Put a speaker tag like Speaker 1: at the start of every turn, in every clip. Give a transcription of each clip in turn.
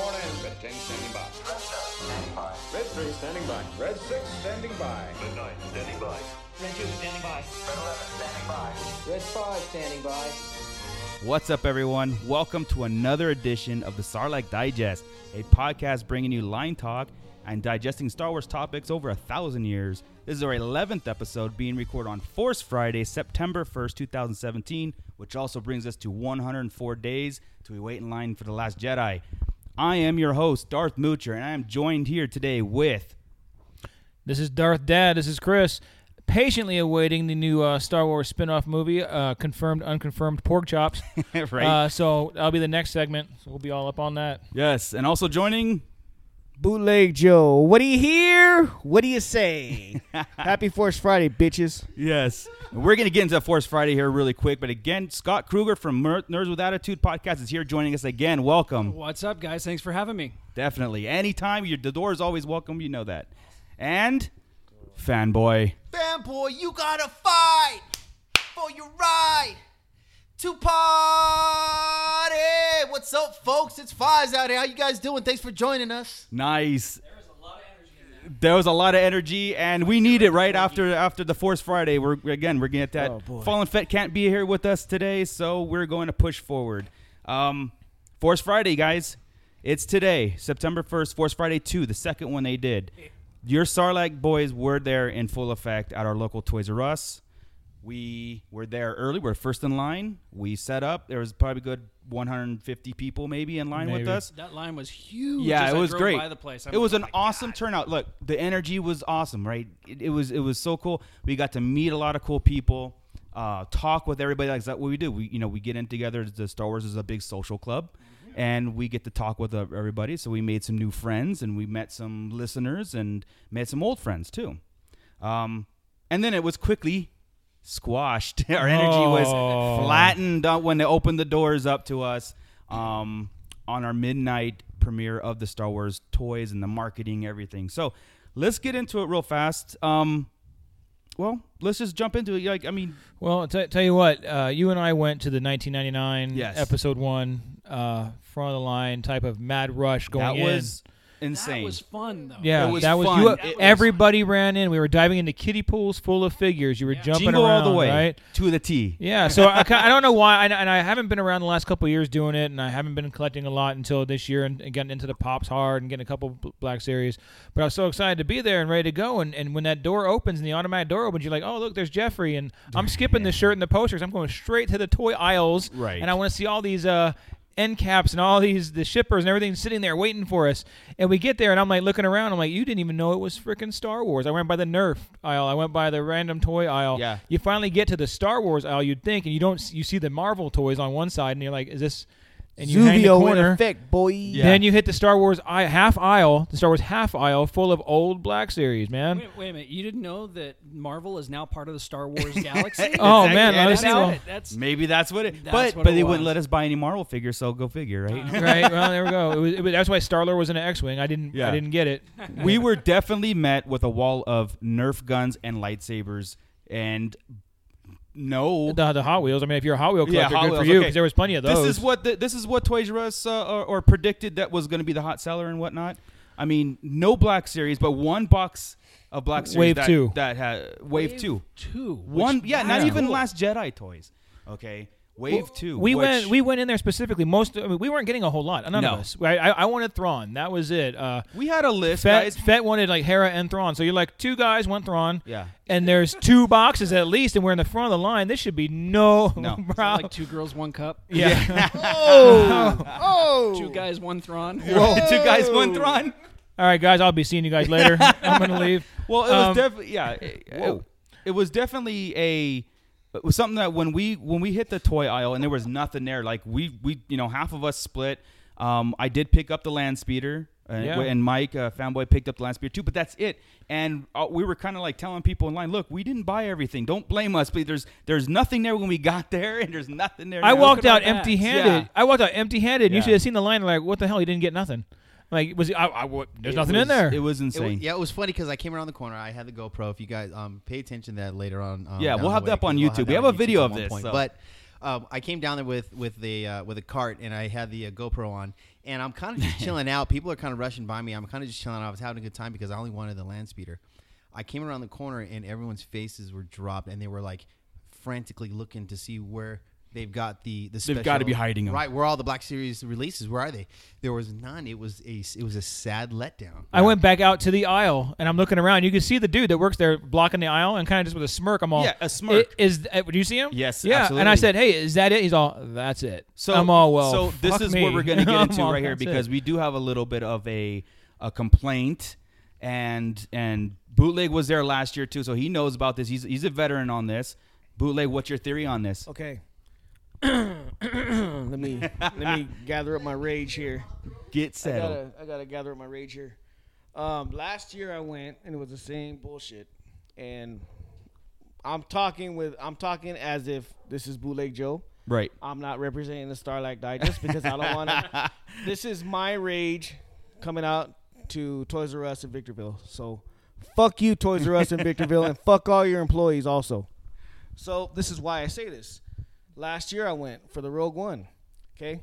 Speaker 1: 10 standing by.
Speaker 2: Standing by.
Speaker 1: Red 3 standing by. Red 6 standing by.
Speaker 2: Red 9 standing by.
Speaker 3: Red 2 standing by.
Speaker 2: Red 11 standing by.
Speaker 4: Red 5 standing by.
Speaker 5: What's up, everyone? Welcome to another edition of the Sarlacc Digest, a podcast bringing you line talk and digesting Star Wars topics over a thousand years. This is our 11th episode being recorded on Force Friday, September 1st, 2017, which also brings us to 104 days till we wait in line for The Last Jedi. I am your host, Darth Moocher, and I am joined here today with.
Speaker 6: This is Darth Dad. This is Chris. Patiently awaiting the new uh, Star Wars spin-off movie, uh, confirmed, unconfirmed pork chops.
Speaker 5: Right.
Speaker 6: Uh, so that'll be the next segment. So we'll be all up on that.
Speaker 5: Yes, and also joining.
Speaker 4: Bootleg Joe, what do you hear? What do you say? Happy Force Friday, bitches.
Speaker 5: Yes. We're going to get into Force Friday here really quick. But again, Scott Kruger from Mer- Nerds with Attitude podcast is here joining us again. Welcome.
Speaker 7: What's up, guys? Thanks for having me.
Speaker 5: Definitely. Anytime. Your, the door is always welcome. You know that. And fanboy.
Speaker 8: Fanboy, you gotta fight for your right to party. What's up, folks? It's Fives out here. How you guys doing? Thanks for joining us.
Speaker 5: Nice. There was a lot of energy, and we need it right after after the Force Friday. We're again we're gonna get that. Fallen Fett can't be here with us today, so we're going to push forward. Um, Force Friday, guys, it's today, September first. Force Friday two, the second one they did. Your Sarlacc boys were there in full effect at our local Toys R Us. We were there early. We are first in line. We set up. There was probably good 150 people maybe in line with
Speaker 6: Maybe.
Speaker 5: us.
Speaker 7: That line was huge.
Speaker 5: Yeah,
Speaker 7: as
Speaker 5: it
Speaker 7: I
Speaker 5: was
Speaker 7: drove
Speaker 5: great.
Speaker 7: By the place, I'm
Speaker 5: it was
Speaker 7: like,
Speaker 5: an
Speaker 7: "Oh my
Speaker 5: awesome turnout. Look, the energy was awesome, right? It, it was it was so cool. We got to meet a lot of cool people, uh, talk with everybody. Like that's what we do. We you know we get in together. The Star Wars is a big social club, and we get to talk with uh, everybody. So we made some new friends, and we met some listeners, and met some old friends too. Um, and then it was quickly squashed. Our energy
Speaker 6: Oh.
Speaker 5: was flattened out when they opened the doors up to us um, on our midnight premiere of the Star Wars toys and the marketing, everything. So let's get into it real fast. Um, well, let's just jump into it. Like, I mean,
Speaker 6: Well, t- tell you what, uh, you and I went to the 1999
Speaker 5: Yes.
Speaker 6: episode one uh, front of the line type of mad rush
Speaker 5: that
Speaker 6: going in.
Speaker 5: was
Speaker 7: God."
Speaker 5: insane.
Speaker 7: That was fun though.
Speaker 6: yeah,
Speaker 5: it was
Speaker 6: that was
Speaker 5: fun.
Speaker 6: you.
Speaker 5: It was-
Speaker 6: everybody ran in. We were diving into kiddie pools full of figures. You were jumping
Speaker 5: Jingle
Speaker 6: around
Speaker 5: all the way
Speaker 6: right?
Speaker 5: to the T.
Speaker 6: Yeah, so I, ki- I don't know why, and, and I haven't been around the last couple of years doing it, and I haven't been collecting a lot until this year and, and getting into the pops hard and getting a couple bl- black series. But I was so excited to be there and ready to go. And, and when that door opens and the automatic door opens, you're like, oh look, there's Jeffrey, and I'm skipping the shirt and the posters. I'm going straight to the toy aisles,
Speaker 5: Right.
Speaker 6: And I want to see all these. Uh, End caps and all these the shippers and everything sitting there waiting for us, and we get there and I'm like looking around. I'm like, you didn't even know it was freaking Star Wars. I went by the Nerf aisle. I went by the random toy aisle
Speaker 5: Yeah.
Speaker 6: you finally get to the Star Wars aisle, you'd think, and you don't. You see the Marvel toys on one side, and you're like, "Is this?" And you hang the
Speaker 4: Zuvio in
Speaker 6: corner.
Speaker 4: effect, boy.
Speaker 6: Then you hit the Star Wars I- half aisle, the Star Wars half aisle, full of old Black Series, man.
Speaker 7: Wait, wait a minute. You didn't know that Marvel is now part of the Star Wars galaxy?
Speaker 6: Oh, man, I
Speaker 7: that's
Speaker 6: see.
Speaker 7: how
Speaker 6: Well-
Speaker 7: it- that's
Speaker 5: Maybe that's what it.
Speaker 7: That's
Speaker 5: but
Speaker 7: what
Speaker 5: but
Speaker 7: it
Speaker 5: they wouldn't
Speaker 7: was.
Speaker 5: let us buy any Marvel figures, so go figure, right?
Speaker 6: right. Well, there we go. It was, it was- that's why Star Lord was in an X-wing. I didn't.
Speaker 5: Yeah.
Speaker 6: I didn't get it.
Speaker 5: we were definitely met with a wall of Nerf guns and lightsabers, and no,
Speaker 6: The, the Hot Wheels. I mean, if you're a Hot Wheel
Speaker 5: Yeah,
Speaker 6: collector,
Speaker 5: Hot
Speaker 6: good
Speaker 5: Wheels,
Speaker 6: for you
Speaker 5: okay.
Speaker 6: because there was plenty of those.
Speaker 5: This is what the, this is what Toys R Us uh, or, or predicted that was going to be the hot seller and whatnot. I mean, no Black Series, but one box of Black Series
Speaker 6: Wave
Speaker 5: that,
Speaker 6: two.
Speaker 5: that had Wave, two,
Speaker 7: two. which-
Speaker 5: one, yeah, not
Speaker 7: that's
Speaker 5: even
Speaker 7: cool.
Speaker 5: Last Jedi toys. Okay, Wave two.
Speaker 6: We
Speaker 5: which-
Speaker 6: went. We went in there specifically. Most. I mean, we weren't getting a whole lot. None
Speaker 5: No.
Speaker 6: of us. I, I, I wanted Thrawn. That was it. Uh,
Speaker 5: we had a list,
Speaker 6: Fett,
Speaker 5: guys.
Speaker 6: Fett wanted like Hera and Thrawn. So you're like two guys, one Thrawn.
Speaker 5: Yeah.
Speaker 6: And there's two boxes at least, and we're in the front of the line. This should be no,
Speaker 5: No.
Speaker 6: problem.
Speaker 5: It's
Speaker 7: Like two girls, one cup.
Speaker 6: yeah.
Speaker 7: Two guys, one Thrawn.
Speaker 5: two guys, one Thrawn.
Speaker 6: All right, guys. I'll be seeing you guys later. I'm gonna leave.
Speaker 5: Well, it was
Speaker 6: Um,
Speaker 5: definitely yeah. It, it- it was definitely a it was something that when we when we hit the toy aisle and there was nothing there, like we we you know half of us split. Um, I did pick up the land speeder. And,
Speaker 6: Yeah.
Speaker 5: and Mike, uh, fanboy, picked up the land speeder too, but that's it. And uh, we were kind of like telling people in line, "Look, we didn't buy everything. Don't blame us. But there's there's nothing there when we got there, and there's nothing there."
Speaker 6: I
Speaker 5: now."
Speaker 6: walked
Speaker 7: at our
Speaker 6: out
Speaker 7: backs.
Speaker 6: empty-handed.
Speaker 5: Yeah.
Speaker 6: I walked out empty-handed. and You
Speaker 5: Yeah.
Speaker 6: should have seen the line. Like, what the hell? You didn't get nothing. Like, was I? I what, there's
Speaker 5: It
Speaker 6: nothing
Speaker 5: was-
Speaker 6: in there.
Speaker 5: It was
Speaker 8: It wa-
Speaker 5: insane.
Speaker 8: yeah, it was funny because I came around the corner. I had the GoPro. If you guys um pay attention to that later on. Um,
Speaker 5: Yeah,
Speaker 8: down
Speaker 5: we'll
Speaker 8: the
Speaker 5: have
Speaker 8: way,
Speaker 5: that up on
Speaker 8: 'cause we'll
Speaker 5: YouTube.
Speaker 8: have
Speaker 5: We
Speaker 8: that
Speaker 5: have
Speaker 8: on
Speaker 5: a video
Speaker 8: at
Speaker 5: of
Speaker 8: one
Speaker 5: this, so-
Speaker 8: But
Speaker 3: um, I came down there with with the uh, with a cart, and I had the uh, GoPro on, and I'm kind of just chilling out. People are kind of rushing by me. I'm kind of just chilling out. I was having a good time because I only wanted the land speeder. I came around the corner, and everyone's faces were dropped, and they were like frantically looking to see where. They've got the the. Special,
Speaker 5: They've gotta be hiding 'em.
Speaker 3: right? Where are all the Black Series releases? Where are they? There was none. It was a it was a sad letdown.
Speaker 6: I went back out to the aisle and I'm looking around. You can see the dude that works there blocking the aisle and kind of just with a smirk. I'm all
Speaker 5: Yeah, a smirk.
Speaker 6: "I- Is uh, do you see him?
Speaker 5: Yes,
Speaker 6: yeah. And I
Speaker 5: absolutely.
Speaker 6: said, hey, is that it? He's all, that's it. So I'm all well.
Speaker 5: So this
Speaker 6: fuck
Speaker 5: is
Speaker 6: me.
Speaker 5: what we're going to get
Speaker 6: I'm
Speaker 5: into
Speaker 6: all,
Speaker 5: right here
Speaker 6: "That's it."
Speaker 5: because we do have a little bit of a a complaint, and and bootleg was there last year too, so he knows about this. He's he's a veteran on this. Bootleg, what's your theory on this?
Speaker 4: Okay. let me let me gather up my rage here.
Speaker 5: Get
Speaker 4: I
Speaker 5: settled.
Speaker 4: gotta, I gotta gather up my rage here. Um, last year I went and it was the same bullshit. And I'm talking with I'm talking as if this is Bootleg Joe.
Speaker 5: Right.
Speaker 4: I'm not representing the Starlight Digest because I don't want to. this is my rage coming out to Toys R Us in Victorville. So fuck you, Toys R Us in Victorville, and fuck all your employees also. So this is why I say this. Last year I went for the Rogue One. Okay.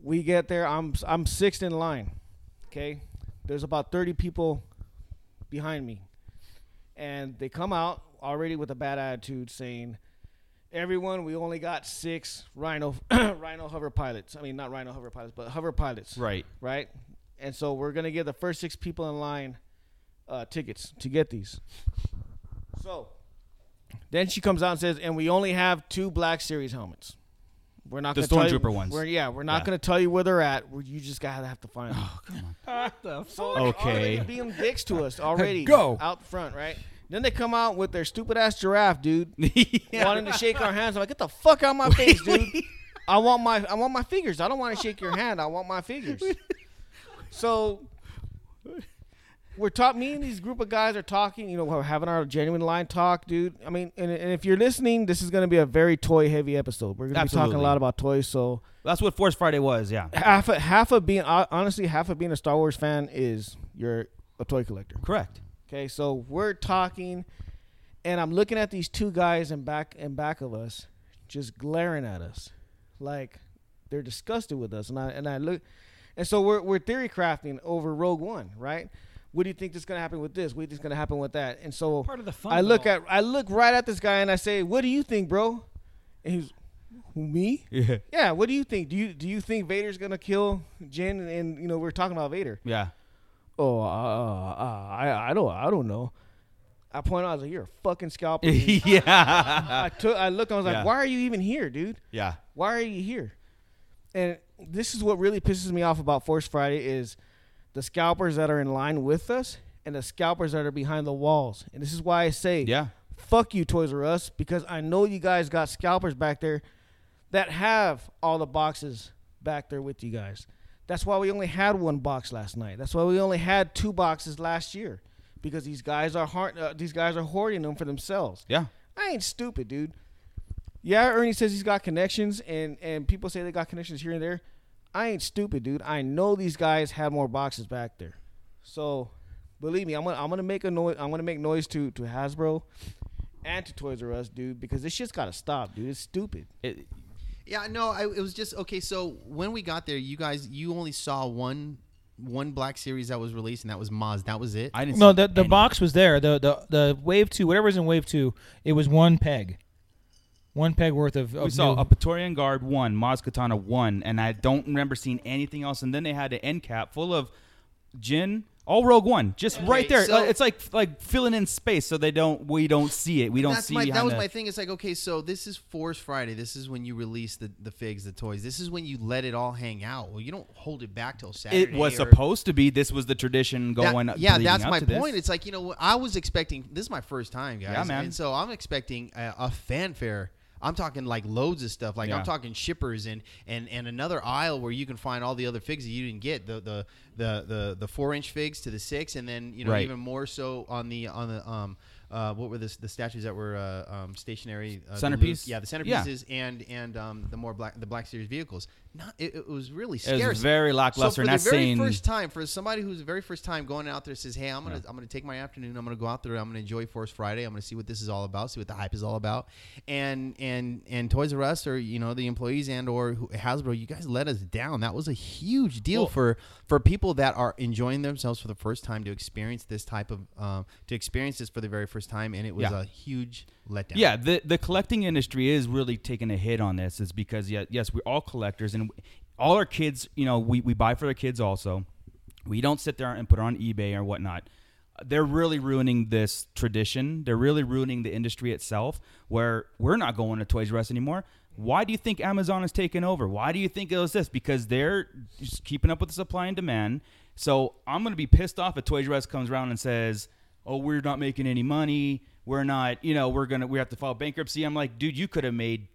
Speaker 4: We get there. I'm I'm sixth in line. Okay. There's about 30 people behind me, and they come out already with a bad attitude, saying, "Everyone, we only got six Rhino Rhino hover pilots. I mean, not Rhino hover pilots, but hover pilots.
Speaker 5: Right.
Speaker 4: Right. And so we're gonna give the first six people in line uh, tickets to get these. So then she comes out and says, "And we only have two Black Series helmets. We're not
Speaker 5: The
Speaker 4: gonna tell you-
Speaker 5: Stormtrooper ones.
Speaker 4: We're, yeah, we're not
Speaker 5: Yeah.
Speaker 4: gonna tell you where they're at. We're, you just gotta have to find them. So they're
Speaker 5: Okay.
Speaker 4: already being dicks to us already.
Speaker 6: Go.
Speaker 4: out front, right? Then they come out with their stupid ass giraffe, dude, wanting to shake our hands. I'm like, get the fuck out of my face, dude. I want my I want my figures. I don't want to shake your hand. I want my figures. So we're talking. Me and these group of guys are talking. You know, we're having our genuine line talk, dude. I mean, and, and if you're listening, this is going to be a very toy heavy episode. We're going to be talking
Speaker 5: Absolutely.
Speaker 4: a lot about toys. So
Speaker 5: That's what Force Friday was. Yeah.
Speaker 4: half of, half of being honestly half of being a Star Wars fan is you're a toy collector.
Speaker 5: Correct.
Speaker 4: Okay, so we're talking, and I'm looking at these two guys in back in back of us, just glaring at us, like they're disgusted with us. And I and I look, and so we're we're theory crafting over Rogue One, right? What do you think is gonna happen with this? What do you think's gonna happen with that? And so
Speaker 7: Part of the fun
Speaker 4: I
Speaker 7: of it
Speaker 4: look
Speaker 7: all.
Speaker 4: at I look right at this guy and I say, "What do you think, bro?" And he's, "Who, "Me?
Speaker 5: Yeah.
Speaker 4: Yeah. What do you think? Do you do you think Vader's gonna kill Jin? And, and you know we're talking about Vader
Speaker 5: Yeah.
Speaker 4: oh, uh, uh, I, I don't, I don't know. I point out, I was like, you're a fucking scalper. dude."
Speaker 5: yeah.
Speaker 4: I took, I looked, I was like,
Speaker 5: Yeah.
Speaker 4: why are you even here, dude?
Speaker 5: Yeah.
Speaker 4: Why are you here? And this is what really pisses me off about Force Friday is the scalpers that are in line with us and the scalpers that are behind the walls. And this is why I say,
Speaker 5: Yeah.
Speaker 4: fuck you, Toys R Us, because I know you guys got scalpers back there that have all the boxes back there with you guys. That's why we only had one box last night. That's why we only had two boxes last year, because these guys are har- uh, these guys are hoarding them for themselves.
Speaker 5: Yeah.
Speaker 4: I ain't stupid, dude. Yeah, Ernie says he's got connections, and and people say they got connections here and there. I ain't stupid, dude. I know these guys have more boxes back there, so believe me, I'm gonna I'm gonna make a noise. I'm gonna make noise to to Hasbro and to Toys R Us, dude, because this shit's gotta stop, dude. It's stupid.
Speaker 5: It-
Speaker 3: Yeah, no, I, it was just okay. So when we got there, you guys, you only saw one one Black Series that was released, and that was Maz. That was it.
Speaker 5: I didn't.
Speaker 6: No,
Speaker 5: see
Speaker 6: the, the
Speaker 5: any.
Speaker 6: box was there. The, the the wave two, whatever's in wave two, it was one peg, one peg worth of. of
Speaker 5: We saw
Speaker 6: new-
Speaker 5: a Praetorian Guard one, Maz Katana one, and I don't remember seeing anything else. And then they had an end cap full of Jin, all Rogue One, just right there.
Speaker 3: so-
Speaker 5: Like, it's like like filling in space, so they don't we don't see it. We don't
Speaker 3: That's
Speaker 5: see.
Speaker 3: my, that
Speaker 5: behind
Speaker 3: was
Speaker 5: the-
Speaker 3: my thing. It's like okay, so this is Force Friday. This is when you release the, the figs, the toys. This is when you let it all hang out. Well, you don't hold it back till Saturday.
Speaker 5: It was
Speaker 3: or-
Speaker 5: supposed to be. This was the tradition
Speaker 3: That-
Speaker 5: going. up-
Speaker 3: yeah,
Speaker 5: leading
Speaker 3: that's
Speaker 5: up
Speaker 3: my
Speaker 5: to this.
Speaker 3: point. It's like you know, what I was expecting. This is my first time, guys.
Speaker 5: Yeah, man.
Speaker 3: And so I'm expecting a, a fanfare. I'm talking like loads of stuff. Like
Speaker 5: Yeah.
Speaker 3: I'm talking shippers and and and another aisle where you can find all the other figs that you didn't get. The the the the, the four inch figs to the six, and then you know
Speaker 5: Right.
Speaker 3: even more so on the on the um. Uh, what were the, the statues that were uh, um, stationary? Uh, the Luke-
Speaker 5: Centerpiece?
Speaker 3: yeah, the
Speaker 5: Yeah.
Speaker 3: centerpieces and and um, the more black the black series vehicles. not, it, it was really
Speaker 5: It was
Speaker 3: scarce.
Speaker 5: very lackluster,
Speaker 3: So for
Speaker 5: not
Speaker 3: the very
Speaker 5: seen-
Speaker 3: first time, for somebody who's the very first time going out there says, "Hey, I'm gonna I'm gonna take my afternoon. I'm gonna go out there. I'm gonna enjoy Force Friday. I'm gonna see what this is all about. See what the hype is all about." And and and Toys R Us or you know the employees and or who- Hasbro, you guys let us down. That was a huge deal for for people that are enjoying themselves for the first time to experience this type of um, to experience this for the very first time, and it was
Speaker 5: Yeah.
Speaker 3: a huge letdown.
Speaker 5: Yeah, the the collecting industry is really taking a hit on this. Is because yeah, yes, we're all collectors, and all our kids, you know, we, we buy for their kids also. We don't sit there and put it on eBay or whatnot. They're really ruining this tradition. They're really ruining the industry itself, where we're not going to Toys R Us anymore. Why do you think Amazon is taking over? Why do you think it was this? Because they're just keeping up with the supply and demand. So I'm going to be pissed off if Toys R Us comes around and says, oh we're not making any money we're not you know we're gonna we have to file bankruptcy i'm like dude you could have made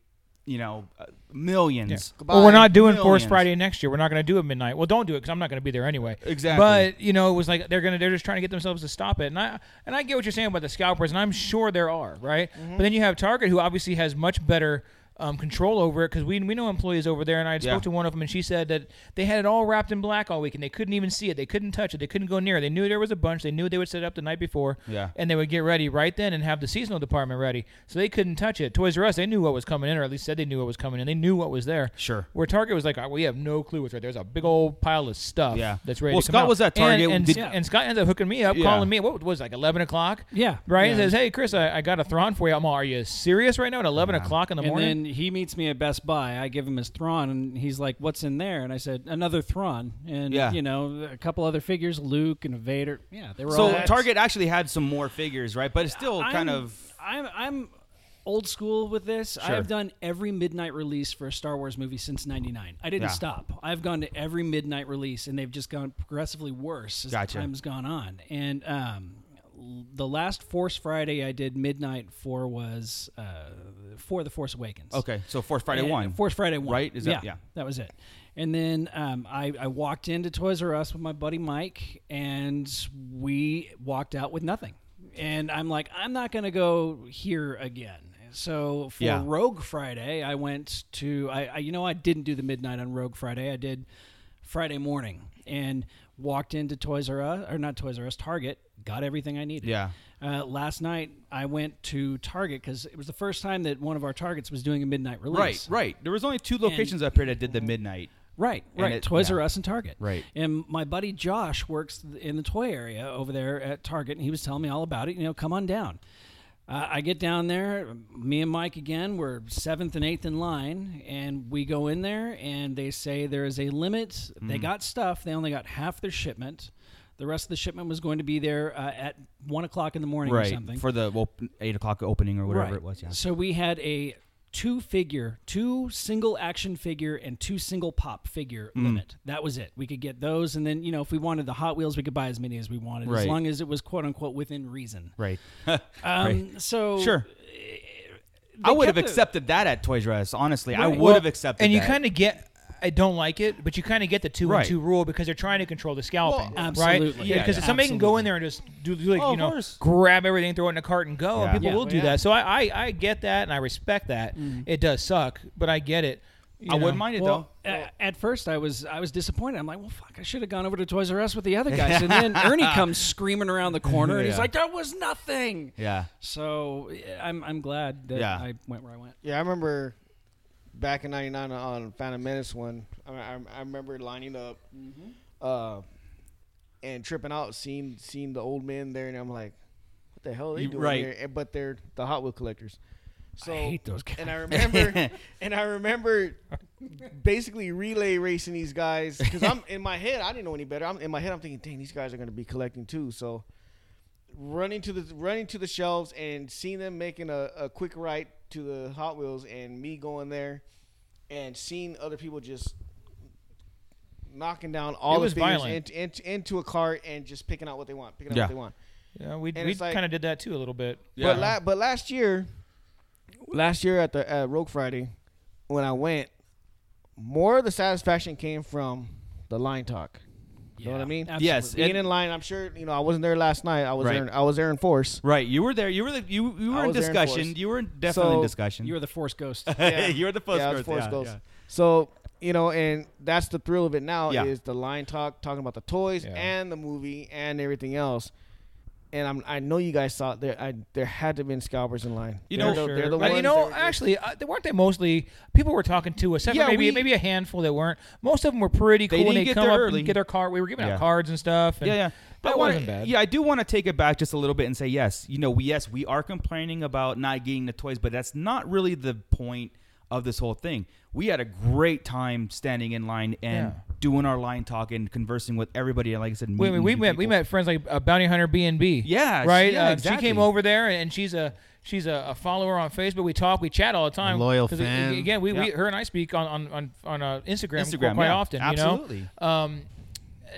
Speaker 5: you know uh, millions
Speaker 6: Well, we're not doing Force
Speaker 5: Millions.
Speaker 6: Friday next year. We're not going to do it midnight. Well, don't do it because I'm not going to be there anyway.
Speaker 5: Exactly.
Speaker 6: But you know, it was like they're going to they're just trying to get themselves to stop it. And I and I get what you're saying about the scalpers, and I'm sure there are right.
Speaker 5: Mm-hmm.
Speaker 6: But then you have Target, who obviously has much better. Um, control over it because we, we know employees over there and I had
Speaker 5: Yeah.
Speaker 6: spoke to one of them and she said that they had it all wrapped in black all week and they couldn't even see it they couldn't touch it they couldn't go near it they knew there was a bunch they knew they would set it up the night before
Speaker 5: Yeah.
Speaker 6: and they would get ready right then and have the seasonal department ready so they couldn't touch it Toys R Us they knew what was coming in or at least said they knew what was coming in they knew what was there
Speaker 5: Sure.
Speaker 6: where Target was like, "Oh, we have no clue what's right. There's a big old pile of stuff.
Speaker 5: Yeah.
Speaker 6: that's ready.
Speaker 5: Well,
Speaker 6: to come
Speaker 5: Scott
Speaker 6: out.
Speaker 5: was at Target.
Speaker 6: and, and,
Speaker 5: Did-
Speaker 6: and Scott ends up hooking me up,
Speaker 5: Yeah.
Speaker 6: calling me. What was it, like eleven o'clock?
Speaker 7: Yeah.
Speaker 6: right. He
Speaker 7: Yeah.
Speaker 6: says, "Hey, Chris, I, I got a Thrawn for you. I'm all, are you serious right now at eleven o'clock in the
Speaker 7: And
Speaker 6: morning?
Speaker 7: then he meets me at Best Buy. I give him his Thrawn, and he's like, "What's in there?" And I said, "Another Thrawn, and
Speaker 5: Yeah.
Speaker 7: you know, a couple other figures, Luke and Vader. Yeah, they were all
Speaker 5: so target actually had some more figures right but it's still
Speaker 7: I'm-
Speaker 5: kind of
Speaker 7: I'm I'm old school with this.
Speaker 5: Sure.
Speaker 7: I've done every midnight release for a Star Wars movie since '99. I didn't
Speaker 5: Yeah.
Speaker 7: stop. I've gone to every midnight release, and they've just gone progressively worse as
Speaker 5: Gotcha.
Speaker 7: the time's gone on. And um, l- the last Force Friday I did midnight for was uh, for the Force Awakens.
Speaker 5: okay so force friday
Speaker 7: And-
Speaker 5: one
Speaker 7: Force Friday one.
Speaker 5: Right? Is that- yeah.
Speaker 7: That was it. And then um, I, I walked into Toys R Us with my buddy Mike, and we walked out with nothing. And I'm like, I'm not going to go here again. So for
Speaker 5: Yeah.
Speaker 7: Rogue Friday, I went to I, I you know I didn't do the midnight on Rogue Friday. I did Friday morning and walked into Toys R Us or not Toys R Us Target, got everything I needed.
Speaker 5: Yeah.
Speaker 7: Uh, last night I went to Target because it was the first time that one of our targets was doing a midnight
Speaker 5: right
Speaker 7: release.
Speaker 5: right there was only two locations up here that did the midnight
Speaker 7: Right,
Speaker 5: And
Speaker 7: right.
Speaker 5: it-
Speaker 7: Toys
Speaker 5: yeah.
Speaker 7: R Us and Target.
Speaker 5: Right.
Speaker 7: And my buddy Josh works th- in the toy area over there at Target, and he was telling me all about it. You know, come on down. Uh, I get down there, me and Mike again, we're seventh and eighth in line, and we go in there, and they say there is a limit. They
Speaker 5: Mm.
Speaker 7: got stuff, they only got half their shipment. The rest of the shipment was going to be there uh, at one o'clock in the morning or
Speaker 5: right
Speaker 7: something.
Speaker 5: for the well, eight o'clock opening or whatever
Speaker 7: Right.
Speaker 5: it was yeah
Speaker 7: So we had a two figure, two single action figure and two single pop figure
Speaker 5: Mm.
Speaker 7: limit. That was it. We could get those and then, you know, if we wanted the Hot Wheels, we could buy as many as we wanted
Speaker 5: Right.
Speaker 7: as long as it was quote unquote within reason.
Speaker 5: right
Speaker 7: Um so
Speaker 5: sure
Speaker 7: they
Speaker 5: I would have
Speaker 7: kept the-
Speaker 5: accepted that at Toys R Us. Honestly, I would
Speaker 6: Well,
Speaker 5: have accepted.
Speaker 6: And you
Speaker 5: that.
Speaker 6: kind of get. I don't like it, but you kind of get the two
Speaker 5: Right.
Speaker 6: and two rule because they're trying to control the scalping,
Speaker 7: Well,
Speaker 6: right?
Speaker 7: absolutely. Yeah,
Speaker 6: because
Speaker 7: yeah.
Speaker 6: if somebody can go in there and just do like
Speaker 5: Oh,
Speaker 6: you
Speaker 5: of
Speaker 6: know
Speaker 5: course.
Speaker 6: grab everything, throw it in a cart and go,
Speaker 5: Yeah.
Speaker 6: and people
Speaker 5: Yeah.
Speaker 6: will do
Speaker 7: Yeah. Mm-hmm.
Speaker 6: that. So I, I I get that and I respect that. It does suck, but I get it. you
Speaker 5: I wouldn't
Speaker 6: know.
Speaker 5: mind it
Speaker 7: Well,
Speaker 5: though.
Speaker 7: a- at first I was I was disappointed. I'm like, well, fuck! I should have gone over to Toys R Us with the other guys. And then Ernie comes screaming around the corner, and he's
Speaker 5: Yeah.
Speaker 7: like, "That was nothing."
Speaker 5: Yeah.
Speaker 7: So yeah, I'm I'm glad that
Speaker 5: Yeah.
Speaker 7: I went where I went.
Speaker 4: Yeah, I remember back in '99 on Phantom Menace one. I, I, I remember lining up uh, and tripping out, seeing seeing the old men there, and I'm like, "What the hell are they
Speaker 5: You-
Speaker 4: doing
Speaker 5: right.
Speaker 4: here?" And- But they're the Hot Wheel collectors. So,
Speaker 7: hate those guys.
Speaker 4: And I remember, and I remember, basically relay racing these guys because I'm in my head. I didn't know any better. I'm in my head. I'm thinking, dang, these guys are going to be collecting too. So, running to the running to the shelves and seeing them making a, a quick right to the Hot Wheels and me going there and seeing other people just knocking down all
Speaker 6: It
Speaker 4: the
Speaker 6: was
Speaker 4: figures
Speaker 6: violent.
Speaker 4: in, in- into a cart and just picking out what they want, picking out
Speaker 5: Yeah.
Speaker 4: what they want.
Speaker 6: Yeah, we
Speaker 4: And
Speaker 6: we
Speaker 4: it's like-
Speaker 6: kind of did that too a little bit.
Speaker 5: Yeah.
Speaker 4: But la- but last year, last year at the at Rogue Friday, when I went, more of the satisfaction came from the line talk. You know what I mean?
Speaker 5: Yes,
Speaker 4: Being
Speaker 5: it-
Speaker 4: in line, I'm sure you know. I wasn't there last night. I was
Speaker 5: Right.
Speaker 4: there. In, I was there in force.
Speaker 5: Right, you were there. You were the, you you
Speaker 4: I
Speaker 5: were in
Speaker 4: was there in
Speaker 5: discussion.
Speaker 4: force.
Speaker 5: you were definitely in
Speaker 4: So-
Speaker 5: discussion.
Speaker 7: You were the Force Ghost.
Speaker 5: you were the post
Speaker 4: yeah, I was
Speaker 5: girl,
Speaker 4: force
Speaker 5: yeah,
Speaker 4: goals.
Speaker 5: yeah.
Speaker 4: So you know, and that's the thrill of it now
Speaker 5: Yeah.
Speaker 4: is the line talk, talking about the toys
Speaker 6: Yeah.
Speaker 4: and the movie and everything else. And I'm, I know you guys saw it. there. I there had to have been scalpers in line.
Speaker 5: You
Speaker 4: They're
Speaker 5: know-
Speaker 4: the, they're the
Speaker 6: Uh,
Speaker 4: ones
Speaker 6: you
Speaker 4: that
Speaker 6: know,
Speaker 4: were-
Speaker 6: actually, uh, they weren't they mostly people were talking to us. Except for
Speaker 4: Yeah,
Speaker 6: maybe
Speaker 4: we-
Speaker 6: maybe a handful that weren't. Most of them were pretty cool.
Speaker 5: didn't
Speaker 6: and they
Speaker 5: get
Speaker 6: come
Speaker 5: there
Speaker 6: up
Speaker 5: early.
Speaker 6: and get their card. We were giving
Speaker 5: Yeah.
Speaker 6: out cards and stuff. and
Speaker 5: yeah, yeah.
Speaker 6: That
Speaker 5: I wanna-
Speaker 6: wasn't bad.
Speaker 5: Yeah, I do want to take it back just a little bit and say yes. You know, we yes we are complaining about not getting the toys, but that's not really the point of this whole thing. We had a great time standing in line and
Speaker 6: Yeah.
Speaker 5: doing our line talk and conversing with everybody. And like I said,
Speaker 6: We, we,
Speaker 5: meeting
Speaker 6: we
Speaker 5: new
Speaker 6: met we
Speaker 5: people.
Speaker 6: met friends like uh, Bounty Hunter B and B.
Speaker 5: Yeah,
Speaker 6: right.
Speaker 5: yeah,
Speaker 6: uh, She
Speaker 5: exactly.
Speaker 6: came over there, and, and she's a she's a, a follower on Facebook. We talk, we chat all the time.
Speaker 3: loyal
Speaker 6: 'Cause, uh,
Speaker 3: fan.
Speaker 6: Again, we, we
Speaker 5: Yeah.
Speaker 6: her and I speak on on on, on uh, Instagram,
Speaker 5: Instagram,
Speaker 6: quite
Speaker 5: yeah,
Speaker 6: often. You
Speaker 5: absolutely.
Speaker 6: know? Um,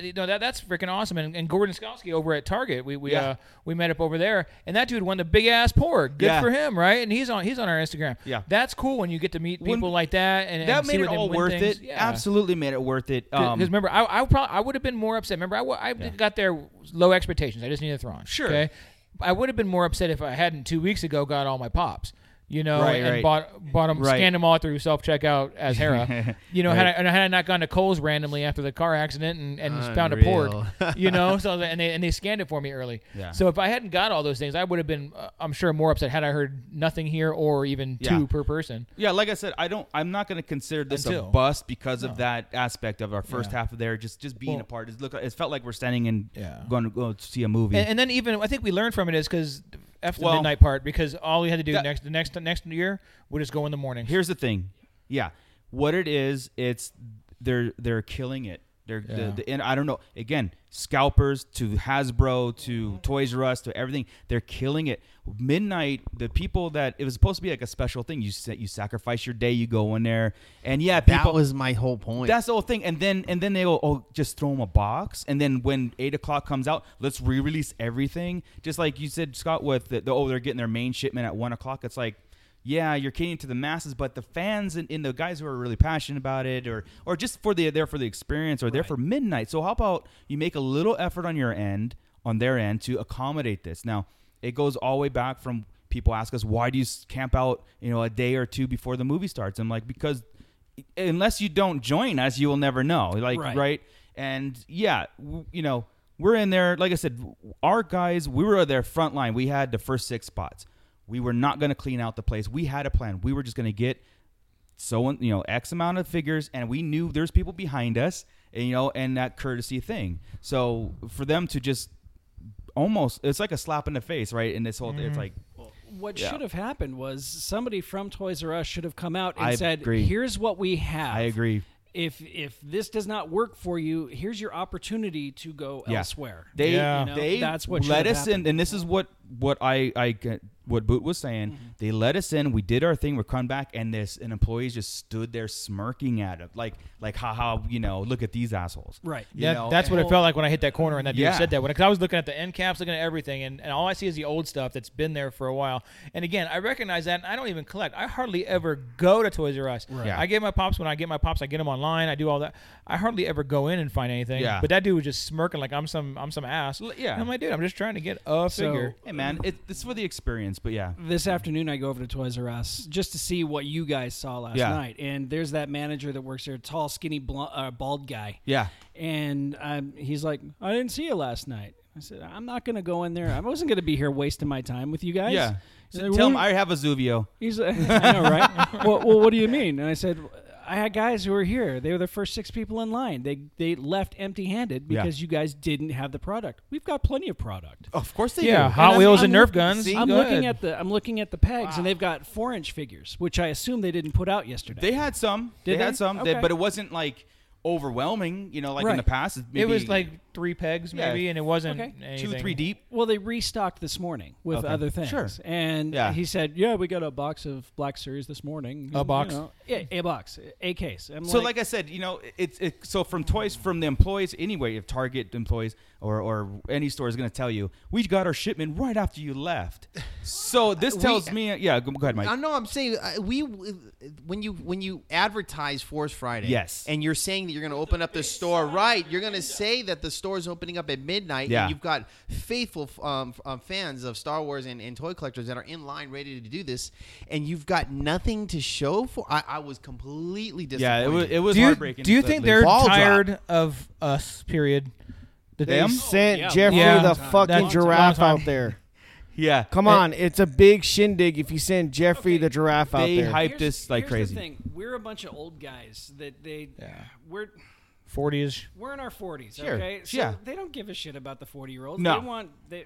Speaker 6: you know that that's freaking awesome. And, and Gordon Skowski over at Target, we we
Speaker 5: Yeah.
Speaker 6: uh, we met up over there, and that dude won the big ass pork. Good
Speaker 5: Yeah.
Speaker 6: for him, right? And he's on he's on our Instagram.
Speaker 5: Yeah.
Speaker 6: that's cool when you get to meet people
Speaker 5: When-
Speaker 6: like that, and
Speaker 5: that
Speaker 6: and see
Speaker 5: made it
Speaker 6: where they
Speaker 5: all
Speaker 6: win
Speaker 5: worth
Speaker 6: things.
Speaker 5: it.
Speaker 6: Yeah.
Speaker 5: Absolutely made it worth it.
Speaker 6: Because
Speaker 5: Um,
Speaker 6: remember, I I, probably, I would have been more upset. Remember, I, wa- I got there with low expectations. I just needed a Thrawn.
Speaker 5: Sure.
Speaker 6: Okay. I would have been more upset if I hadn't two weeks ago got all my pops. You know,
Speaker 5: Right,
Speaker 6: and
Speaker 5: right.
Speaker 6: bought bought them,
Speaker 5: Right.
Speaker 6: scanned them all through self checkout as Hera. you know, had I,
Speaker 5: Right.
Speaker 6: and had I not gone to Kohl's randomly after the car accident and, and found a
Speaker 3: Unreal.
Speaker 6: pork, you know, so I was like- and they and they scanned it for me early.
Speaker 5: Yeah.
Speaker 6: So if I hadn't got all those things, I would have been, uh, I'm sure, more upset had I heard nothing here or even
Speaker 5: Yeah.
Speaker 6: two per person.
Speaker 5: Yeah, like I said, I don't. I'm not going to consider this
Speaker 6: Until-
Speaker 5: a bust because of that aspect of our first half of there. Just just being
Speaker 6: Well-
Speaker 5: apart. It look. It felt like we're standing and
Speaker 6: Yeah.
Speaker 5: going to go see a movie.
Speaker 6: And, and then even I think we learned from it is because after the
Speaker 5: Well-
Speaker 6: midnight part because all we had to do
Speaker 5: That-
Speaker 6: next the next the next year we just go in the morning.
Speaker 5: Here's the thing. Yeah, what it is, it's they're they're killing it. They're
Speaker 6: Yeah.
Speaker 5: the, the and I don't know. Again, scalpers to Hasbro to Toys R Us to everything. They're killing it. Midnight, the people that it was supposed to be like a special thing. You sa- you sacrifice your day, you go in there, and yeah, people,
Speaker 3: that was my whole point.
Speaker 5: That's the whole thing. And then and then they go, oh, just throw them a box. And then when eight o'clock comes out, let's re-release everything. Just like you said, Scott, with the, the oh, they're getting their main shipment at one o'clock. It's like, yeah, you're catering to the masses, but the fans and, and the guys who are really passionate about it, or or just for the there for the experience, or there for midnight. So how about you make a little effort on your end, on their end, to accommodate this? Now it goes all the way back from people ask us why do you s- camp out you know a day or two before the movie starts i'm like because unless you don't join us, you will never know. Like
Speaker 7: Right.
Speaker 5: right, and yeah, w- you know, we're in there. Like I said, w- our guys, we were there front line. We had the first six spots. We were not going to clean out the place. We had a plan. We were just going to get so you know x amount of figures and we knew there's people behind us and you know and that courtesy thing so for them to just almost it's like a slap in the face right and this whole it's like
Speaker 7: What
Speaker 5: Yeah.
Speaker 7: should have happened was somebody from Toys R Us should have come out and
Speaker 5: I
Speaker 7: said,
Speaker 5: agree.
Speaker 7: "Here's what we have."
Speaker 5: i agree
Speaker 7: If if this does not work for you, here's your opportunity to go
Speaker 5: Yeah.
Speaker 7: elsewhere.
Speaker 5: They
Speaker 6: Yeah. You
Speaker 7: know,
Speaker 5: they
Speaker 7: that's what
Speaker 5: let
Speaker 7: should've
Speaker 5: us
Speaker 7: happened.
Speaker 5: in, and this is what what I I get- what Boot was saying.
Speaker 7: Mm-hmm.
Speaker 5: They let us in. We did our thing. We're coming back, and this and employees just stood there smirking at it, like like haha, you know, look at these assholes.
Speaker 7: Right.
Speaker 5: You
Speaker 6: That,
Speaker 5: know,
Speaker 6: that's what
Speaker 5: and-
Speaker 6: it felt like when I hit that corner and that dude
Speaker 5: Yeah.
Speaker 6: said that. Because I was looking at the end caps, looking at everything, and, and all I see is the old stuff that's been there for a while. And again, I recognize that, and I don't even collect. I hardly ever go to Toys R Us.
Speaker 5: Yeah.
Speaker 6: I get my pops when I get my pops. I get them online. I do all that. I hardly ever go in and find anything.
Speaker 5: Yeah.
Speaker 6: But that dude was just smirking like I'm some I'm some ass.
Speaker 5: yeah.
Speaker 6: And I'm like, dude, I'm just trying to get a
Speaker 7: So- Mm-hmm.
Speaker 6: figure.
Speaker 5: Hey man, it, it's for the experience, but yeah,
Speaker 7: This afternoon, I go over to Toys R Us just to see what you guys saw last
Speaker 5: Yeah.
Speaker 7: night. And there's that manager that works there, tall, skinny, bl- uh, bald guy.
Speaker 5: yeah.
Speaker 7: And um, he's like, I didn't see you last night. I said, I'm not going to go in there. I wasn't going to be here wasting my time with you guys.
Speaker 5: Yeah.
Speaker 7: He's
Speaker 5: So
Speaker 7: like,
Speaker 5: tell them
Speaker 7: "What-
Speaker 5: I have a Zuvio.
Speaker 7: He's like, I know, right? well, well, what do you mean? And I said, I had guys who were here. They were the first six people in line. They they left empty-handed
Speaker 5: Yeah.
Speaker 7: because you guys didn't have the product. We've got plenty of product.
Speaker 5: Of course they
Speaker 6: Yeah,
Speaker 5: do.
Speaker 6: Hot
Speaker 7: I'm-
Speaker 6: Wheels
Speaker 7: I'm
Speaker 6: and
Speaker 7: look-
Speaker 6: Nerf guns.
Speaker 7: I'm
Speaker 6: Go
Speaker 7: looking
Speaker 6: ahead.
Speaker 7: at the I'm looking at the pegs, and they've got four-inch figures, which I assume they didn't put out yesterday.
Speaker 5: They had some.
Speaker 7: Did
Speaker 5: had
Speaker 7: they?
Speaker 5: some,
Speaker 7: Okay.
Speaker 5: but it wasn't like overwhelming. You know, like in the
Speaker 7: Right.
Speaker 5: past, maybe
Speaker 6: it was like three pegs
Speaker 5: Yeah.
Speaker 6: maybe, and it wasn't
Speaker 7: Okay.
Speaker 5: two,
Speaker 6: anything.
Speaker 5: three deep.
Speaker 7: well, they restocked this morning with
Speaker 5: Okay.
Speaker 7: other things.
Speaker 5: Sure.
Speaker 7: And
Speaker 5: Yeah.
Speaker 7: he said, "Yeah, we got a box of Black Series this morning.
Speaker 6: A
Speaker 7: You
Speaker 6: box?
Speaker 7: know. yeah, a box, a case." I'm
Speaker 5: So, like I said, you know, it's it, so from toys from the employees anyway. If Target employees or or any store is going to tell you, we got our shipment right after you left. So this tells me, yeah, go, go ahead, Mike.
Speaker 3: I know. I'm saying uh, we when you when you advertise Force Friday,
Speaker 5: Yes.
Speaker 3: and you're saying that you're going to open up the store, right? You're going to say that the stores opening up at midnight,
Speaker 5: Yeah.
Speaker 3: and you've got faithful f- um, f- um, fans of Star Wars and, and toy collectors that are in line ready to do this, and you've got nothing to show for. I, I was completely disappointed.
Speaker 5: Yeah, it was, it was
Speaker 6: do you,
Speaker 5: heartbreaking.
Speaker 6: do you
Speaker 5: to
Speaker 6: think
Speaker 5: say the
Speaker 6: they're
Speaker 5: least.
Speaker 3: Ball drop.
Speaker 6: tired of us? Period. That
Speaker 4: They
Speaker 6: they-
Speaker 4: sent
Speaker 7: yeah,
Speaker 4: Jeffrey
Speaker 6: long
Speaker 4: the
Speaker 6: time.
Speaker 4: fucking
Speaker 6: oh, That's a long
Speaker 4: giraffe
Speaker 6: time.
Speaker 4: out there.
Speaker 5: Yeah.
Speaker 4: Come on, it's a big shindig if you send Jeffrey the giraffe out
Speaker 5: They
Speaker 4: there.
Speaker 5: hyped
Speaker 7: Here's-
Speaker 5: this like
Speaker 7: here's
Speaker 5: crazy.
Speaker 7: The thing. We're a bunch of old guys that they
Speaker 6: Yeah.
Speaker 7: we're
Speaker 6: forties.
Speaker 7: we're in our forties.
Speaker 5: Sure,
Speaker 7: Okay, so
Speaker 5: yeah.
Speaker 7: they don't give a shit about the forty year olds.
Speaker 5: No.
Speaker 7: they want they.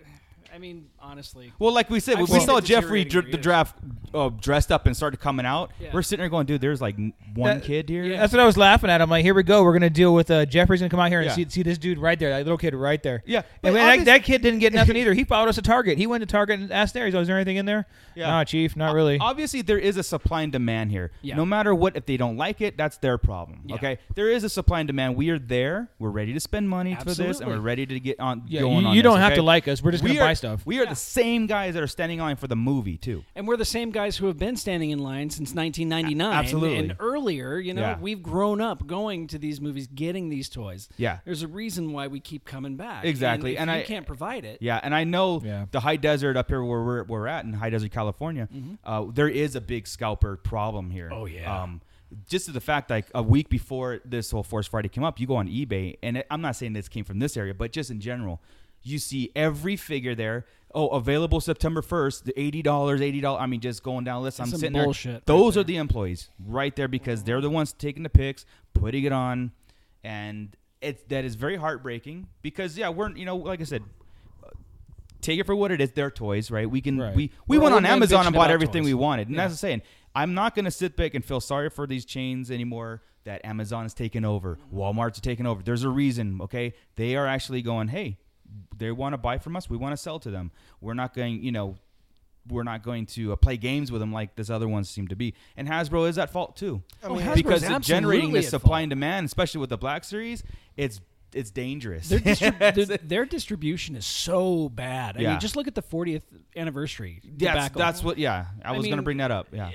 Speaker 7: I mean, honestly,
Speaker 5: Well, like we said,
Speaker 7: I've
Speaker 5: we
Speaker 7: seen
Speaker 5: saw
Speaker 7: it
Speaker 5: Jeffrey
Speaker 7: deteriorating
Speaker 5: dr-
Speaker 7: over
Speaker 5: the
Speaker 7: years.
Speaker 5: draft uh, dressed up and started coming out.
Speaker 7: Yeah.
Speaker 5: We're sitting there going, dude, there's like n- one
Speaker 6: That-
Speaker 5: kid here.
Speaker 7: yeah.
Speaker 6: That's what I was laughing at. I'm like, here we go. We're gonna deal with uh, Jeffrey's gonna come out here and
Speaker 5: Yeah.
Speaker 6: see, see this dude right there, that little kid right there.
Speaker 5: Yeah, but
Speaker 6: and that,
Speaker 5: obvious-
Speaker 6: that kid didn't get nothing either. He followed us to Target. He went to Target and asked there, "Is there anything in there?"
Speaker 5: Yeah.
Speaker 6: Nah, chief, not really.
Speaker 5: Obviously, there is a supply and demand here.
Speaker 7: Yeah.
Speaker 5: No matter what, if they don't like it, that's their problem.
Speaker 7: Yeah.
Speaker 5: Okay, there is a supply and demand. We are there. We're ready to spend money for this, and
Speaker 7: Absolutely.
Speaker 5: we're ready to get on.
Speaker 6: Yeah,
Speaker 5: going
Speaker 6: you-
Speaker 5: on
Speaker 6: you
Speaker 5: this,
Speaker 6: don't have
Speaker 5: okay?
Speaker 6: to like us. We're just
Speaker 5: We
Speaker 6: gonna
Speaker 5: are-
Speaker 6: buy stuff.
Speaker 5: We are the same guys that are standing in line for the movie too.
Speaker 7: and we're the same guys who have been standing in line since 1999.
Speaker 5: Absolutely.
Speaker 7: and earlier, you know,
Speaker 5: Yeah.
Speaker 7: we've grown up going to these movies, getting these toys.
Speaker 5: Yeah.
Speaker 7: there's a reason why we keep coming back.
Speaker 5: Exactly,
Speaker 7: and, if
Speaker 5: and
Speaker 7: you
Speaker 5: I-
Speaker 7: can't provide it.
Speaker 5: Yeah, and I know
Speaker 6: Yeah.
Speaker 5: the high desert up here where we're, we're at in high desert, California, uh, there is a big scalper problem here.
Speaker 7: Mm-hmm. Oh, yeah.
Speaker 5: Um, just to the fact, like a week before this whole Force Friday came up, you go on eBay, and it, I'm not saying this came from this area, but just in general, you see every figure there. Oh, available September 1st, the $80, $80. I mean, just going down the list. I'm
Speaker 7: some
Speaker 5: sitting
Speaker 7: bullshit
Speaker 5: there.
Speaker 7: right Mm-hmm.
Speaker 5: Those are the employees right there because they're the ones taking the pics, putting it on, and it's that is very heartbreaking because yeah, we're you know like I said, take it for what it is. They're toys, right? We can
Speaker 6: Right.
Speaker 5: we we
Speaker 7: We're
Speaker 5: went
Speaker 7: old
Speaker 5: on
Speaker 7: men
Speaker 5: Amazon
Speaker 7: bitching
Speaker 5: and bought
Speaker 7: about
Speaker 5: everything
Speaker 7: toys.
Speaker 5: we wanted, and that's the saying. I'm not gonna sit back and feel sorry for these chains anymore. That Amazon is taking over, Walmart's taking over. There's a reason, okay? They are actually going, hey, they want to buy from us. We want to sell to them. We're not going, you know, we're not going to uh, play games with them like this other ones seem to be. And Hasbro is at fault too,
Speaker 7: Oh, Hasbro's
Speaker 5: because it generating
Speaker 7: absolutely
Speaker 5: the
Speaker 7: at
Speaker 5: supply
Speaker 7: fault.
Speaker 5: and demand, especially with the Black Series, it's it's dangerous.
Speaker 7: Their, distrib- their, their distribution is so bad. I
Speaker 5: Yeah.
Speaker 7: mean, just look at the 40th anniversary.
Speaker 5: That's,
Speaker 7: debacle.
Speaker 5: that's what. Yeah, I, was gonna
Speaker 7: mean,
Speaker 5: bring that up. Yeah.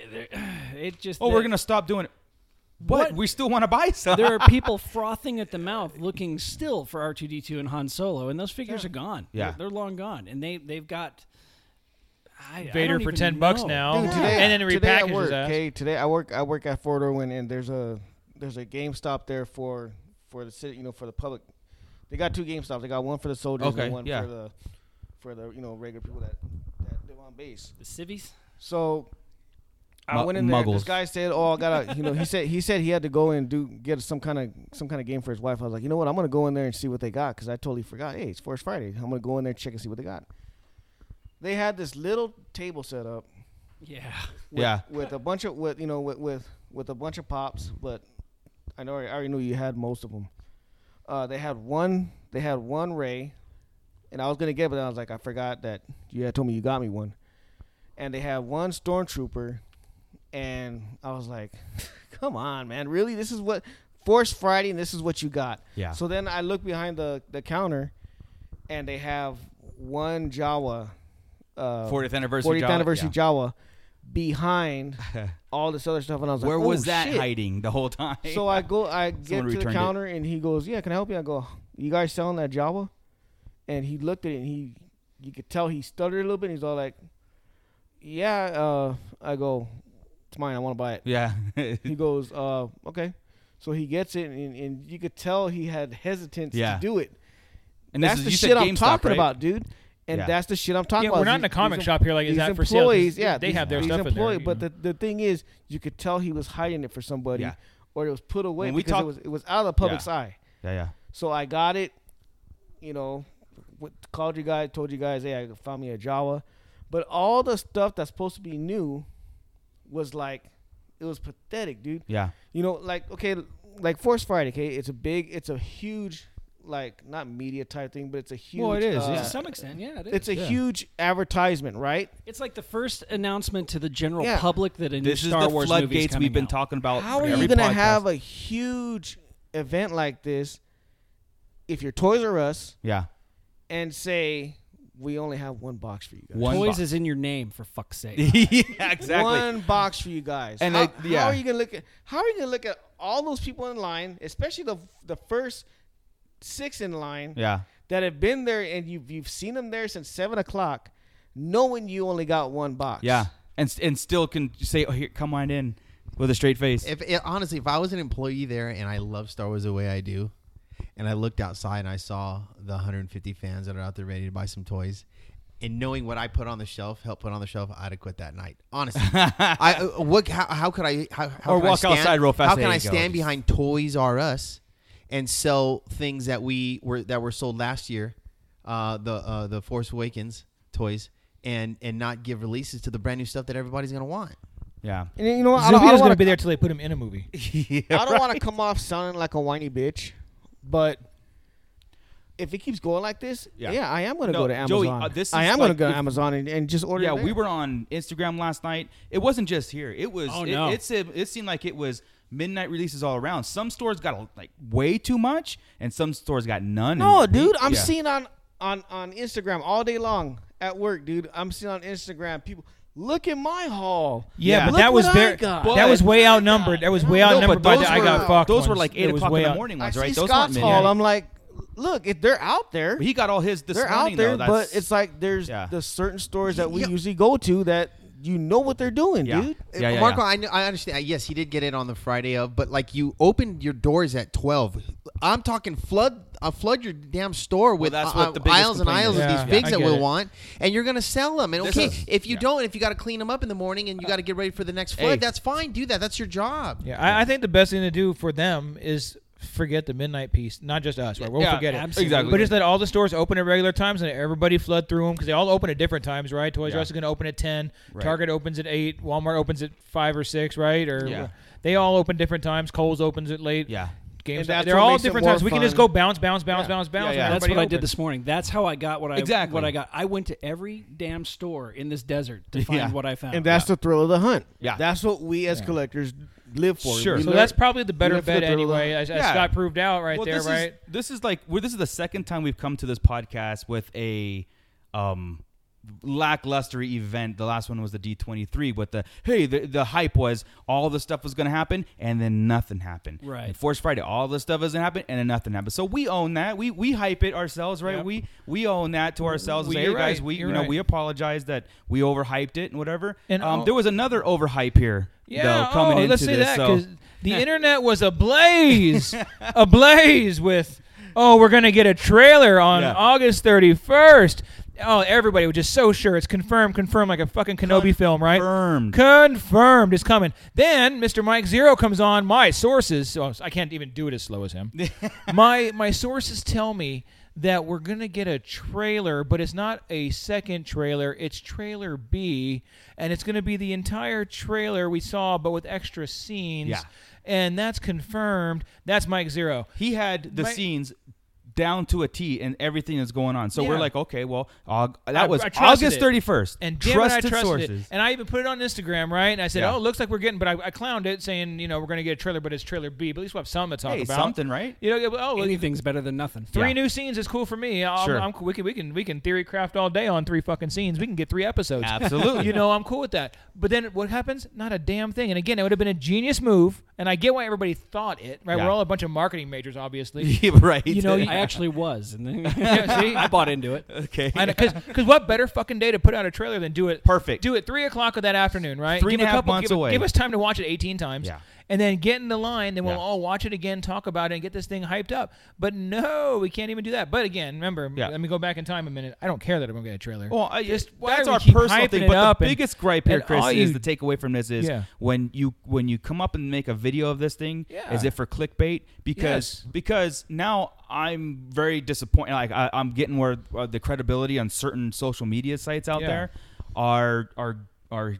Speaker 7: it just.
Speaker 5: oh, we're gonna stop doing it. But
Speaker 7: What?
Speaker 5: we still want to buy some.
Speaker 7: there are people frothing at the mouth, looking still for R two D two and Han Solo, and those figures are gone.
Speaker 5: Yeah.
Speaker 7: they're, they're long gone, and they they've got I- I,
Speaker 6: Vader
Speaker 7: don't
Speaker 6: for
Speaker 7: even
Speaker 6: ten bucks
Speaker 7: know.
Speaker 6: now,
Speaker 4: Dude, today-
Speaker 6: Oh. and then it
Speaker 4: today at
Speaker 6: repackages
Speaker 4: work,
Speaker 6: us.
Speaker 4: okay, today I work I work at Fort Irwin and there's a there's a GameStop there for for the city, you know, for the public. They got two GameStops. They got one for the soldiers
Speaker 5: Okay,
Speaker 4: and one
Speaker 5: yeah.
Speaker 4: for the for the you know regular people that that live on base.
Speaker 7: The civvies.
Speaker 4: So I
Speaker 5: Mu-
Speaker 4: went in there. This
Speaker 5: muggles.
Speaker 4: guy said, "Oh, I gotta," you know. He said he said he had to go and do get some kind of some kind of game for his wife. I was like, you know what? I'm gonna go in there and see what they got because I totally forgot. Hey, it's Force Friday. I'm gonna go in there and check and see what they got. They had this little table set up
Speaker 7: Yeah,
Speaker 4: with,
Speaker 5: Yeah.
Speaker 4: with a bunch of with you know with with with a bunch of pops but i know i already knew you had most of them uh they had one they had one ray and i was gonna get it but i was like i forgot that you had told me you got me one and they had one stormtrooper and i was like come on man really this is what force friday and this is what you got
Speaker 5: Yeah.
Speaker 4: so then i look behind the the counter and they have one jawa uh
Speaker 5: 40th anniversary
Speaker 4: 40th
Speaker 5: Jawa,
Speaker 4: anniversary
Speaker 5: yeah.
Speaker 4: Jawa behind all this other stuff, and I was like,
Speaker 5: Where was
Speaker 4: "Oh,
Speaker 5: that
Speaker 4: shit."
Speaker 5: hiding the whole time?
Speaker 4: So I go, I get
Speaker 5: Someone
Speaker 4: to the
Speaker 5: returned it.
Speaker 4: counter, and he goes, "Yeah, can I help you?" I go, "You guys selling that Jawa?" And he looked at it, and he, you could tell he stuttered a little bit. And he's all like, "Yeah." Uh, I go, "It's mine. I want to buy it."
Speaker 5: yeah,
Speaker 4: He goes, uh, "Okay." So he gets it, and, and you could tell he had hesitance
Speaker 5: Yeah.
Speaker 4: to do it.
Speaker 5: and
Speaker 4: that's
Speaker 5: this is,
Speaker 4: the
Speaker 5: you said
Speaker 4: shit I'm
Speaker 5: GameStop,
Speaker 4: talking
Speaker 5: right?
Speaker 4: about, dude. And
Speaker 5: Yeah.
Speaker 4: that's the shit I'm talking
Speaker 6: Yeah,
Speaker 4: about.
Speaker 6: we're not
Speaker 4: These-
Speaker 6: in a comic
Speaker 4: these
Speaker 6: shop here like, is
Speaker 4: these
Speaker 6: that for sale?
Speaker 4: employees,
Speaker 6: These-
Speaker 4: yeah,
Speaker 6: they
Speaker 4: these-
Speaker 6: have their
Speaker 4: these
Speaker 6: stuff in there,
Speaker 4: employee-
Speaker 6: you
Speaker 4: But
Speaker 6: know.
Speaker 4: the, the thing is, you could tell he was hiding it for somebody,
Speaker 5: Yeah.
Speaker 4: or it was put away
Speaker 5: When we
Speaker 4: because
Speaker 5: talk-
Speaker 4: it was it was out of the public's
Speaker 5: Yeah.
Speaker 4: eye.
Speaker 5: Yeah, yeah.
Speaker 4: So I got it, you know, with, called you guys, told you guys, hey, I found me a Jawa, but all the stuff that's supposed to be new was like, it was pathetic, dude.
Speaker 5: Yeah.
Speaker 4: You know, like okay, like Force Friday, okay, it's a big, it's a huge, like not media type thing, but it's a huge.
Speaker 5: Well, it is,
Speaker 4: uh,
Speaker 5: yeah.
Speaker 7: to some extent, yeah, it is. It's,
Speaker 4: It's a huge advertisement, right?
Speaker 7: like the first announcement to the general
Speaker 4: Yeah.
Speaker 7: public that a new
Speaker 5: This is
Speaker 7: Star
Speaker 5: the
Speaker 7: Wars movie is
Speaker 5: floodgates
Speaker 7: coming
Speaker 5: we've been
Speaker 7: out.
Speaker 5: talking about.
Speaker 4: How are
Speaker 5: Oh, every
Speaker 4: you going to
Speaker 5: podcast.
Speaker 4: have a huge event like this if you're Toys R Us
Speaker 5: Yeah.
Speaker 4: and say we only have one box for you guys?
Speaker 5: One
Speaker 7: Toys
Speaker 5: box.
Speaker 7: is in your name for fuck's sake.
Speaker 5: yeah, exactly.
Speaker 4: One box for you guys.
Speaker 5: And
Speaker 4: how,
Speaker 5: I- yeah.
Speaker 4: how are you going to look at how are you going to look at all those people in line, especially the the first six in line
Speaker 5: Yeah.
Speaker 4: that have been there and you've you've seen them there since seven o'clock, knowing you only got one box.
Speaker 5: Yeah. And s- and still can say, oh, here, come on in with a straight face.
Speaker 3: If it, honestly, if I was an employee there and I love Star Wars the way I do, and I looked outside and I saw the 150 fans that are out there ready to buy some toys, and knowing what I put on the shelf, help put on the shelf, I'd have quit that night. Honestly, I uh, what how, how could I how, how
Speaker 5: Or
Speaker 3: could I
Speaker 5: walk
Speaker 3: stand-
Speaker 5: outside real fast
Speaker 3: How
Speaker 5: and
Speaker 3: can
Speaker 5: there
Speaker 3: I
Speaker 5: you go. Just-
Speaker 3: stand behind Toys R Us and sell things that we were that were sold last year, uh, the uh, the Force Awakens toys, and and not give releases to the brand new stuff that everybody's gonna want.
Speaker 5: yeah.
Speaker 4: And you know what? I don't, I
Speaker 6: Zubio's
Speaker 4: don't
Speaker 6: going to
Speaker 4: wanna,
Speaker 6: be there till they put him in a movie.
Speaker 4: I don't want to come off sounding like a whiny bitch, but if it keeps going like this,
Speaker 5: Yeah.
Speaker 4: yeah, I am going to
Speaker 5: No,
Speaker 4: go to Amazon.
Speaker 5: Joey, uh, this
Speaker 4: I
Speaker 5: is like
Speaker 4: am going to go
Speaker 5: if-
Speaker 4: to Amazon and, and just order.
Speaker 5: Yeah,
Speaker 4: it there.
Speaker 5: we were on Instagram last night. It wasn't just here. It was.
Speaker 7: Oh,
Speaker 5: it,
Speaker 7: no.
Speaker 5: It, said- it seemed like it was midnight releases all around. Some stores got like way too much, and some stores got none.
Speaker 4: No,
Speaker 5: And-
Speaker 4: dude, I'm
Speaker 5: Yeah.
Speaker 4: seeing on on on Instagram all day long at work, dude. I'm seeing on Instagram people. Look at my haul.
Speaker 6: Yeah,
Speaker 5: Yeah.
Speaker 6: but
Speaker 4: Look
Speaker 6: that was
Speaker 4: what I
Speaker 6: very
Speaker 4: got.
Speaker 6: that was way outnumbered. That was way
Speaker 5: No,
Speaker 6: outnumbered
Speaker 5: but
Speaker 6: by
Speaker 5: those
Speaker 6: the I
Speaker 5: were-
Speaker 6: got fucked.
Speaker 5: Those were
Speaker 6: ones.
Speaker 5: like
Speaker 6: It
Speaker 5: eight
Speaker 6: was
Speaker 5: o'clock
Speaker 6: way
Speaker 5: in the
Speaker 6: out-
Speaker 5: morning
Speaker 4: I
Speaker 5: ones,
Speaker 4: see
Speaker 5: right? Those
Speaker 4: Scott's
Speaker 5: weren't
Speaker 4: haul.
Speaker 5: many.
Speaker 4: I'm like, look, if they're out there,
Speaker 5: He got all his this
Speaker 4: they're
Speaker 5: morning
Speaker 4: out there.
Speaker 5: though.
Speaker 4: but
Speaker 5: That's-
Speaker 4: it's like there's
Speaker 5: Yeah.
Speaker 4: the certain stores that we usually go to that you know what they're doing,
Speaker 5: yeah.
Speaker 4: dude.
Speaker 5: Yeah, yeah,
Speaker 3: Marco,
Speaker 5: yeah.
Speaker 3: I, kn- I understand. Yes, he did get it on the Friday of, but like you opened your doors at twelve. I'm talking flood, uh, flood your damn store with
Speaker 5: that's
Speaker 3: uh,
Speaker 5: what the biggest
Speaker 3: aisles and
Speaker 5: complaint
Speaker 3: aisles
Speaker 5: is.
Speaker 3: of
Speaker 6: Yeah,
Speaker 3: these figs
Speaker 6: I
Speaker 3: that
Speaker 6: get
Speaker 3: we
Speaker 6: it.
Speaker 3: want, and you're gonna sell them. And
Speaker 5: This
Speaker 3: okay,
Speaker 5: is-
Speaker 3: if you
Speaker 5: yeah.
Speaker 3: don't, if you got to clean them up in the morning and you got to get ready for the next flood,
Speaker 5: Hey.
Speaker 3: that's fine. Do that. That's your job.
Speaker 6: Yeah, I, I think the best thing to do for them is forget the midnight piece. Not just us, right? We'll
Speaker 5: Yeah,
Speaker 6: forget it.
Speaker 7: absolutely.
Speaker 5: Exactly.
Speaker 6: But just let all the stores open at regular times and everybody flood through them because they all open at different times, right? Toys
Speaker 5: Yeah.
Speaker 6: R Us is going to open at 10,
Speaker 5: Right.
Speaker 6: Target opens at 8, Walmart opens at 5 or 6, right? Or
Speaker 5: Yeah.
Speaker 6: they all open different times. Coles opens at late.
Speaker 5: yeah.
Speaker 6: Games,
Speaker 4: And that's
Speaker 6: they're
Speaker 4: what
Speaker 6: all
Speaker 4: makes it
Speaker 6: different
Speaker 4: more
Speaker 6: times. We can just
Speaker 4: fun.
Speaker 6: go bounce, bounce, bounce, bounce, bounce.
Speaker 5: yeah.
Speaker 6: when
Speaker 7: That's what
Speaker 6: everybody
Speaker 7: I did
Speaker 6: opens.
Speaker 7: this morning. That's how I got what I
Speaker 5: Exactly.
Speaker 7: what I got. I went to every damn store in this desert to find
Speaker 5: Yeah.
Speaker 7: what I found.
Speaker 4: And that's the thrill of the hunt.
Speaker 5: Yeah.
Speaker 4: that's what we as collectors live for.
Speaker 5: Sure.
Speaker 4: We
Speaker 6: So
Speaker 4: learn-
Speaker 6: that's probably the
Speaker 4: you
Speaker 6: better
Speaker 4: have to
Speaker 6: bet
Speaker 4: go through the-
Speaker 6: anyway, as, as
Speaker 5: Yeah.
Speaker 6: Scott proved out right
Speaker 5: Well,
Speaker 6: there,
Speaker 5: this
Speaker 6: right?
Speaker 5: Is, this is like we're, this is the second time we've come to this podcast with a um lackluster event. The last one was the D23 with the hey, the, the hype was all the stuff was going to happen and then nothing happened.
Speaker 7: Right.
Speaker 5: And Force Friday, all the stuff doesn't happen and then nothing happened. So we own that. We we hype it ourselves, right? We we own that to ourselves.
Speaker 6: Well,
Speaker 5: Say,
Speaker 6: you're
Speaker 5: "Hey, guys,
Speaker 6: right.
Speaker 5: we
Speaker 6: You're
Speaker 5: you know,
Speaker 6: right.
Speaker 5: we apologize that we overhyped it and whatever.
Speaker 6: And
Speaker 5: um,
Speaker 6: all-
Speaker 5: there was another overhype here
Speaker 6: Yeah,
Speaker 5: though coming
Speaker 6: oh,
Speaker 5: into
Speaker 6: let's say
Speaker 5: this.
Speaker 6: that
Speaker 5: so
Speaker 6: 'cause the internet was ablaze, ablaze with, oh, we're gonna get a trailer on
Speaker 5: Yeah.
Speaker 6: August thirty first. Oh, everybody was just so sure it's confirmed, confirmed like a fucking Kenobi film, right?
Speaker 5: Confirmed.
Speaker 6: confirmed is coming. Then Mr. Mike Zero comes on. My sources, so I can't even do it as slow as him. my my sources tell me that we're gonna get a trailer, but it's not a second trailer. It's trailer B, and it's gonna be the entire trailer we saw, but with extra scenes.
Speaker 5: Yeah.
Speaker 6: And that's confirmed. That's Mike Zero.
Speaker 5: he had the
Speaker 6: My-
Speaker 5: scenes down to a T and everything that's going on. So
Speaker 6: Yeah.
Speaker 5: we're like, okay, well, aug- that
Speaker 6: I-
Speaker 5: was
Speaker 6: I trusted
Speaker 5: August
Speaker 6: it.
Speaker 5: thirty first,
Speaker 6: And damn
Speaker 5: trusted,
Speaker 6: it, I trusted
Speaker 5: sources.
Speaker 6: it. And I even put it on Instagram, right? And I said,
Speaker 5: Yeah.
Speaker 6: "Oh, looks like we're getting," but I, I clowned it, saying, "You know, we're going to get a trailer, but it's trailer B. But at least we'll have something to talk
Speaker 5: Hey,
Speaker 6: about."
Speaker 5: something, right?
Speaker 6: You know, yeah, well, oh, well,
Speaker 7: anything's better than nothing.
Speaker 6: three
Speaker 5: Yeah.
Speaker 6: new scenes is cool for me. I'm,
Speaker 5: Sure.
Speaker 6: I'm cool. we can we can we can theory craft all day on three fucking scenes. We can get three episodes.
Speaker 5: Absolutely.
Speaker 6: you know, I'm cool with that. But then what happens? Not a damn thing. And again, it would have been a genius move, and I get why everybody thought it. Right?
Speaker 5: Yeah.
Speaker 6: We're all a bunch of marketing majors, obviously.
Speaker 5: Yeah, right.
Speaker 6: You know, you-
Speaker 7: I actually was, and then
Speaker 6: Yeah, see?
Speaker 7: I bought into it.
Speaker 5: okay.
Speaker 6: Because what better fucking day to put out a trailer than do it
Speaker 5: Perfect.
Speaker 6: Do it three o'clock of that afternoon, right?
Speaker 5: Three
Speaker 6: give
Speaker 5: and
Speaker 6: a
Speaker 5: a half
Speaker 6: couple,
Speaker 5: months
Speaker 6: give,
Speaker 5: away.
Speaker 6: Give us time to watch it eighteen times,
Speaker 5: Yeah.
Speaker 6: and then get in the line. Then we'll
Speaker 5: Yeah.
Speaker 6: all watch it again, talk about it, and get this thing hyped up. But no, we can't even do that. But again, remember,
Speaker 5: Yeah. Oh,
Speaker 6: let me go back in time a minute. I don't care that I'm gonna get a trailer.
Speaker 5: well, I,
Speaker 6: Just why
Speaker 5: that's
Speaker 6: we
Speaker 5: our
Speaker 6: keep
Speaker 5: personal
Speaker 6: hyping
Speaker 5: thing.
Speaker 6: it
Speaker 5: But
Speaker 6: up
Speaker 5: the
Speaker 6: and-
Speaker 5: biggest gripe here,
Speaker 6: and
Speaker 5: Chris,
Speaker 6: all
Speaker 5: is
Speaker 6: you-
Speaker 5: the takeaway from this is
Speaker 6: Yeah.
Speaker 5: when you when you come up and make a video of this thing,
Speaker 6: Yeah.
Speaker 5: is it for clickbait? Because
Speaker 6: Yes.
Speaker 5: because now I'm very disappointed. Like I, I'm getting where uh, the credibility on certain social media sites out
Speaker 6: Yeah.
Speaker 5: there are are are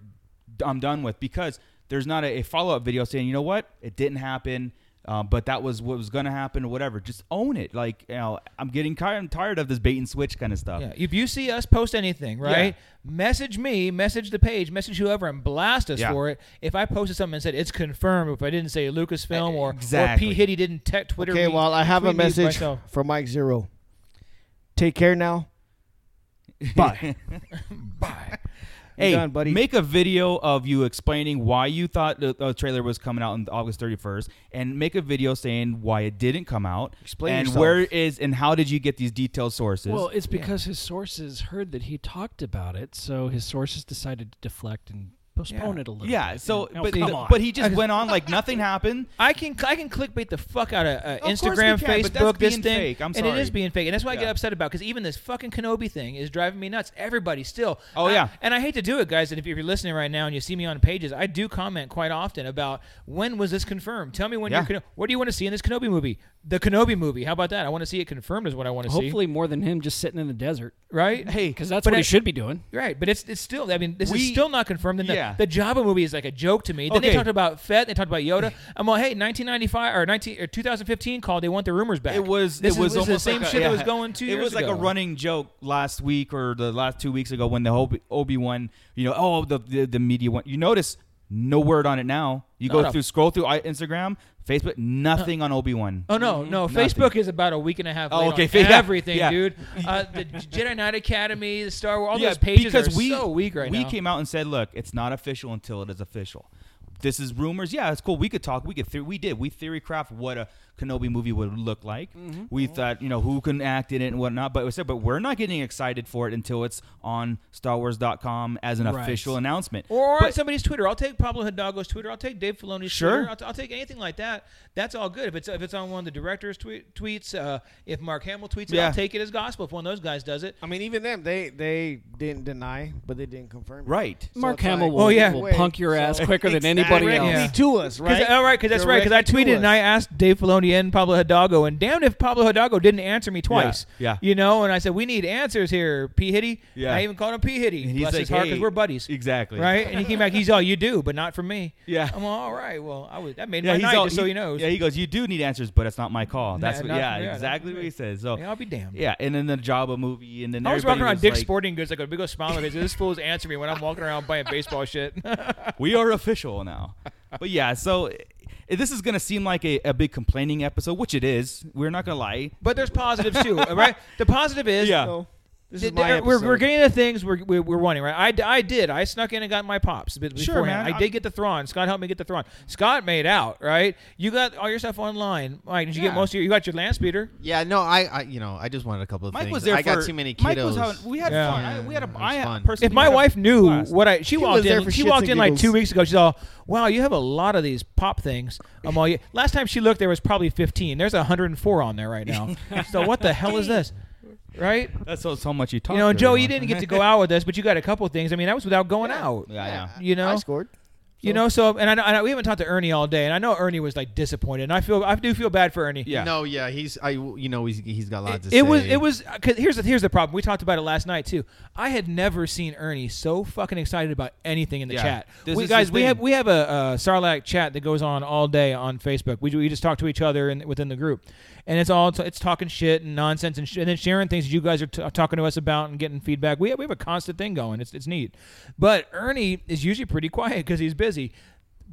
Speaker 5: I'm done with because there's not a, a follow up video saying you know what it didn't happen. Um, but that was what was going to happen, or whatever. Just own it. Like, you know, I'm getting tired. I'm tired of this bait and switch kind of stuff.
Speaker 6: Yeah. If you see us post anything, right? Message me, message the page, message whoever, and blast us
Speaker 5: Yeah.
Speaker 6: for it. If I posted something and said it's confirmed, if I didn't say Lucasfilm or,
Speaker 5: Eh, Exactly.
Speaker 6: or P Hitty didn't tech Twitter.
Speaker 4: okay.
Speaker 6: me-
Speaker 4: Well, I have a
Speaker 6: tweet me
Speaker 4: message
Speaker 6: myself.
Speaker 4: from Mike Zero. Take care now. Bye.
Speaker 6: Bye.
Speaker 5: hey,
Speaker 4: done, buddy.
Speaker 5: make a video of you explaining why you thought the, the trailer was coming out on August 31st, and make a video saying why it didn't come out.
Speaker 4: Explain
Speaker 5: and
Speaker 4: yourself.
Speaker 5: where is and how did you get these detailed sources?
Speaker 7: Well, it's because his sources heard that he talked about it, so his sources decided to deflect and postpone it a little.
Speaker 5: yeah,
Speaker 7: bit.
Speaker 5: so
Speaker 7: No,
Speaker 5: but,
Speaker 7: come
Speaker 5: the-
Speaker 7: on.
Speaker 5: but he just went on like nothing happened.
Speaker 6: I can I can clickbait the fuck out of uh,
Speaker 5: Of course we
Speaker 6: Instagram,
Speaker 5: can, but that's
Speaker 6: Facebook, this
Speaker 5: being
Speaker 6: thing,
Speaker 5: fake. I'm
Speaker 6: and it is
Speaker 5: sorry.
Speaker 6: being fake, and that's what I get
Speaker 5: Yeah.
Speaker 6: upset about because even this fucking Kenobi thing is driving me nuts. Everybody still,
Speaker 5: Oh,
Speaker 6: I-
Speaker 5: yeah.
Speaker 6: and I hate to do it, guys. And if you're listening right now and you see me on pages, I do comment quite often about when was this confirmed? Tell me when
Speaker 5: Yeah.
Speaker 6: you're. Keno- What do you want to see in this Kenobi movie? The Kenobi movie. How about that? I want to see it confirmed is what I want to see.
Speaker 7: hopefully more than him just sitting in the desert,
Speaker 6: Right? Hey,
Speaker 7: because that's
Speaker 6: but
Speaker 7: what
Speaker 6: I-
Speaker 7: he should be doing.
Speaker 6: Right, but it's it's still. I mean, this is
Speaker 5: We-
Speaker 6: still not confirmed. And the,
Speaker 5: yeah.
Speaker 6: the Java movie is like a joke to me. Then they
Speaker 5: Okay.
Speaker 6: talked about Fett. They talked about Yoda. I'm like, hey, 1995 or 19 or 2015 call. They want the rumors back.
Speaker 5: It was
Speaker 6: This
Speaker 5: it
Speaker 6: is,
Speaker 5: was
Speaker 6: this is the
Speaker 5: almost
Speaker 6: same
Speaker 5: like a-
Speaker 6: shit
Speaker 5: yeah.
Speaker 6: that was going two
Speaker 5: It
Speaker 6: years
Speaker 5: was like
Speaker 6: ago.
Speaker 5: a running joke last week or the last two weeks ago when the whole Obi Wan, you know, oh the, the the media went. You notice no word on it now. You
Speaker 6: Not
Speaker 5: go
Speaker 6: a-
Speaker 5: through scroll through I- Instagram, Facebook, nothing on Obi Wan.
Speaker 6: Oh no, no!
Speaker 5: Nothing.
Speaker 6: Facebook is about a week and a half.
Speaker 5: Oh,
Speaker 6: late
Speaker 5: okay,
Speaker 6: on
Speaker 5: fa- yeah,
Speaker 6: everything,
Speaker 5: yeah.
Speaker 6: dude. Uh, the Jedi Knight Academy, the Star Wars, all those pages are so weak right
Speaker 5: we
Speaker 6: now.
Speaker 5: came out and said, look, it's not official until it is official. This is rumors. Yeah, it's cool. We could talk. We could. theory we did. We theory craft what a Kenobi movie would look like.
Speaker 6: Mm-hmm.
Speaker 5: We thought, you know, who can act in it and whatnot. But we said, but we're not getting excited for it until it's on StarWars.com as an
Speaker 7: Right.
Speaker 5: official announcement.
Speaker 6: Or on
Speaker 5: But-
Speaker 6: somebody's Twitter. I'll take Pablo Hidalgo's Twitter. I'll take Dave Filoni's
Speaker 5: Sure.
Speaker 6: Twitter. I'll, t- I'll take anything like that. That's all good. If it's if it's on one of the directors' tweet, tweets, uh, if Mark Hamill tweets it,
Speaker 5: Yeah.
Speaker 6: I'll take it as gospel. If one of those guys does it,
Speaker 4: I mean, even them, they they didn't deny, but they didn't confirm. it.
Speaker 5: right.
Speaker 4: So
Speaker 7: Mark
Speaker 4: it's like-
Speaker 7: Hamill will,
Speaker 6: Oh, yeah.
Speaker 7: will
Speaker 4: Wait,
Speaker 7: punk your
Speaker 4: so-
Speaker 7: ass quicker than anybody
Speaker 4: Directly
Speaker 7: else.
Speaker 6: Yeah.
Speaker 4: to us, right?
Speaker 6: Cause, all right, because that's right. Because I
Speaker 4: Directly to
Speaker 6: tweeted and I
Speaker 4: us.
Speaker 6: asked Dave Filoni and Pablo Hidalgo, and damned if Pablo Hidalgo didn't answer me twice.
Speaker 5: yeah.
Speaker 6: You know, and I said we need answers here, P Hitty.
Speaker 5: Yeah.
Speaker 6: I even called him P Hitty.
Speaker 5: And
Speaker 6: Bless his heart, because
Speaker 5: "Hey."
Speaker 6: we're buddies.
Speaker 5: Exactly.
Speaker 6: Right, and he came back. He's all you do, but not for me.
Speaker 5: Yeah.
Speaker 6: I'm all, all right. Well, I was that made
Speaker 5: Yeah,
Speaker 6: my
Speaker 5: he's
Speaker 6: night,
Speaker 5: all,
Speaker 6: just so
Speaker 5: he-
Speaker 6: you know.
Speaker 5: Yeah, he goes. You do need answers, but it's not my call. That's
Speaker 6: Nah,
Speaker 5: what,
Speaker 6: not-
Speaker 5: yeah,
Speaker 6: yeah, not
Speaker 5: exactly
Speaker 6: for
Speaker 5: what
Speaker 6: me.
Speaker 5: he says. So
Speaker 6: Yeah, I'll be damned.
Speaker 5: Yeah, and then the Jabba movie, and then
Speaker 6: I was walking
Speaker 5: everybody
Speaker 6: around Dick's
Speaker 5: like,
Speaker 6: Sporting Goods like a big old smile on my face. This fool's answering me when I'm walking around buying baseball shit.
Speaker 5: we are official now. But yeah, so i- this is going to seem like a, a big complaining episode, which it is. We're not going to lie.
Speaker 6: but there's positives too, all right? The positive is
Speaker 5: Yeah.
Speaker 4: So, this
Speaker 6: Th-
Speaker 4: is my
Speaker 6: th- we're,
Speaker 4: episode.
Speaker 6: we're getting the things we're, we're, we're wanting, right? I, d- I did. I snuck in and got my pops b- beforehand.
Speaker 5: Sure, man.
Speaker 6: I
Speaker 5: I'm-
Speaker 6: did get the Thrawn. Scott helped me get the Thrawn. Scott made out, right? You got all your stuff online. Mike, did you get
Speaker 5: Yeah.
Speaker 6: most of your? You got your land speeder.
Speaker 3: Yeah, no, I, I, you know, I just wanted a couple of
Speaker 5: Mike
Speaker 3: things.
Speaker 5: was there
Speaker 3: I got
Speaker 5: for-
Speaker 3: too many kiddos.
Speaker 5: Mike was having- we had
Speaker 6: Yeah.
Speaker 5: fun. I, we had a,
Speaker 3: Yeah, it was
Speaker 5: I
Speaker 3: fun.
Speaker 5: personally
Speaker 6: If my
Speaker 5: had a
Speaker 6: wife knew
Speaker 5: blast.
Speaker 6: what I she walked
Speaker 4: was there
Speaker 6: in,
Speaker 4: for
Speaker 6: she
Speaker 4: shits
Speaker 6: walked
Speaker 4: and
Speaker 6: in like
Speaker 4: giggles.
Speaker 6: two weeks ago. She's all, "Wow, you have a lot of these pop things." I'm all, yeah. "Last time she looked, there was probably 15. There's 104 on there right now. so what the hell is this?" Right?
Speaker 5: that's so, so much you talked.
Speaker 6: you know,
Speaker 5: to
Speaker 6: and Joe,
Speaker 5: everyone.
Speaker 6: you didn't get to go out with us, but you got a couple things. I mean, that was without going out.
Speaker 5: Yeah, yeah.
Speaker 6: You know,
Speaker 4: I scored.
Speaker 6: You know, so and I, know- I know we haven't talked to Ernie all day, and I know Ernie was like disappointed, and I feel I do feel bad for Ernie.
Speaker 5: Yeah.
Speaker 3: No, Oh, yeah, he's, I, you know, he's, he's got lots
Speaker 6: It,
Speaker 3: to say.
Speaker 6: it was it was uh, cause here's the here's the problem. We talked about it last night too. I had never seen Ernie so fucking excited about anything in the
Speaker 5: Yeah.
Speaker 6: chat.
Speaker 5: This
Speaker 6: we,
Speaker 5: is
Speaker 6: guys,
Speaker 5: his
Speaker 6: we
Speaker 5: thing.
Speaker 6: have we have a uh, Sarlacc chat that goes on all day on Facebook. We, we just talk to each other in, within the group, and it's all it's talking shit and nonsense and, sh- and then sharing things that you guys are t- talking to us about and getting feedback. We have, we have a constant thing going. It's it's neat, but Ernie is usually pretty quiet because he's busy.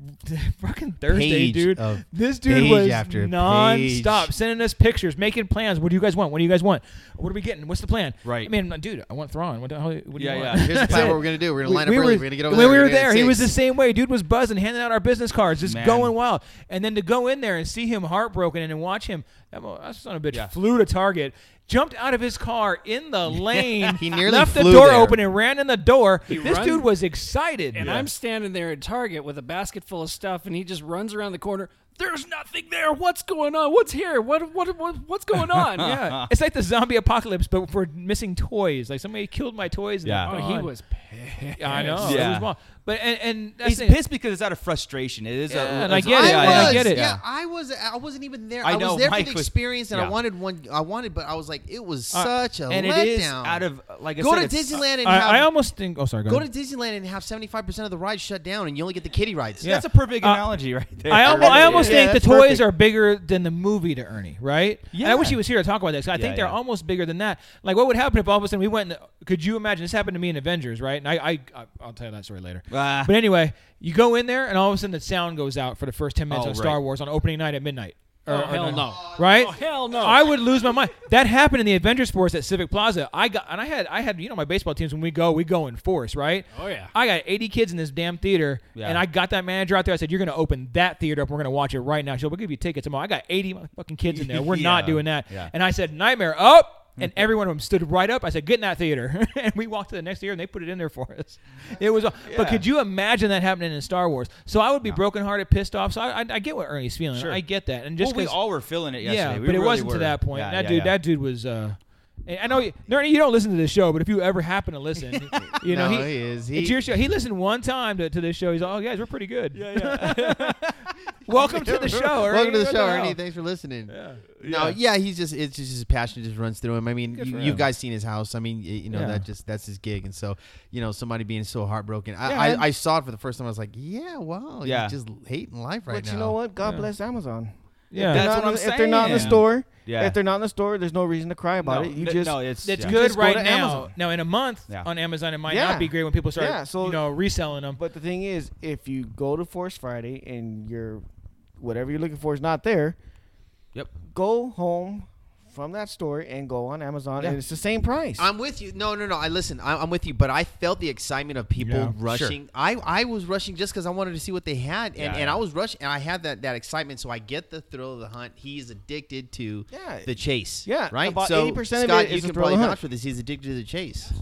Speaker 6: fucking Thursday,
Speaker 3: Page
Speaker 6: dude.
Speaker 3: of-
Speaker 6: This dude
Speaker 3: page
Speaker 6: was
Speaker 3: after
Speaker 6: non-stop
Speaker 3: page.
Speaker 6: sending us pictures, making plans. What do you guys want? What do you guys want? What are we getting? What's the plan?
Speaker 5: Right.
Speaker 6: I mean, dude, I want Thrawn. What the hell? What do
Speaker 5: Yeah,
Speaker 6: you
Speaker 5: yeah.
Speaker 6: want?
Speaker 3: Here's the
Speaker 6: That's
Speaker 3: plan.
Speaker 6: it.
Speaker 3: What we're gonna do? We're gonna line up
Speaker 6: were-
Speaker 3: early. We're gonna get over
Speaker 6: when
Speaker 3: there.
Speaker 6: we
Speaker 3: We're
Speaker 6: were
Speaker 3: gonna get
Speaker 6: there, he was the
Speaker 3: six.
Speaker 6: same way. Dude was buzzing, handing out our business cards, just
Speaker 5: Man.
Speaker 6: going wild. And then to go in there and see him heartbroken and then watch him, that mo- that son of a bitch
Speaker 5: Yeah.
Speaker 6: flew to Target, jumped out of his car in the lane,
Speaker 3: He nearly
Speaker 6: left the
Speaker 3: flew
Speaker 6: door
Speaker 3: there.
Speaker 6: open and ran in the door. this
Speaker 7: run-
Speaker 6: dude was excited.
Speaker 7: And I'm standing there at Target with a basket full of stuff, and he just runs around the corner. There's nothing there. What's going on? What's here? What what, what what's going on?
Speaker 6: yeah, it's like the zombie apocalypse, but for missing toys. Like somebody killed my toys. And
Speaker 5: Yeah.
Speaker 6: they're
Speaker 7: Oh, he
Speaker 6: gone.
Speaker 7: was pissed.
Speaker 6: I know. It
Speaker 5: Yeah.
Speaker 6: was wrong. But and, and that's
Speaker 5: He's
Speaker 6: the thing.
Speaker 5: pissed because it's out of frustration. It is.
Speaker 6: Yeah,
Speaker 5: a,
Speaker 6: and I
Speaker 5: it's a-
Speaker 6: get it,
Speaker 3: I
Speaker 6: I
Speaker 3: was.
Speaker 6: get it.
Speaker 3: Yeah.
Speaker 6: Yeah.
Speaker 3: I was. I wasn't even there.
Speaker 5: I
Speaker 3: I,
Speaker 5: know,
Speaker 3: was there
Speaker 5: Mike
Speaker 3: for the
Speaker 5: was-
Speaker 3: experience, and
Speaker 5: yeah.
Speaker 3: I wanted one. I wanted, but I was like, it was
Speaker 6: Uh,
Speaker 3: such a
Speaker 5: And
Speaker 3: letdown.
Speaker 5: it is out of like I
Speaker 3: go
Speaker 5: said,
Speaker 3: to
Speaker 5: it's-
Speaker 3: Disneyland and have.
Speaker 6: I, I almost think. Oh, sorry. Go,
Speaker 3: Go to
Speaker 6: ahead.
Speaker 3: Disneyland and have seventy five percent of the rides shut down, and you only get the kiddie rides.
Speaker 6: Yeah.
Speaker 5: That's a perfect
Speaker 6: Uh,
Speaker 5: analogy right there.
Speaker 6: I, almo- I almost
Speaker 3: Yeah,
Speaker 6: think the
Speaker 3: that's
Speaker 6: toys
Speaker 3: perfect.
Speaker 6: are bigger than the movie to Ernie, right? And I
Speaker 5: Yeah.
Speaker 6: wish he was here to talk about this. 'cause I
Speaker 5: Yeah,
Speaker 6: think they're
Speaker 5: yeah.
Speaker 6: almost bigger than that. Like, what would happen if all of a sudden we went? And, could you imagine this happened to me in Avengers, right? And I, I, I I'll tell you that story later.
Speaker 5: Ah.
Speaker 6: But anyway, you go in there, and all of a sudden the sound goes out for the first ten minutes
Speaker 5: Oh,
Speaker 6: of Star
Speaker 5: right.
Speaker 6: Wars on opening night at midnight. or-
Speaker 7: Oh,
Speaker 6: or
Speaker 7: hell
Speaker 6: not.
Speaker 7: no.
Speaker 6: Right?
Speaker 7: Oh, hell no.
Speaker 6: I would lose my mind. That happened in the adventure sports at Civic Plaza. I got and I had I had you know my baseball teams when we go we go in force right.
Speaker 7: Oh, yeah.
Speaker 6: I got 80 kids in this damn theater,
Speaker 5: Yeah.
Speaker 6: and I got that manager out there. I said you're going to open that theater up. We're going to watch it right now. She'll we'll give you tickets tomorrow. I got 80 fucking kids in there. We're not
Speaker 5: Yeah.
Speaker 6: doing that.
Speaker 5: Yeah. Mm-hmm.
Speaker 6: And I said nightmare up. And every one of them stood right up. I said, "Get in that theater," and we walked to the next theater, and they put it in there for us. It was, but could you imagine that happening in Star Wars? So I would be brokenhearted, pissed off. So I, I, I get what Ernie's feeling.
Speaker 5: Sure.
Speaker 6: I get that. And just
Speaker 5: well, we
Speaker 6: 'cause-
Speaker 5: all were feeling it yesterday.
Speaker 6: yeah,
Speaker 5: We
Speaker 6: but it
Speaker 5: really
Speaker 6: wasn't
Speaker 5: were.
Speaker 6: to that point.
Speaker 5: Yeah,
Speaker 6: that
Speaker 5: yeah,
Speaker 6: dude,
Speaker 5: yeah.
Speaker 6: that dude was. Uh, I know, you- Nerdy, you don't listen to this show, but if you ever happen to listen, you know
Speaker 3: No,
Speaker 6: he,
Speaker 3: he is. He-
Speaker 6: it's your show. He listened one time to, to this show. He's all, oh, guys, we're pretty good. Yeah, yeah. Welcome to the show. Ernie.
Speaker 3: Welcome to the
Speaker 6: What
Speaker 3: show,
Speaker 6: hell?
Speaker 3: Ernie. Thanks for
Speaker 6: Uh,
Speaker 3: listening. Yeah. No, yeah, he's just it's just his passion just runs through him. I mean, you,
Speaker 6: for
Speaker 3: you
Speaker 6: him.
Speaker 3: guys seen his house. I mean, y- you know
Speaker 6: Yeah.
Speaker 3: that just that's his gig, and so you know somebody being so heartbroken. I
Speaker 6: Yeah, and-
Speaker 3: I, I saw it for the first time. I was like, yeah, wow,
Speaker 5: Yeah.
Speaker 3: he's just hating life right
Speaker 4: but
Speaker 3: now.
Speaker 4: you know what? God
Speaker 6: Yeah.
Speaker 4: bless Amazon.
Speaker 6: Yeah,
Speaker 4: They're
Speaker 5: That's
Speaker 4: not
Speaker 5: what
Speaker 4: in
Speaker 5: I'm
Speaker 4: the- If they're not in the
Speaker 5: saying.
Speaker 4: store,
Speaker 5: Yeah.
Speaker 4: if they're not in the store, there's no reason to cry about it. You
Speaker 5: no,
Speaker 4: just
Speaker 5: no, it's
Speaker 6: That's
Speaker 5: yeah.
Speaker 6: good
Speaker 4: Just go
Speaker 6: right
Speaker 4: to
Speaker 6: now.
Speaker 4: Amazon.
Speaker 6: Now in a month
Speaker 5: Yeah.
Speaker 6: on Amazon, it might
Speaker 4: Yeah.
Speaker 6: not be great when people start,
Speaker 4: Yeah, so-
Speaker 6: you know, reselling them.
Speaker 4: But the thing is, if you go to Force Friday and your whatever you're looking for is not there,
Speaker 5: Yep.
Speaker 4: go home from that store and go on Amazon, and it's the same price.
Speaker 3: I'm with you. No, no, no. I listen. I, I'm with you, but I felt the excitement of people
Speaker 6: Yeah, sure.
Speaker 3: rushing. I, I was rushing just because I wanted to see what they had, and,
Speaker 5: Yeah,
Speaker 3: and
Speaker 5: yeah.
Speaker 3: I was rushing, and I had that, that excitement. So I get the thrill of the hunt. He's addicted to
Speaker 4: Yeah.
Speaker 3: the chase.
Speaker 4: Yeah,
Speaker 3: right.
Speaker 4: about
Speaker 3: so
Speaker 4: 80% of
Speaker 3: Scott,
Speaker 4: it
Speaker 3: you
Speaker 4: is the
Speaker 3: can
Speaker 4: thrill of
Speaker 3: probably
Speaker 4: the
Speaker 3: vouch
Speaker 4: hunt.
Speaker 3: for this. He's addicted to the chase.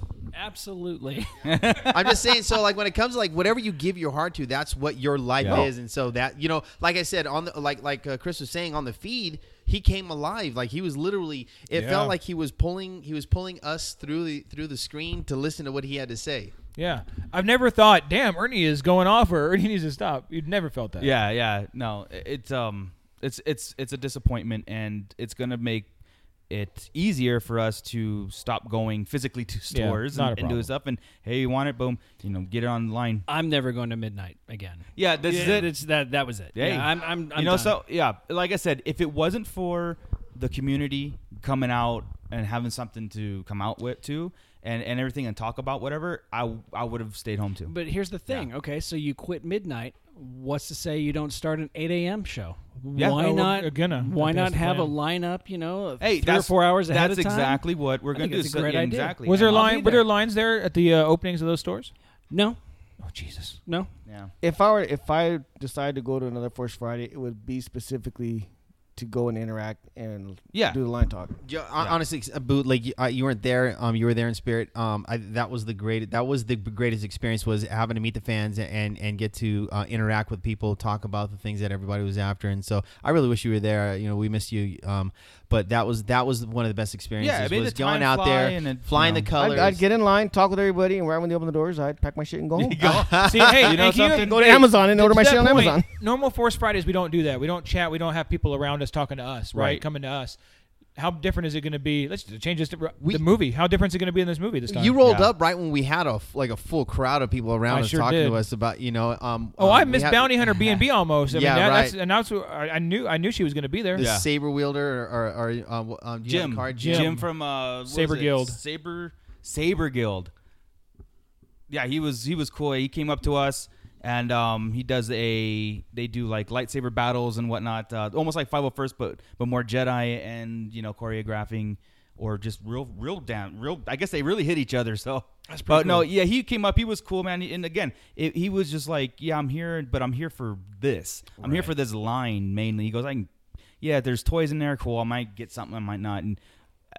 Speaker 7: Absolutely.
Speaker 3: I'm just saying. So, like, when it comes to like whatever you give your heart to, that's what your life
Speaker 5: Yeah.
Speaker 3: is. And so that you know, like I said on the like like uh, Chris was saying on the feed, he came alive. Like he was literally, it
Speaker 6: Yeah.
Speaker 3: felt like he was pulling he was pulling us through the through the screen to listen to what he had to say.
Speaker 6: yeah, I've never thought, damn, Ernie is going off, or Ernie needs to stop. You'd never felt that.
Speaker 5: Yeah, yeah. No, i- it's um, it's it's it's a disappointment, and it's gonna make it easier for us to stop going physically to stores
Speaker 6: not a
Speaker 5: and, and do
Speaker 6: problem.
Speaker 5: stuff. And hey, you want it? Boom. You know, get it online.
Speaker 7: I'm never going to midnight again.
Speaker 5: Yeah, this is it.
Speaker 7: It's that. That was it.
Speaker 5: Hey,
Speaker 7: Yeah, I'm. I'm. I'm
Speaker 5: you know,
Speaker 7: done.
Speaker 5: so yeah, like I said, if it wasn't for the community coming out and having something to come out with too, and and everything and talk about whatever, I I would have stayed home too.
Speaker 7: But here's the thing. Okay, so you quit midnight. What's to say you don't start an 8 a.m. show?
Speaker 5: Yeah.
Speaker 7: why
Speaker 5: Oh,
Speaker 6: we're
Speaker 7: not?
Speaker 6: uh, gonna.
Speaker 7: why
Speaker 6: That's
Speaker 7: not
Speaker 6: the
Speaker 7: have a
Speaker 6: plan.
Speaker 7: lineup? You know, of
Speaker 5: Hey,
Speaker 7: three or
Speaker 5: that's-
Speaker 7: four hours ahead
Speaker 5: That's
Speaker 7: of time.
Speaker 5: exactly what we're
Speaker 7: I
Speaker 5: gonna
Speaker 7: think
Speaker 5: do.
Speaker 7: it's a
Speaker 5: So-
Speaker 7: great
Speaker 5: yeah,
Speaker 7: idea.
Speaker 5: Exactly.
Speaker 6: Was there
Speaker 5: And I'll be
Speaker 6: line? Were there
Speaker 5: there?
Speaker 6: lines there at the uh, openings of those stores?
Speaker 7: No,
Speaker 6: Oh Jesus!
Speaker 7: no.
Speaker 5: Yeah.
Speaker 4: if I were, if I decide to go to another Force Friday, it would be specifically to go and interact and
Speaker 5: Yeah.
Speaker 4: do the line talk.
Speaker 3: Yeah, hon- honestly, ex- uh, boot like you, uh, you weren't there. Um, you were there in spirit. Um, I, that was the great. That was the greatest experience was having to meet the fans and and get to uh, interact with people, talk about the things that everybody was after. And so I really wish you were there. You know, we missed you. Um, but that was that was one of the best experiences.
Speaker 5: Yeah, I mean,
Speaker 3: was
Speaker 5: the time
Speaker 3: going out
Speaker 5: fly
Speaker 3: there,
Speaker 5: and it-
Speaker 3: flying
Speaker 5: you
Speaker 3: the
Speaker 5: know.
Speaker 3: colors.
Speaker 4: I'd, I'd get in line, talk with everybody, and right when they open the doors, I'd pack my shit and go home.
Speaker 6: See, hey,
Speaker 5: You know
Speaker 6: and can
Speaker 5: something?
Speaker 4: Go to
Speaker 6: hey,
Speaker 4: Amazon and order my
Speaker 6: that
Speaker 4: shit on
Speaker 6: point,
Speaker 4: Amazon.
Speaker 6: Normal Force Fridays, we don't do that. We don't chat. We don't have people around us talking to us, right? Coming to us. How different is it going to be? Let's just change this to
Speaker 3: We-
Speaker 6: the movie. How different is it going to be in this movie this time?
Speaker 3: You rolled
Speaker 5: Yeah.
Speaker 3: up right when we had a f- like a full crowd of people around
Speaker 6: I
Speaker 3: us
Speaker 6: sure
Speaker 3: talking
Speaker 6: did.
Speaker 3: to us about you know. Um,
Speaker 6: oh,
Speaker 3: um,
Speaker 6: I
Speaker 3: we
Speaker 6: missed
Speaker 3: had
Speaker 6: Bounty Hunter B and B almost. I
Speaker 3: Yeah,
Speaker 6: mean, that,
Speaker 3: right.
Speaker 6: that's and that's what I I knew. I knew she was going to be there.
Speaker 3: The
Speaker 5: Yeah.
Speaker 3: saber wielder or, or, or um, w- um, do you have a
Speaker 5: Jim,
Speaker 3: card?
Speaker 5: Jim, from uh, what is
Speaker 6: Saber
Speaker 5: it?
Speaker 6: Guild.
Speaker 5: Saber Saber Guild. Yeah, he was he was cool. He came up to us and um, he does a they do like lightsaber battles and whatnot, uh, almost like 501st, but but more Jedi and you know choreographing or just real real down real. I guess they really hit each other. So that's pretty. But no, yeah, he came up. He was cool, man. And again, it, he was just like, yeah, I'm here, but I'm here for this. I'm here for this line mainly. He goes, I can yeah, there's toys in there. Cool. I might get something. I might not. And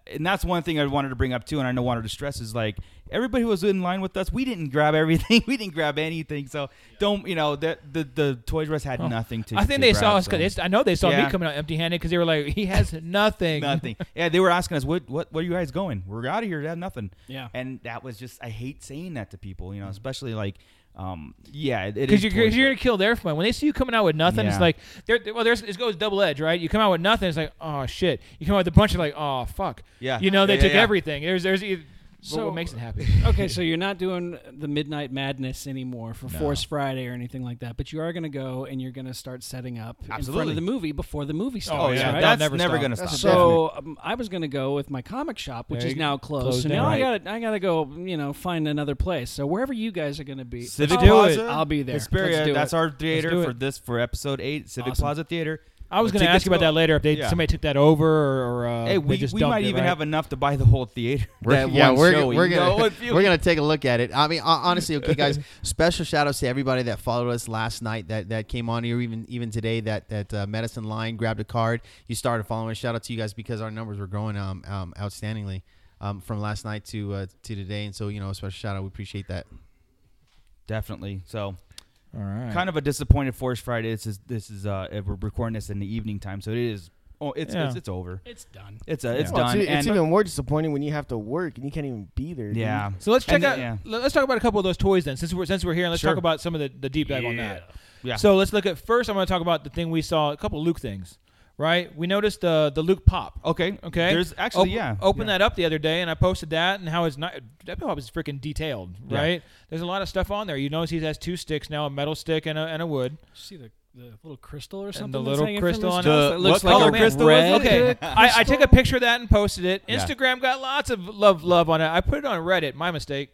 Speaker 5: and that's one thing I wanted to bring up too, and I know wanted to stress is like everybody who was in line with us, we didn't grab everything, we didn't grab anything. So don't you know that the the Toys R Us had nothing to.
Speaker 6: Oh, I think
Speaker 5: to
Speaker 6: they
Speaker 5: grab,
Speaker 6: saw us
Speaker 5: so-
Speaker 6: because I know they saw me
Speaker 5: Yeah.
Speaker 6: coming out empty-handed because they were like, he has nothing.
Speaker 5: nothing. Yeah, they were asking us, "What, what, what are you guys going? We're out of here. They have nothing."
Speaker 7: Yeah.
Speaker 5: and that was just I hate saying that to people, you know, especially like, um, yeah, it, it
Speaker 6: Mm-hmm. Because
Speaker 5: is
Speaker 6: you're,
Speaker 5: Toys
Speaker 6: 'cause you're gonna kill their fun. When they see you coming out with nothing, it's
Speaker 5: Yeah.
Speaker 6: like they're, well, there's it goes double edged, right? You come out with nothing, it's like oh shit. You come out with a bunch of like oh fuck.
Speaker 5: Yeah.
Speaker 6: You know they
Speaker 5: Yeah, yeah,
Speaker 6: took
Speaker 5: yeah.
Speaker 6: everything. There's there's e-
Speaker 7: So-
Speaker 6: what makes it happy.
Speaker 7: okay, so you're not doing the Midnight Madness anymore for Force Friday or anything like that, but you are going to go and you're going to start setting up in front
Speaker 5: Absolutely.
Speaker 7: of the movie before the movie
Speaker 5: Oh
Speaker 7: starts.
Speaker 5: yeah,
Speaker 7: right?
Speaker 5: that's
Speaker 6: That'll never
Speaker 5: never,
Speaker 6: stop.
Speaker 5: gonna
Speaker 4: That's
Speaker 5: stop.
Speaker 4: a
Speaker 7: So um, I was going to go with my comic shop, which
Speaker 6: There
Speaker 7: is
Speaker 6: you-
Speaker 7: now closed.
Speaker 6: closed
Speaker 7: so now
Speaker 6: down.
Speaker 7: I got to I got to go, you know, find another place. So wherever you guys are going to be,
Speaker 5: Civic
Speaker 7: let's do
Speaker 5: Plaza,
Speaker 7: I'll be there. Let's
Speaker 5: Hesperia,
Speaker 7: do
Speaker 5: that's
Speaker 7: it.
Speaker 5: our
Speaker 6: do
Speaker 5: theater
Speaker 6: it.
Speaker 5: for this for episode eight, Civic
Speaker 7: Awesome.
Speaker 5: Plaza Theater.
Speaker 6: I was going to
Speaker 5: tickets
Speaker 6: ask you about
Speaker 5: go-
Speaker 6: that later. If they
Speaker 5: Yeah.
Speaker 6: somebody took that over, or, or uh,
Speaker 5: Hey,
Speaker 6: they
Speaker 5: we,
Speaker 6: just
Speaker 5: we
Speaker 6: dumped
Speaker 5: might
Speaker 6: it,
Speaker 5: even
Speaker 6: right?
Speaker 5: have enough to buy the whole theater. that
Speaker 3: yeah,
Speaker 5: one
Speaker 3: we're,
Speaker 5: show,
Speaker 3: we're
Speaker 5: you
Speaker 3: gonna
Speaker 5: know, if you-
Speaker 3: we're gonna take a look at it. I mean, hon- honestly, okay, guys. special shout outs to everybody that followed us last night, that that came on here, even even today. That that uh, medicine line grabbed a card. You started following. us. Shout out to you guys because our numbers were growing um, um outstandingly um from last night to uh, to today, and so you know, a special shout out. We appreciate that.
Speaker 5: definitely. So
Speaker 6: All right.
Speaker 5: kind of a disappointed Force Friday. This is this is uh we're recording this in the evening time, so it is. Oh, it's
Speaker 6: Yeah.
Speaker 5: it's, it's over.
Speaker 7: It's done.
Speaker 5: It's uh, it's
Speaker 4: Well,
Speaker 6: e-,
Speaker 5: done.
Speaker 4: It's, it's
Speaker 5: and-
Speaker 4: even more disappointing when you have to work and you can't even be there. dude.
Speaker 5: yeah.
Speaker 6: So let's check
Speaker 5: And, uh,
Speaker 6: out.
Speaker 5: yeah.
Speaker 6: let- Let's talk about a couple of those toys then, since we're since we're here. and Let's
Speaker 5: Sure.
Speaker 6: talk about some of the, the deep dive on that.
Speaker 5: Yeah.
Speaker 6: So let's look at first. I'm going to talk about the thing we saw. A couple of Luke things, right? We noticed uh, the the Luke pop.
Speaker 5: Okay.
Speaker 6: Okay.
Speaker 5: There's actually
Speaker 6: Op-
Speaker 5: yeah.
Speaker 6: Open
Speaker 5: yeah.
Speaker 6: that up the other day, and I posted that, and how it's not that pop is freaking detailed,
Speaker 5: Yeah.
Speaker 6: right? There's a lot of stuff on there. You notice he has two sticks now, a metal stick and a and a wood.
Speaker 7: See the, the little crystal or something.
Speaker 6: the
Speaker 7: that's
Speaker 6: little
Speaker 7: hanging from
Speaker 6: crystal
Speaker 7: this
Speaker 6: on
Speaker 7: house
Speaker 5: it.
Speaker 7: that
Speaker 5: The-
Speaker 7: looks
Speaker 5: what
Speaker 7: like
Speaker 5: color
Speaker 7: a
Speaker 5: crystal was
Speaker 7: red
Speaker 5: it?
Speaker 6: Okay, I, I took a picture of that and posted it.
Speaker 5: Yeah.
Speaker 6: Instagram got lots of love, love on it. I put it on Reddit. My mistake.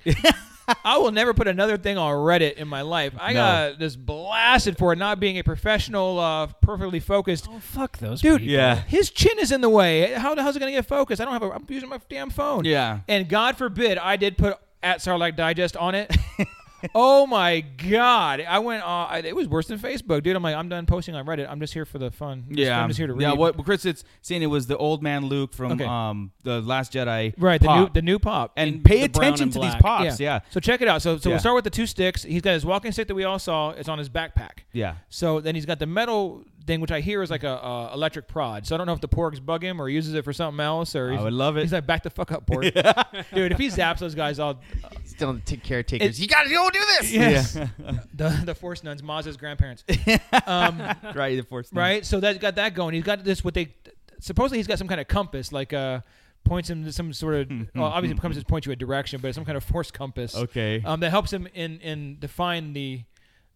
Speaker 6: I will never put another thing on Reddit in my life. I
Speaker 5: No.
Speaker 6: got just blasted for not being a professional, uh, perfectly focused.
Speaker 7: Oh fuck those
Speaker 6: Dude,
Speaker 7: people.
Speaker 5: Yeah.
Speaker 6: his chin is in the way. How the hell's it gonna get focused? I don't have a. I'm using my damn phone.
Speaker 5: Yeah.
Speaker 6: And God forbid I did put at Sarlacc Digest on it. oh my God! I went. Uh, I, it was worse than Facebook, dude. I'm like, I'm done posting on Reddit. I'm just here for the fun. I'm just-
Speaker 5: Yeah,
Speaker 6: I'm just here to read.
Speaker 5: Yeah, what Chris is saying it was the old man Luke from
Speaker 6: Okay.
Speaker 5: um the Last Jedi,
Speaker 6: Right, the new
Speaker 5: pop.
Speaker 6: the new pop.
Speaker 5: and
Speaker 7: And
Speaker 5: pay
Speaker 7: the brown
Speaker 5: attention
Speaker 7: and
Speaker 5: to these
Speaker 7: black.
Speaker 5: pops. Yeah,
Speaker 6: So check it out. So so
Speaker 5: Yeah.
Speaker 6: we'll start with the two sticks. He's got his walking stick that we all saw. It's on his backpack.
Speaker 5: Yeah.
Speaker 6: So then he's got the metal thing, which I hear is like a uh, electric prod. So I don't know if the porgs bug him or he uses it for something else. Or
Speaker 5: I
Speaker 6: he's-
Speaker 5: would love it.
Speaker 6: He's like back the fuck up, porg. Dude, if he zaps those guys, all
Speaker 3: Still on the tick caretakers. you gotta go do this.
Speaker 6: yes. the the force nuns, Maz's grandparents. Um,
Speaker 5: right. The force. thing.
Speaker 6: right? So that got that going. He's got this what they supposedly he's got some kind of compass, like uh points him to some sort
Speaker 5: Hmm,
Speaker 6: of well, obviously compass just points you a direction, but it's some kind of force compass.
Speaker 5: Okay.
Speaker 6: Um, that helps him in in define the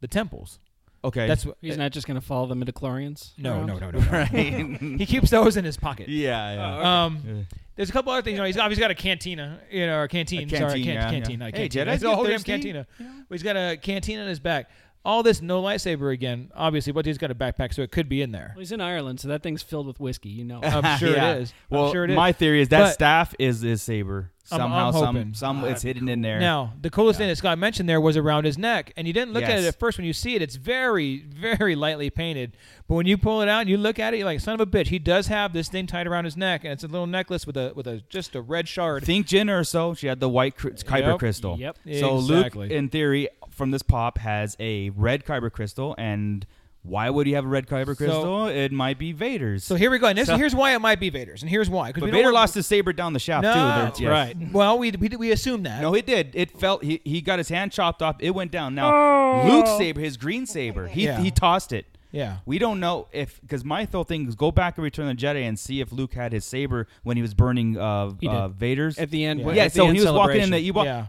Speaker 6: the temples.
Speaker 5: Okay.
Speaker 6: That's what. uh,
Speaker 7: He's not just gonna follow the midichlorians.
Speaker 6: no,
Speaker 7: around?
Speaker 6: no, no, no, no.
Speaker 5: yeah.
Speaker 6: He keeps those in his pocket.
Speaker 5: yeah.
Speaker 6: Um, there's a couple other things. You know, he's obviously got a cantina, you know, or a canteen.
Speaker 5: A
Speaker 6: sorry,
Speaker 5: canteen,
Speaker 6: can-
Speaker 5: yeah,
Speaker 6: canteen,
Speaker 5: yeah.
Speaker 6: not
Speaker 5: Hey,
Speaker 6: cantina.
Speaker 5: Jedi's
Speaker 6: It's a
Speaker 5: get
Speaker 6: whole damn
Speaker 5: thirsty.
Speaker 6: cantina. But he's got a cantina in his back. All this no lightsaber again, obviously, but he's got a backpack, so it could be in there.
Speaker 7: Well, he's in Ireland, so that thing's filled with whiskey. You know.
Speaker 6: I'm sure
Speaker 5: Yeah.
Speaker 6: it is.
Speaker 5: Well,
Speaker 6: I'm sure it is.
Speaker 5: my theory is that
Speaker 6: But-
Speaker 5: staff is his saber
Speaker 6: I'm- I'm
Speaker 5: somehow.
Speaker 6: hoping. Uh,
Speaker 5: some some it's hidden in there.
Speaker 6: Now, the coolest thing that Scott mentioned there was around his neck, and you didn't look at
Speaker 5: Yes.
Speaker 6: it at first when you see it. It's very, very lightly painted, but when you pull it out and you look at it, you're like, "Son of a bitch!" He does have this thing tied around his neck, and it's a little necklace with a with a just a red shard.
Speaker 5: Think Jin or so. She had the white cr- kyber
Speaker 6: Yep.
Speaker 5: crystal.
Speaker 7: Yep.
Speaker 5: So Luke,
Speaker 6: Exactly.
Speaker 5: in theory, from this pop, has a red kyber crystal, and why would he have a red kyber crystal? it might be Vader's.
Speaker 6: so here we go, and this,
Speaker 5: So-
Speaker 6: here's why it might be Vader's, and here's why. 'cause
Speaker 5: but
Speaker 6: we don't
Speaker 5: Vader
Speaker 6: want-
Speaker 5: lost his saber down the shaft
Speaker 6: no,
Speaker 5: too. There's- yes.
Speaker 6: right? Well, we we, we assume that.
Speaker 5: No, he did. It felt he, he got his hand chopped off. It went down. Now Luke's saber, his green saber, he
Speaker 6: Oh. Yeah.
Speaker 5: he tossed it.
Speaker 6: Yeah.
Speaker 5: We don't know if because my whole thing is go back and return the Jedi and see if Luke had his saber when he was burning uh,
Speaker 7: He did.
Speaker 5: uh Vader's
Speaker 7: At the end,
Speaker 6: Yeah.
Speaker 7: when-
Speaker 5: yeah,
Speaker 7: at the
Speaker 5: so
Speaker 7: end
Speaker 5: he was walking in the
Speaker 7: celebration.
Speaker 5: Ewok.
Speaker 6: Yeah.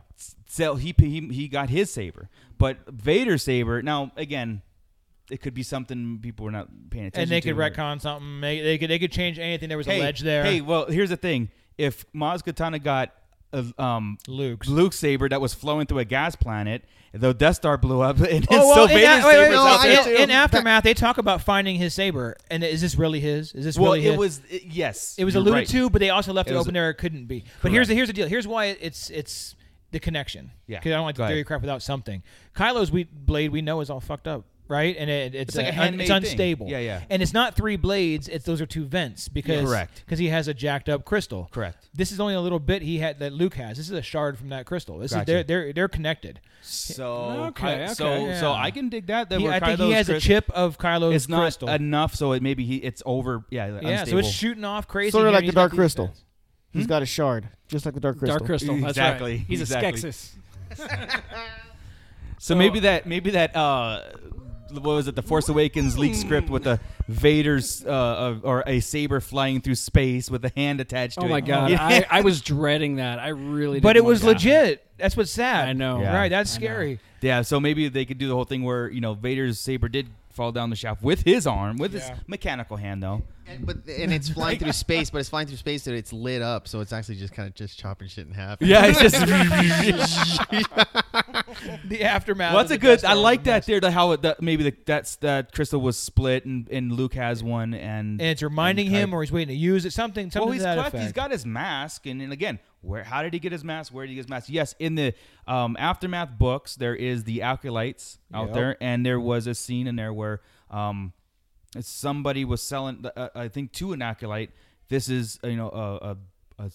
Speaker 5: So he, he he got his saber, but Vader's saber. Now again, it could be something people were not paying attention.
Speaker 6: and they
Speaker 5: to
Speaker 6: could
Speaker 5: or-
Speaker 6: retcon something. They, they could they could change anything. There was
Speaker 5: hey,
Speaker 6: a ledge there.
Speaker 5: Hey, well, here's the thing: if Maz Katana got uh, um
Speaker 6: Luke's.
Speaker 5: Luke's saber that was flowing through a gas planet, the Death Star blew up, and
Speaker 6: Oh,
Speaker 5: so
Speaker 6: well, in,
Speaker 5: Vader's
Speaker 6: a- wait, wait,
Speaker 5: saber's
Speaker 6: wait,
Speaker 5: out there
Speaker 6: in-
Speaker 5: too.
Speaker 6: in aftermath, they talk about finding his saber, and is this really his? Is this
Speaker 5: well,
Speaker 6: really his?
Speaker 5: it was it- yes,
Speaker 6: It was
Speaker 5: you're
Speaker 6: alluded
Speaker 5: right.
Speaker 6: to, but they also left
Speaker 5: It
Speaker 6: it,
Speaker 5: was-
Speaker 6: open there. It couldn't be. But here's the here's the deal. Here's why it's it's the connection.
Speaker 5: Yeah.
Speaker 6: Because I don't like
Speaker 5: Go
Speaker 6: the theory
Speaker 5: ahead.
Speaker 6: crap without something. Kylo's we blade we know is all fucked up, right? And it, it's,
Speaker 5: It's like
Speaker 6: uh,
Speaker 5: a
Speaker 6: un-
Speaker 5: handmade
Speaker 6: it's
Speaker 5: thing.
Speaker 6: unstable.
Speaker 5: Yeah, yeah.
Speaker 6: And it's not three blades. It's those are two vents because
Speaker 5: Correct.
Speaker 6: because he has a jacked up crystal.
Speaker 5: Correct.
Speaker 6: This is only a little bit he had that Luke has. This is a shard from that crystal. This
Speaker 5: Gotcha.
Speaker 6: is they're they're they're connected.
Speaker 5: So
Speaker 7: Okay,
Speaker 5: Ky- so
Speaker 7: okay,
Speaker 5: so
Speaker 6: yeah.
Speaker 5: I can dig that. that
Speaker 6: He-
Speaker 5: were
Speaker 6: I think he
Speaker 5: Kylo's
Speaker 6: has a
Speaker 5: Chris-
Speaker 6: chip of Kylo's
Speaker 5: It's not
Speaker 6: crystal.
Speaker 5: enough, so it maybe he it's over. Yeah, yeah.
Speaker 6: yeah, so it's shooting off crazy.
Speaker 4: Sort
Speaker 6: here,
Speaker 4: of like
Speaker 6: and
Speaker 4: the
Speaker 6: he's got
Speaker 4: dark
Speaker 6: these
Speaker 4: crystal.
Speaker 6: vents.
Speaker 4: He's
Speaker 5: Hmm?
Speaker 4: got a shard, just like the dark crystal.
Speaker 7: Dark crystal. That's
Speaker 5: Exactly,
Speaker 7: Right. He's
Speaker 5: exactly.
Speaker 7: a Skeksis.
Speaker 5: So maybe that maybe that uh, what was it? The Force Awakens leaked script with a Vader's uh, uh, or a saber flying through space with a hand attached to
Speaker 7: Oh
Speaker 5: it.
Speaker 7: my god,
Speaker 5: Yeah.
Speaker 7: I, I was dreading that. I really.
Speaker 6: But
Speaker 7: didn't
Speaker 6: it was
Speaker 7: want that.
Speaker 6: legit. That's what's sad.
Speaker 7: I know.
Speaker 5: Yeah.
Speaker 6: Right, that's
Speaker 7: I know.
Speaker 6: scary.
Speaker 5: Yeah, so maybe they could do the whole thing where you know Vader's saber did fall down the shaft with his arm, with his mechanical hand though.
Speaker 3: And, but and it's flying through space, but it's flying through space, so it's lit up, so it's actually just kind of just chopping shit in half.
Speaker 5: Yeah, it's just
Speaker 6: the aftermath.
Speaker 5: Well, that's
Speaker 6: of the
Speaker 5: a good.
Speaker 6: Death Star
Speaker 5: I like that
Speaker 6: events.
Speaker 5: theory. That how it, that maybe the, that's that crystal was split and, and Luke has one and
Speaker 6: And it's reminding
Speaker 5: and
Speaker 6: him,
Speaker 5: Kylo-
Speaker 6: or he's waiting to use it. Something, something
Speaker 5: well, he's
Speaker 6: to that
Speaker 5: cleft.
Speaker 6: effect.
Speaker 5: He's got his mask, and, and again, where? How did he get his mask? Where did he get his mask? Yes, in the um, aftermath books, there is the acolytes out
Speaker 6: Yep.
Speaker 5: there, and there was a scene in there where um, somebody was selling, the- uh, I think, to an acolyte. This is uh, you know a. a, a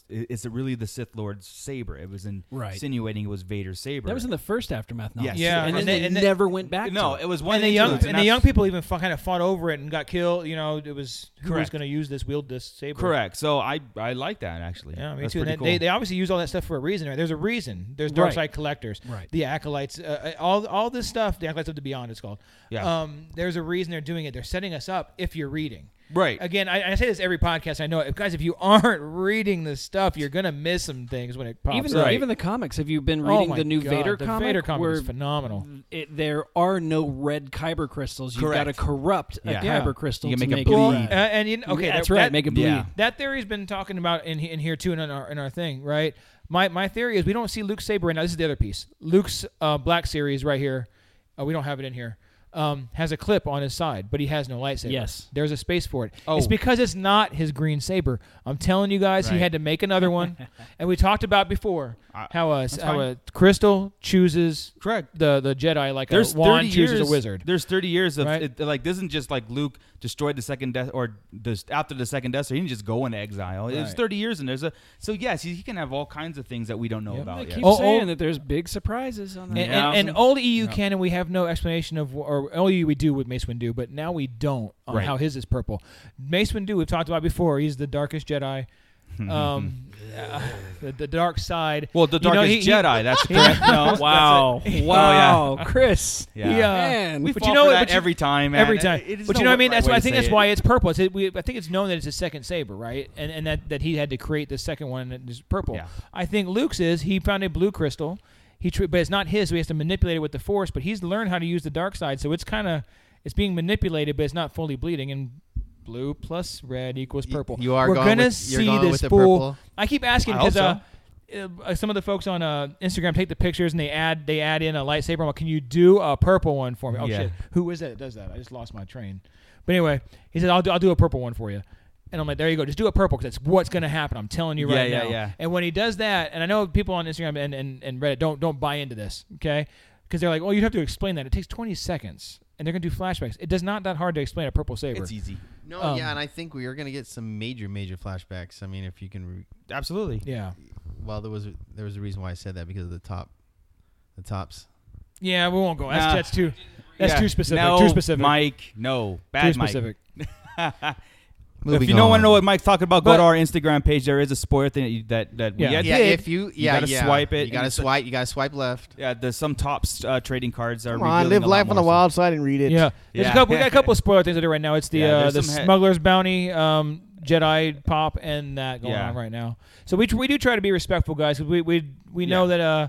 Speaker 5: is it really the Sith Lord's saber? It was in-
Speaker 7: Right.
Speaker 5: insinuating it was Vader's saber.
Speaker 7: That was in the first aftermath novel.
Speaker 5: Yes.
Speaker 6: Yeah, and
Speaker 7: and, then
Speaker 6: they-
Speaker 7: they
Speaker 6: and they-
Speaker 7: never went back.
Speaker 5: no,
Speaker 7: to
Speaker 5: it was one
Speaker 6: and the young
Speaker 5: influence,
Speaker 6: and the young
Speaker 5: that's-
Speaker 6: people even kind of fought over it and got killed. You know, it was who was
Speaker 5: Correct.
Speaker 6: going to use this wield this saber.
Speaker 5: Correct. So I I like that actually.
Speaker 6: Yeah, me
Speaker 5: That's
Speaker 6: too. And
Speaker 5: pretty
Speaker 6: that- they,
Speaker 5: cool.
Speaker 6: they obviously use all that stuff for a reason. Right? There's a reason. There's dark
Speaker 7: Right.
Speaker 6: side collectors.
Speaker 7: Right.
Speaker 6: The acolytes. Uh, uh, all all this stuff. The acolytes of the beyond. It's called.
Speaker 5: Yeah.
Speaker 6: Um. There's a reason they're doing it. They're setting us up. If you're reading.
Speaker 5: Right.
Speaker 6: Again, I, I say this every podcast. I know it, guys. If you aren't reading this stuff, you're gonna miss some things when it pops
Speaker 7: even
Speaker 6: up.
Speaker 7: the,
Speaker 5: Right.
Speaker 7: even the comics. Have you been
Speaker 6: Oh
Speaker 7: reading
Speaker 6: my
Speaker 7: the new
Speaker 6: God,
Speaker 7: Vader
Speaker 6: the
Speaker 7: comic? Mm.
Speaker 6: Vader comic
Speaker 7: where
Speaker 6: is phenomenal.
Speaker 7: It, there are no red kyber crystals. You've got to
Speaker 5: Correct.
Speaker 7: corrupt a
Speaker 5: Yeah.
Speaker 6: Yeah.
Speaker 7: kyber crystal
Speaker 5: You
Speaker 7: to
Speaker 5: can
Speaker 7: make
Speaker 5: make
Speaker 7: it
Speaker 5: it
Speaker 6: Well,
Speaker 5: bleed.
Speaker 6: uh, and you, okay,
Speaker 7: that's
Speaker 6: that-
Speaker 7: right. Make it bleed.
Speaker 5: yeah.
Speaker 6: That theory's been talking about in he- in here too, and in our in our thing, right? My my theory is we don't see Luke's saber right now. This is the other piece. Luke's uh, black series right here. Uh, we don't have it in here. Um, has a clip on his side, but he has no lightsaber.
Speaker 7: Yes.
Speaker 6: there's a space for it.
Speaker 5: Oh.
Speaker 6: It's because it's not his green saber. I'm telling you guys, he
Speaker 5: Right.
Speaker 6: had to make another one, and we talked about before
Speaker 5: I-
Speaker 6: how a how
Speaker 5: fine.
Speaker 6: a crystal chooses
Speaker 5: Correct.
Speaker 6: the the Jedi like
Speaker 5: there's
Speaker 6: a wand
Speaker 5: 30
Speaker 6: chooses
Speaker 5: years,
Speaker 6: a wizard.
Speaker 5: There's 30 years of
Speaker 6: Right.
Speaker 5: it, like this isn't just like Luke destroyed the second death or this, after the second death, so he didn't just go into exile. It's
Speaker 6: Right.
Speaker 5: 30 years and there's a so yes, he, he can have all kinds of things that we don't know
Speaker 7: They
Speaker 5: about yet.
Speaker 7: keep
Speaker 6: Oh,
Speaker 7: saying
Speaker 6: oh.
Speaker 7: that there's big surprises on that.
Speaker 6: And, and, E and old EU canon, we have no explanation of, or only E we do with Mace Windu, but now we don't on
Speaker 5: Right.
Speaker 6: how his is purple. Mace Windu, we've talked about before. He's the darkest Jedi, um, uh, the, the dark side.
Speaker 5: Well, the
Speaker 6: You know,
Speaker 5: darkest
Speaker 6: he- he-
Speaker 5: Jedi, that's correct. No,
Speaker 7: wow, wow, Chris.
Speaker 5: oh, Yeah.
Speaker 6: He, uh,
Speaker 7: Man.
Speaker 5: we
Speaker 7: But
Speaker 5: fall
Speaker 6: you know
Speaker 5: for
Speaker 6: what-
Speaker 5: that
Speaker 6: but you-
Speaker 5: every time, man.
Speaker 6: Every time,
Speaker 5: It- it is
Speaker 6: but
Speaker 5: no
Speaker 6: you know what I
Speaker 5: right
Speaker 6: mean. That's
Speaker 5: way
Speaker 6: why I
Speaker 5: to
Speaker 6: think
Speaker 5: say
Speaker 6: that's
Speaker 5: it.
Speaker 6: why it's purple. It's, it, we, I think it's known that it's his second saber, right? And and that, that he had to create the second one that is purple.
Speaker 5: Yeah.
Speaker 6: I think Luke's is he found a blue crystal, he tr- but it's not his, so he has to manipulate it with the force. But he's learned how to use the dark side, so it's kind of it's being manipulated, but it's not fully bleeding. And blue plus red equals
Speaker 3: Y-
Speaker 6: purple.
Speaker 3: you are
Speaker 6: We're
Speaker 3: going
Speaker 6: gonna
Speaker 3: with- you're
Speaker 6: see
Speaker 3: going
Speaker 6: this
Speaker 3: with the
Speaker 6: fool.
Speaker 3: purple?
Speaker 6: I keep asking
Speaker 5: I
Speaker 6: because. Uh,
Speaker 5: hope
Speaker 6: uh, some of the folks on uh, Instagram take the pictures and they add they add in a lightsaber. I'm like, can you do a purple one for me? Oh
Speaker 5: Yeah.
Speaker 6: shit, who is that that does that? I just lost my train. But anyway, he said, I'll do, I'll do a purple one for you. And I'm like, there you go. Just do a purple because that's what's going to happen. I'm telling you
Speaker 5: Yeah,
Speaker 6: right
Speaker 5: yeah,
Speaker 6: now.
Speaker 5: yeah.
Speaker 6: And when he does that, and I know people on Instagram and, and, and Reddit don't don't buy into this, okay? Because they're like, well, you have to explain that. It takes 20 seconds, and they're going to do flashbacks. It does not that hard to explain a purple saber.
Speaker 5: it's e- easy.
Speaker 3: No,
Speaker 6: Um,
Speaker 3: yeah, and I think we are gonna get some major, major flashbacks. I mean, if you can, re-
Speaker 5: Absolutely.
Speaker 6: Yeah.
Speaker 3: well, there was there was a reason why I said that because of the top, the tops.
Speaker 6: Yeah, we won't go. That's,
Speaker 5: Nah.
Speaker 6: that's too that's
Speaker 5: Yeah.
Speaker 6: too specific.
Speaker 5: No,
Speaker 6: too specific.
Speaker 5: Mike, no. Bad
Speaker 6: too
Speaker 5: Mike.
Speaker 6: specific.
Speaker 3: Moving
Speaker 5: if you don't want
Speaker 3: on.
Speaker 5: to know what Mike's talking about, go
Speaker 6: But-
Speaker 5: to our Instagram page. There is a spoiler thing that you, that, that we
Speaker 6: Yeah.
Speaker 5: had
Speaker 3: yeah,
Speaker 5: did.
Speaker 3: if you, yeah,
Speaker 5: gotta
Speaker 3: yeah.
Speaker 5: swipe it
Speaker 3: You gotta
Speaker 5: and-
Speaker 3: swipe. You gotta swipe left.
Speaker 5: Yeah, there's some top uh, trading cards are.
Speaker 4: Come on,
Speaker 5: revealing
Speaker 4: live
Speaker 5: a lot
Speaker 4: life on
Speaker 5: more
Speaker 4: the
Speaker 5: stuff.
Speaker 4: wild side and read it.
Speaker 6: Yeah, there's a
Speaker 5: Yeah.
Speaker 6: couple. We got a couple of spoiler things to do right now. It's the
Speaker 5: Yeah,
Speaker 6: uh,
Speaker 5: there's
Speaker 6: the
Speaker 5: some he-
Speaker 6: smuggler's bounty, um, Jedi pop, and that going
Speaker 5: Yeah.
Speaker 6: on right now. So we tr- we do try to be respectful, guys. 'cause We we we know
Speaker 5: Yeah.
Speaker 6: that uh,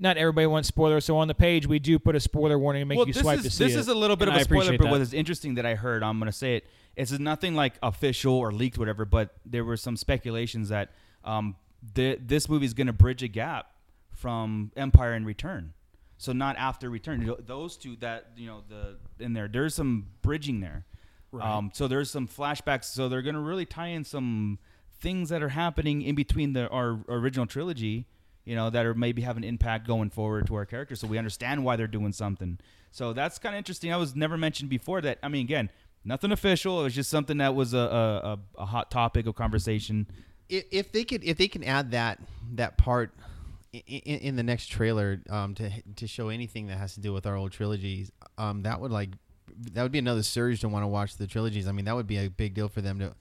Speaker 6: not everybody wants spoilers. So on the page, we do put a spoiler warning and make
Speaker 5: well,
Speaker 6: you
Speaker 5: this
Speaker 6: swipe
Speaker 5: is
Speaker 6: to see
Speaker 5: this
Speaker 6: it.
Speaker 5: is a little bit
Speaker 7: And
Speaker 5: of
Speaker 7: I
Speaker 5: a spoiler,
Speaker 7: appreciate
Speaker 5: but
Speaker 7: that.
Speaker 5: what is interesting that I heard, I'm gonna say it. It's nothing like official or leaked, whatever. But there were some speculations that um, th- this movie is gonna bridge a gap from Empire and Return. So not after Return. You know, Those two that you know the in there. There's some bridging there. Um, so there's some flashbacks. So they're gonna really tie in some things that are happening in between the our original trilogy you know, that are maybe have an impact going forward to our characters, so we understand why they're doing something. So that's kind of interesting. I was never mentioned before that. I mean, again, nothing official. It was just something that was a a, a, a hot topic of conversation.
Speaker 3: If, if they could, if they can add that that part in, in, in the next trailer um, to to show anything that has to do with our old trilogies, um, that would like that would be another surge to want to watch the trilogies. I mean, that would be a big deal for them to.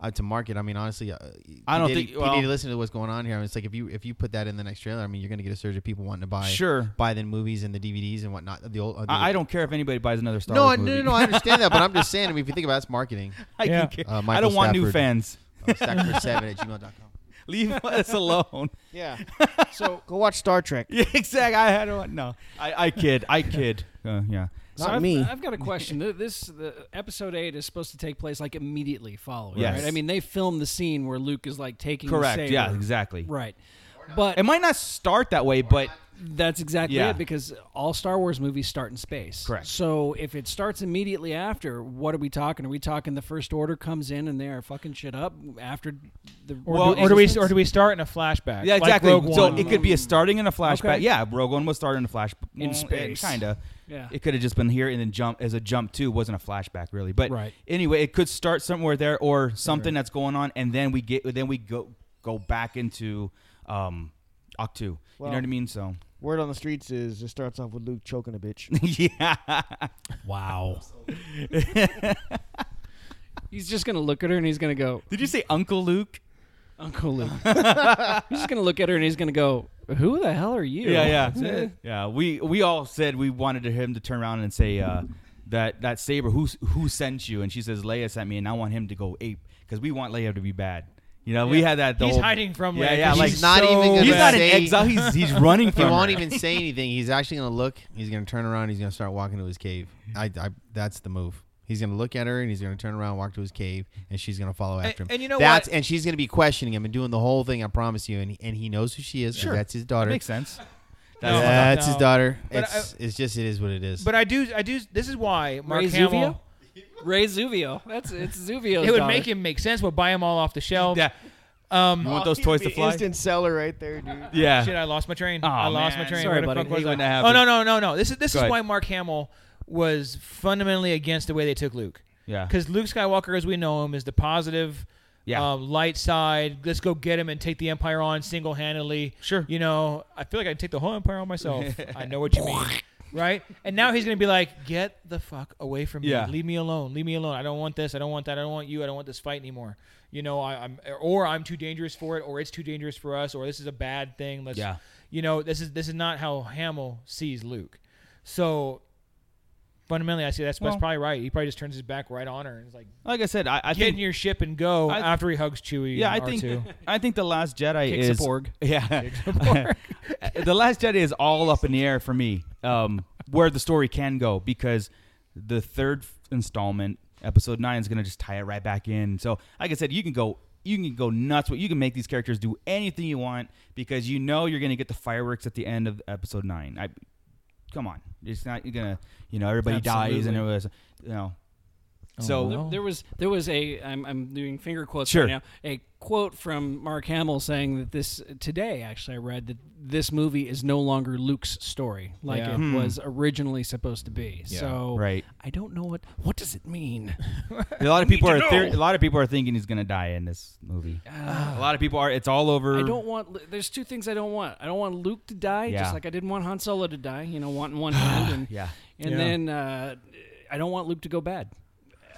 Speaker 3: Uh, to market, I mean, honestly, uh,
Speaker 5: I don't
Speaker 3: you
Speaker 5: think-
Speaker 3: you
Speaker 5: well-
Speaker 3: need to listen to what's going on here. I mean, it's like if you if you put that in the next trailer, I mean, you're going to get a surge of people wanting to buy
Speaker 5: Sure.
Speaker 3: buy the movies and the DVDs and whatnot. The old, uh, the,
Speaker 5: I, I don't care if anybody buys another Star
Speaker 3: no, I-
Speaker 5: Wars
Speaker 3: no,
Speaker 5: movie.
Speaker 3: no, no, I understand that, but I'm just saying. I mean, if you think about it, it's marketing.
Speaker 5: I,
Speaker 6: Yeah.
Speaker 5: don't care.
Speaker 3: Uh,
Speaker 5: I
Speaker 3: Michael
Speaker 5: don't want new
Speaker 3: Stafford.
Speaker 5: fans.
Speaker 3: Uh, Stackford seven at gmail.com.
Speaker 5: Leave us alone.
Speaker 4: Yeah. so go watch Star Trek.
Speaker 5: Yeah, exactly. I, I don't want. No, I, I kid. I kid. Uh, yeah.
Speaker 4: Not
Speaker 7: I've,
Speaker 4: me.
Speaker 7: I've got a question. Th- this the episode eight is supposed to take place like immediately following.
Speaker 5: Yes.
Speaker 7: Right? I mean, they filmed the scene where Luke is like taking. The
Speaker 5: Correct.
Speaker 7: saber.
Speaker 5: Yeah. Exactly.
Speaker 7: Right. But
Speaker 5: It might not start that way, but
Speaker 7: That's exactly
Speaker 5: Yeah.
Speaker 7: it because all Star Wars movies start in space.
Speaker 5: Correct.
Speaker 7: So if it starts immediately after, what are we talking? Are we talking the First Order comes in and they are fucking shit up after the
Speaker 6: Or,
Speaker 5: Well,
Speaker 6: do, or do we or
Speaker 7: existence?
Speaker 6: do we start in a flashback?
Speaker 5: Yeah,
Speaker 6: like
Speaker 5: exactly.
Speaker 6: Rogue
Speaker 5: so
Speaker 6: One?
Speaker 5: it could be a starting in a flashback.
Speaker 7: Okay.
Speaker 5: Yeah, Rogue One was starting a flashback
Speaker 7: In space.
Speaker 5: kinda.
Speaker 7: Yeah.
Speaker 5: It could have just been here and then jump as a jump too. Wasn't a flashback really, but
Speaker 7: Right.
Speaker 5: anyway, it could start somewhere there or something that's going on, and then we get then we go go back into um Octu. you
Speaker 4: Well-
Speaker 5: know what I mean? So
Speaker 4: Word on the streets is it starts off with Luke choking a bitch.
Speaker 5: yeah,
Speaker 7: Wow. he's just gonna look at her and he's gonna go,
Speaker 5: did you say Uncle Luke?
Speaker 7: Uncle Luke. he's just gonna look at her and he's gonna go, Who the hell are you?
Speaker 5: Yeah, yeah, yeah. We we all said we wanted him to turn around and say uh, that that saber who who sent you, and she says Leia sent me, and I want him to go ape because we want Leia to be bad. You know, we had that. The
Speaker 6: He's
Speaker 5: whole-
Speaker 6: hiding from
Speaker 5: Yeah,
Speaker 6: Leia.
Speaker 5: yeah.
Speaker 6: She's
Speaker 5: Like
Speaker 3: He's not even gonna
Speaker 5: he's not in
Speaker 3: say,
Speaker 5: exile. He's he's running
Speaker 3: He
Speaker 5: from.
Speaker 3: won't
Speaker 5: her.
Speaker 3: even say anything. He's actually gonna look. He's gonna turn around. He's gonna start walking to his cave. I, I that's the move. He's gonna look at her and he's gonna turn around, walk to his cave, and she's gonna follow after him.
Speaker 6: and you know
Speaker 3: that's
Speaker 6: what?
Speaker 3: and she's gonna be questioning him and doing the whole thing. I promise you. And he, and he knows who she is. 'cause
Speaker 5: Sure.
Speaker 3: that's his daughter.
Speaker 5: Makes sense.
Speaker 6: No.
Speaker 5: That's
Speaker 3: that's his
Speaker 6: No.
Speaker 3: daughter.
Speaker 6: But
Speaker 3: It's it's just it is what it is.
Speaker 6: But I do, I do. This is why Mark
Speaker 7: Ray
Speaker 6: Hamill.
Speaker 7: Zuvio? Ray Zuvio. That's it's Zuvio.
Speaker 6: It would make him make sense. We'll buy them all off the shelf.
Speaker 5: yeah.
Speaker 6: Um,
Speaker 5: You want those toys to fly?
Speaker 4: Instant seller right there, dude.
Speaker 5: Yeah.
Speaker 6: Shit, I lost my train.
Speaker 5: Aw,
Speaker 6: I lost
Speaker 5: man.
Speaker 6: my train.
Speaker 5: Sorry,
Speaker 6: Where the
Speaker 5: buddy.
Speaker 6: fuck was
Speaker 5: Ain't gonna
Speaker 6: I?
Speaker 5: happen.
Speaker 6: Oh no, no, no, no. This is this
Speaker 5: Go
Speaker 6: is
Speaker 5: ahead.
Speaker 6: why Mark Hamill was fundamentally against the way they took Luke.
Speaker 5: Yeah.
Speaker 6: Because Luke Skywalker, as we know him, is the positive,
Speaker 5: Yeah.
Speaker 6: um, light side. Let's go get him and take the Empire on single handedly.
Speaker 5: Sure.
Speaker 6: You know, I feel like I'd take the whole Empire on myself. I know what you mean. Right? And now he's going to be like, get the fuck away from me.
Speaker 5: Yeah.
Speaker 6: Leave me alone. Leave me alone. I don't want this. I don't want that. I don't want you. I don't want this fight anymore. You know, I, I'm, or I'm too dangerous for it, or it's too dangerous for us, or this is a bad thing. Let's,
Speaker 5: Yeah.
Speaker 6: you know, this is, this is not how Hamill sees Luke. So fundamentally, I see that's,
Speaker 5: Well-
Speaker 6: that's probably right. He probably just turns his back right on her and is like,
Speaker 5: Like I said, I, I
Speaker 6: get
Speaker 5: think
Speaker 6: in your ship and go
Speaker 5: I-
Speaker 6: after he hugs Chewie.
Speaker 5: Yeah, I
Speaker 6: and
Speaker 5: think
Speaker 6: R2.
Speaker 5: I think the Last Jedi
Speaker 7: Kicks a
Speaker 5: is
Speaker 7: Borg.
Speaker 5: Yeah, the Last Jedi is all up in the air for me. Um, where the story can go because the third installment, Episode Nine, is going to just tie it right back in. So, like I said, you can go. You can go nuts. But you can make these characters do anything you want because you know you're going to get the fireworks at the end of episode nine. I, come on, it's not you're gonna. You know, everybody dies and it was, you know. so
Speaker 7: There, there was there was a I'm, I'm doing finger quotes
Speaker 5: Sure.
Speaker 7: right now a quote from Mark Hamill saying that this today actually I read that this movie is no longer Luke's story like
Speaker 6: Yeah.
Speaker 7: it was originally supposed to be so
Speaker 5: Right.
Speaker 7: I don't know what what does it mean
Speaker 5: A lot of people are theor- a lot of people are thinking he's gonna die in this movie. a lot of people are. It's all over.
Speaker 7: I don't want Lu- there's two things I don't want I don't want Luke to die
Speaker 5: Yeah.
Speaker 7: just like I didn't want Han Solo to die you know wanting one hand and
Speaker 5: Yeah.
Speaker 7: and then uh, I don't want Luke to go bad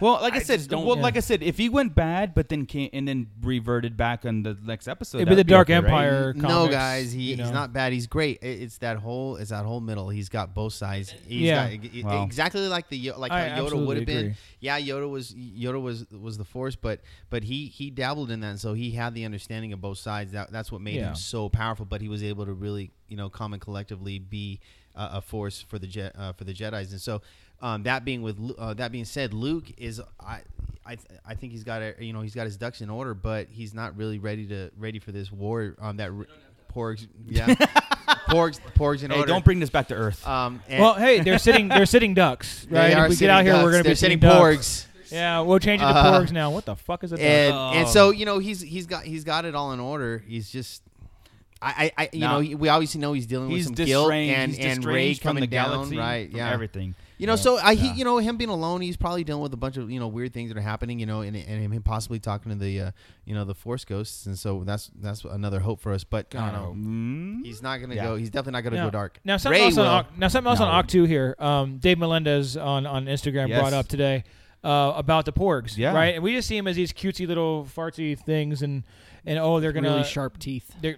Speaker 5: Well, like I,
Speaker 7: I
Speaker 5: said,
Speaker 7: just don't-
Speaker 5: well, like I said, if he went bad, but then came and then reverted back on the next episode,
Speaker 6: It'd
Speaker 5: that
Speaker 6: be the
Speaker 5: would
Speaker 6: Dark
Speaker 5: okay, right?
Speaker 6: Empire.
Speaker 3: no,
Speaker 6: comics,
Speaker 3: guys, he,
Speaker 6: you know.
Speaker 3: he's not bad. He's great. I- It's that whole, it's that whole middle. He's got both sides. He's
Speaker 6: Yeah.
Speaker 3: got, e-
Speaker 5: Wow.
Speaker 3: exactly like the Yo- like
Speaker 6: I
Speaker 3: how Yoda would
Speaker 6: absolutely
Speaker 3: have been.
Speaker 6: agree.
Speaker 3: Yeah, Yoda was Yoda was was the Force, but but he he dabbled in that, and so he had the understanding of both sides. That that's what made
Speaker 6: Yeah.
Speaker 3: him so powerful. But he was able to really, you know, come and collectively be uh, a force for the Je- uh, for the Jedi's, and so. Um, that being with Lu- uh, that being said, Luke is I I, th- I think he's got a, you know he's got his ducks in order, but he's not really ready to ready for this war. Um, that r- Porgs, yeah, Porgs, Porgs in
Speaker 5: Hey,
Speaker 3: order.
Speaker 5: don't bring this back to Earth.
Speaker 3: Um, and
Speaker 6: Well, hey, they're sitting. They're sitting ducks,
Speaker 3: they
Speaker 6: right?
Speaker 3: are
Speaker 6: if we get
Speaker 3: sitting
Speaker 6: out here, we're
Speaker 3: ducks.
Speaker 6: gonna
Speaker 3: They're
Speaker 6: be
Speaker 3: sitting
Speaker 6: sitting ducks.
Speaker 3: Porgs.
Speaker 6: Yeah, we'll change it to
Speaker 3: Uh,
Speaker 6: porgs now. What the fuck is a duck? Uh,
Speaker 3: and and
Speaker 5: Oh.
Speaker 3: so you know he's he's got he's got it all in order. He's just. I, I, I you
Speaker 5: Nah.
Speaker 3: know, he- we obviously know he's dealing
Speaker 5: he's
Speaker 3: with some guilt
Speaker 5: disarranged-
Speaker 3: and
Speaker 5: he's
Speaker 3: and
Speaker 5: disarranged
Speaker 3: rage
Speaker 5: from
Speaker 3: coming
Speaker 5: the
Speaker 3: down,
Speaker 5: galaxy,
Speaker 3: right?
Speaker 5: from
Speaker 3: Yeah,
Speaker 5: everything.
Speaker 3: You know, so I,
Speaker 5: Yeah.
Speaker 3: he, you know, him being alone, he's probably dealing with a bunch of you know weird things that are happening, you know, and and him possibly talking to the, uh, you know, the force ghosts, and so that's that's another hope for us. But I don't know,
Speaker 5: Mm.
Speaker 3: he's not gonna
Speaker 5: Yeah.
Speaker 3: go. He's definitely not gonna
Speaker 6: now,
Speaker 3: go dark.
Speaker 6: Now something
Speaker 3: Ray
Speaker 6: else
Speaker 3: will.
Speaker 6: on Oc- now something else on Octu here. Um, Dave Melendez on on Instagram
Speaker 5: Yes.
Speaker 6: brought up today uh, about the porgs,
Speaker 5: Yeah.
Speaker 6: right? And we just see them as these cutesy little fartsy things, and and oh, they're gonna
Speaker 7: really sharp teeth
Speaker 6: They're,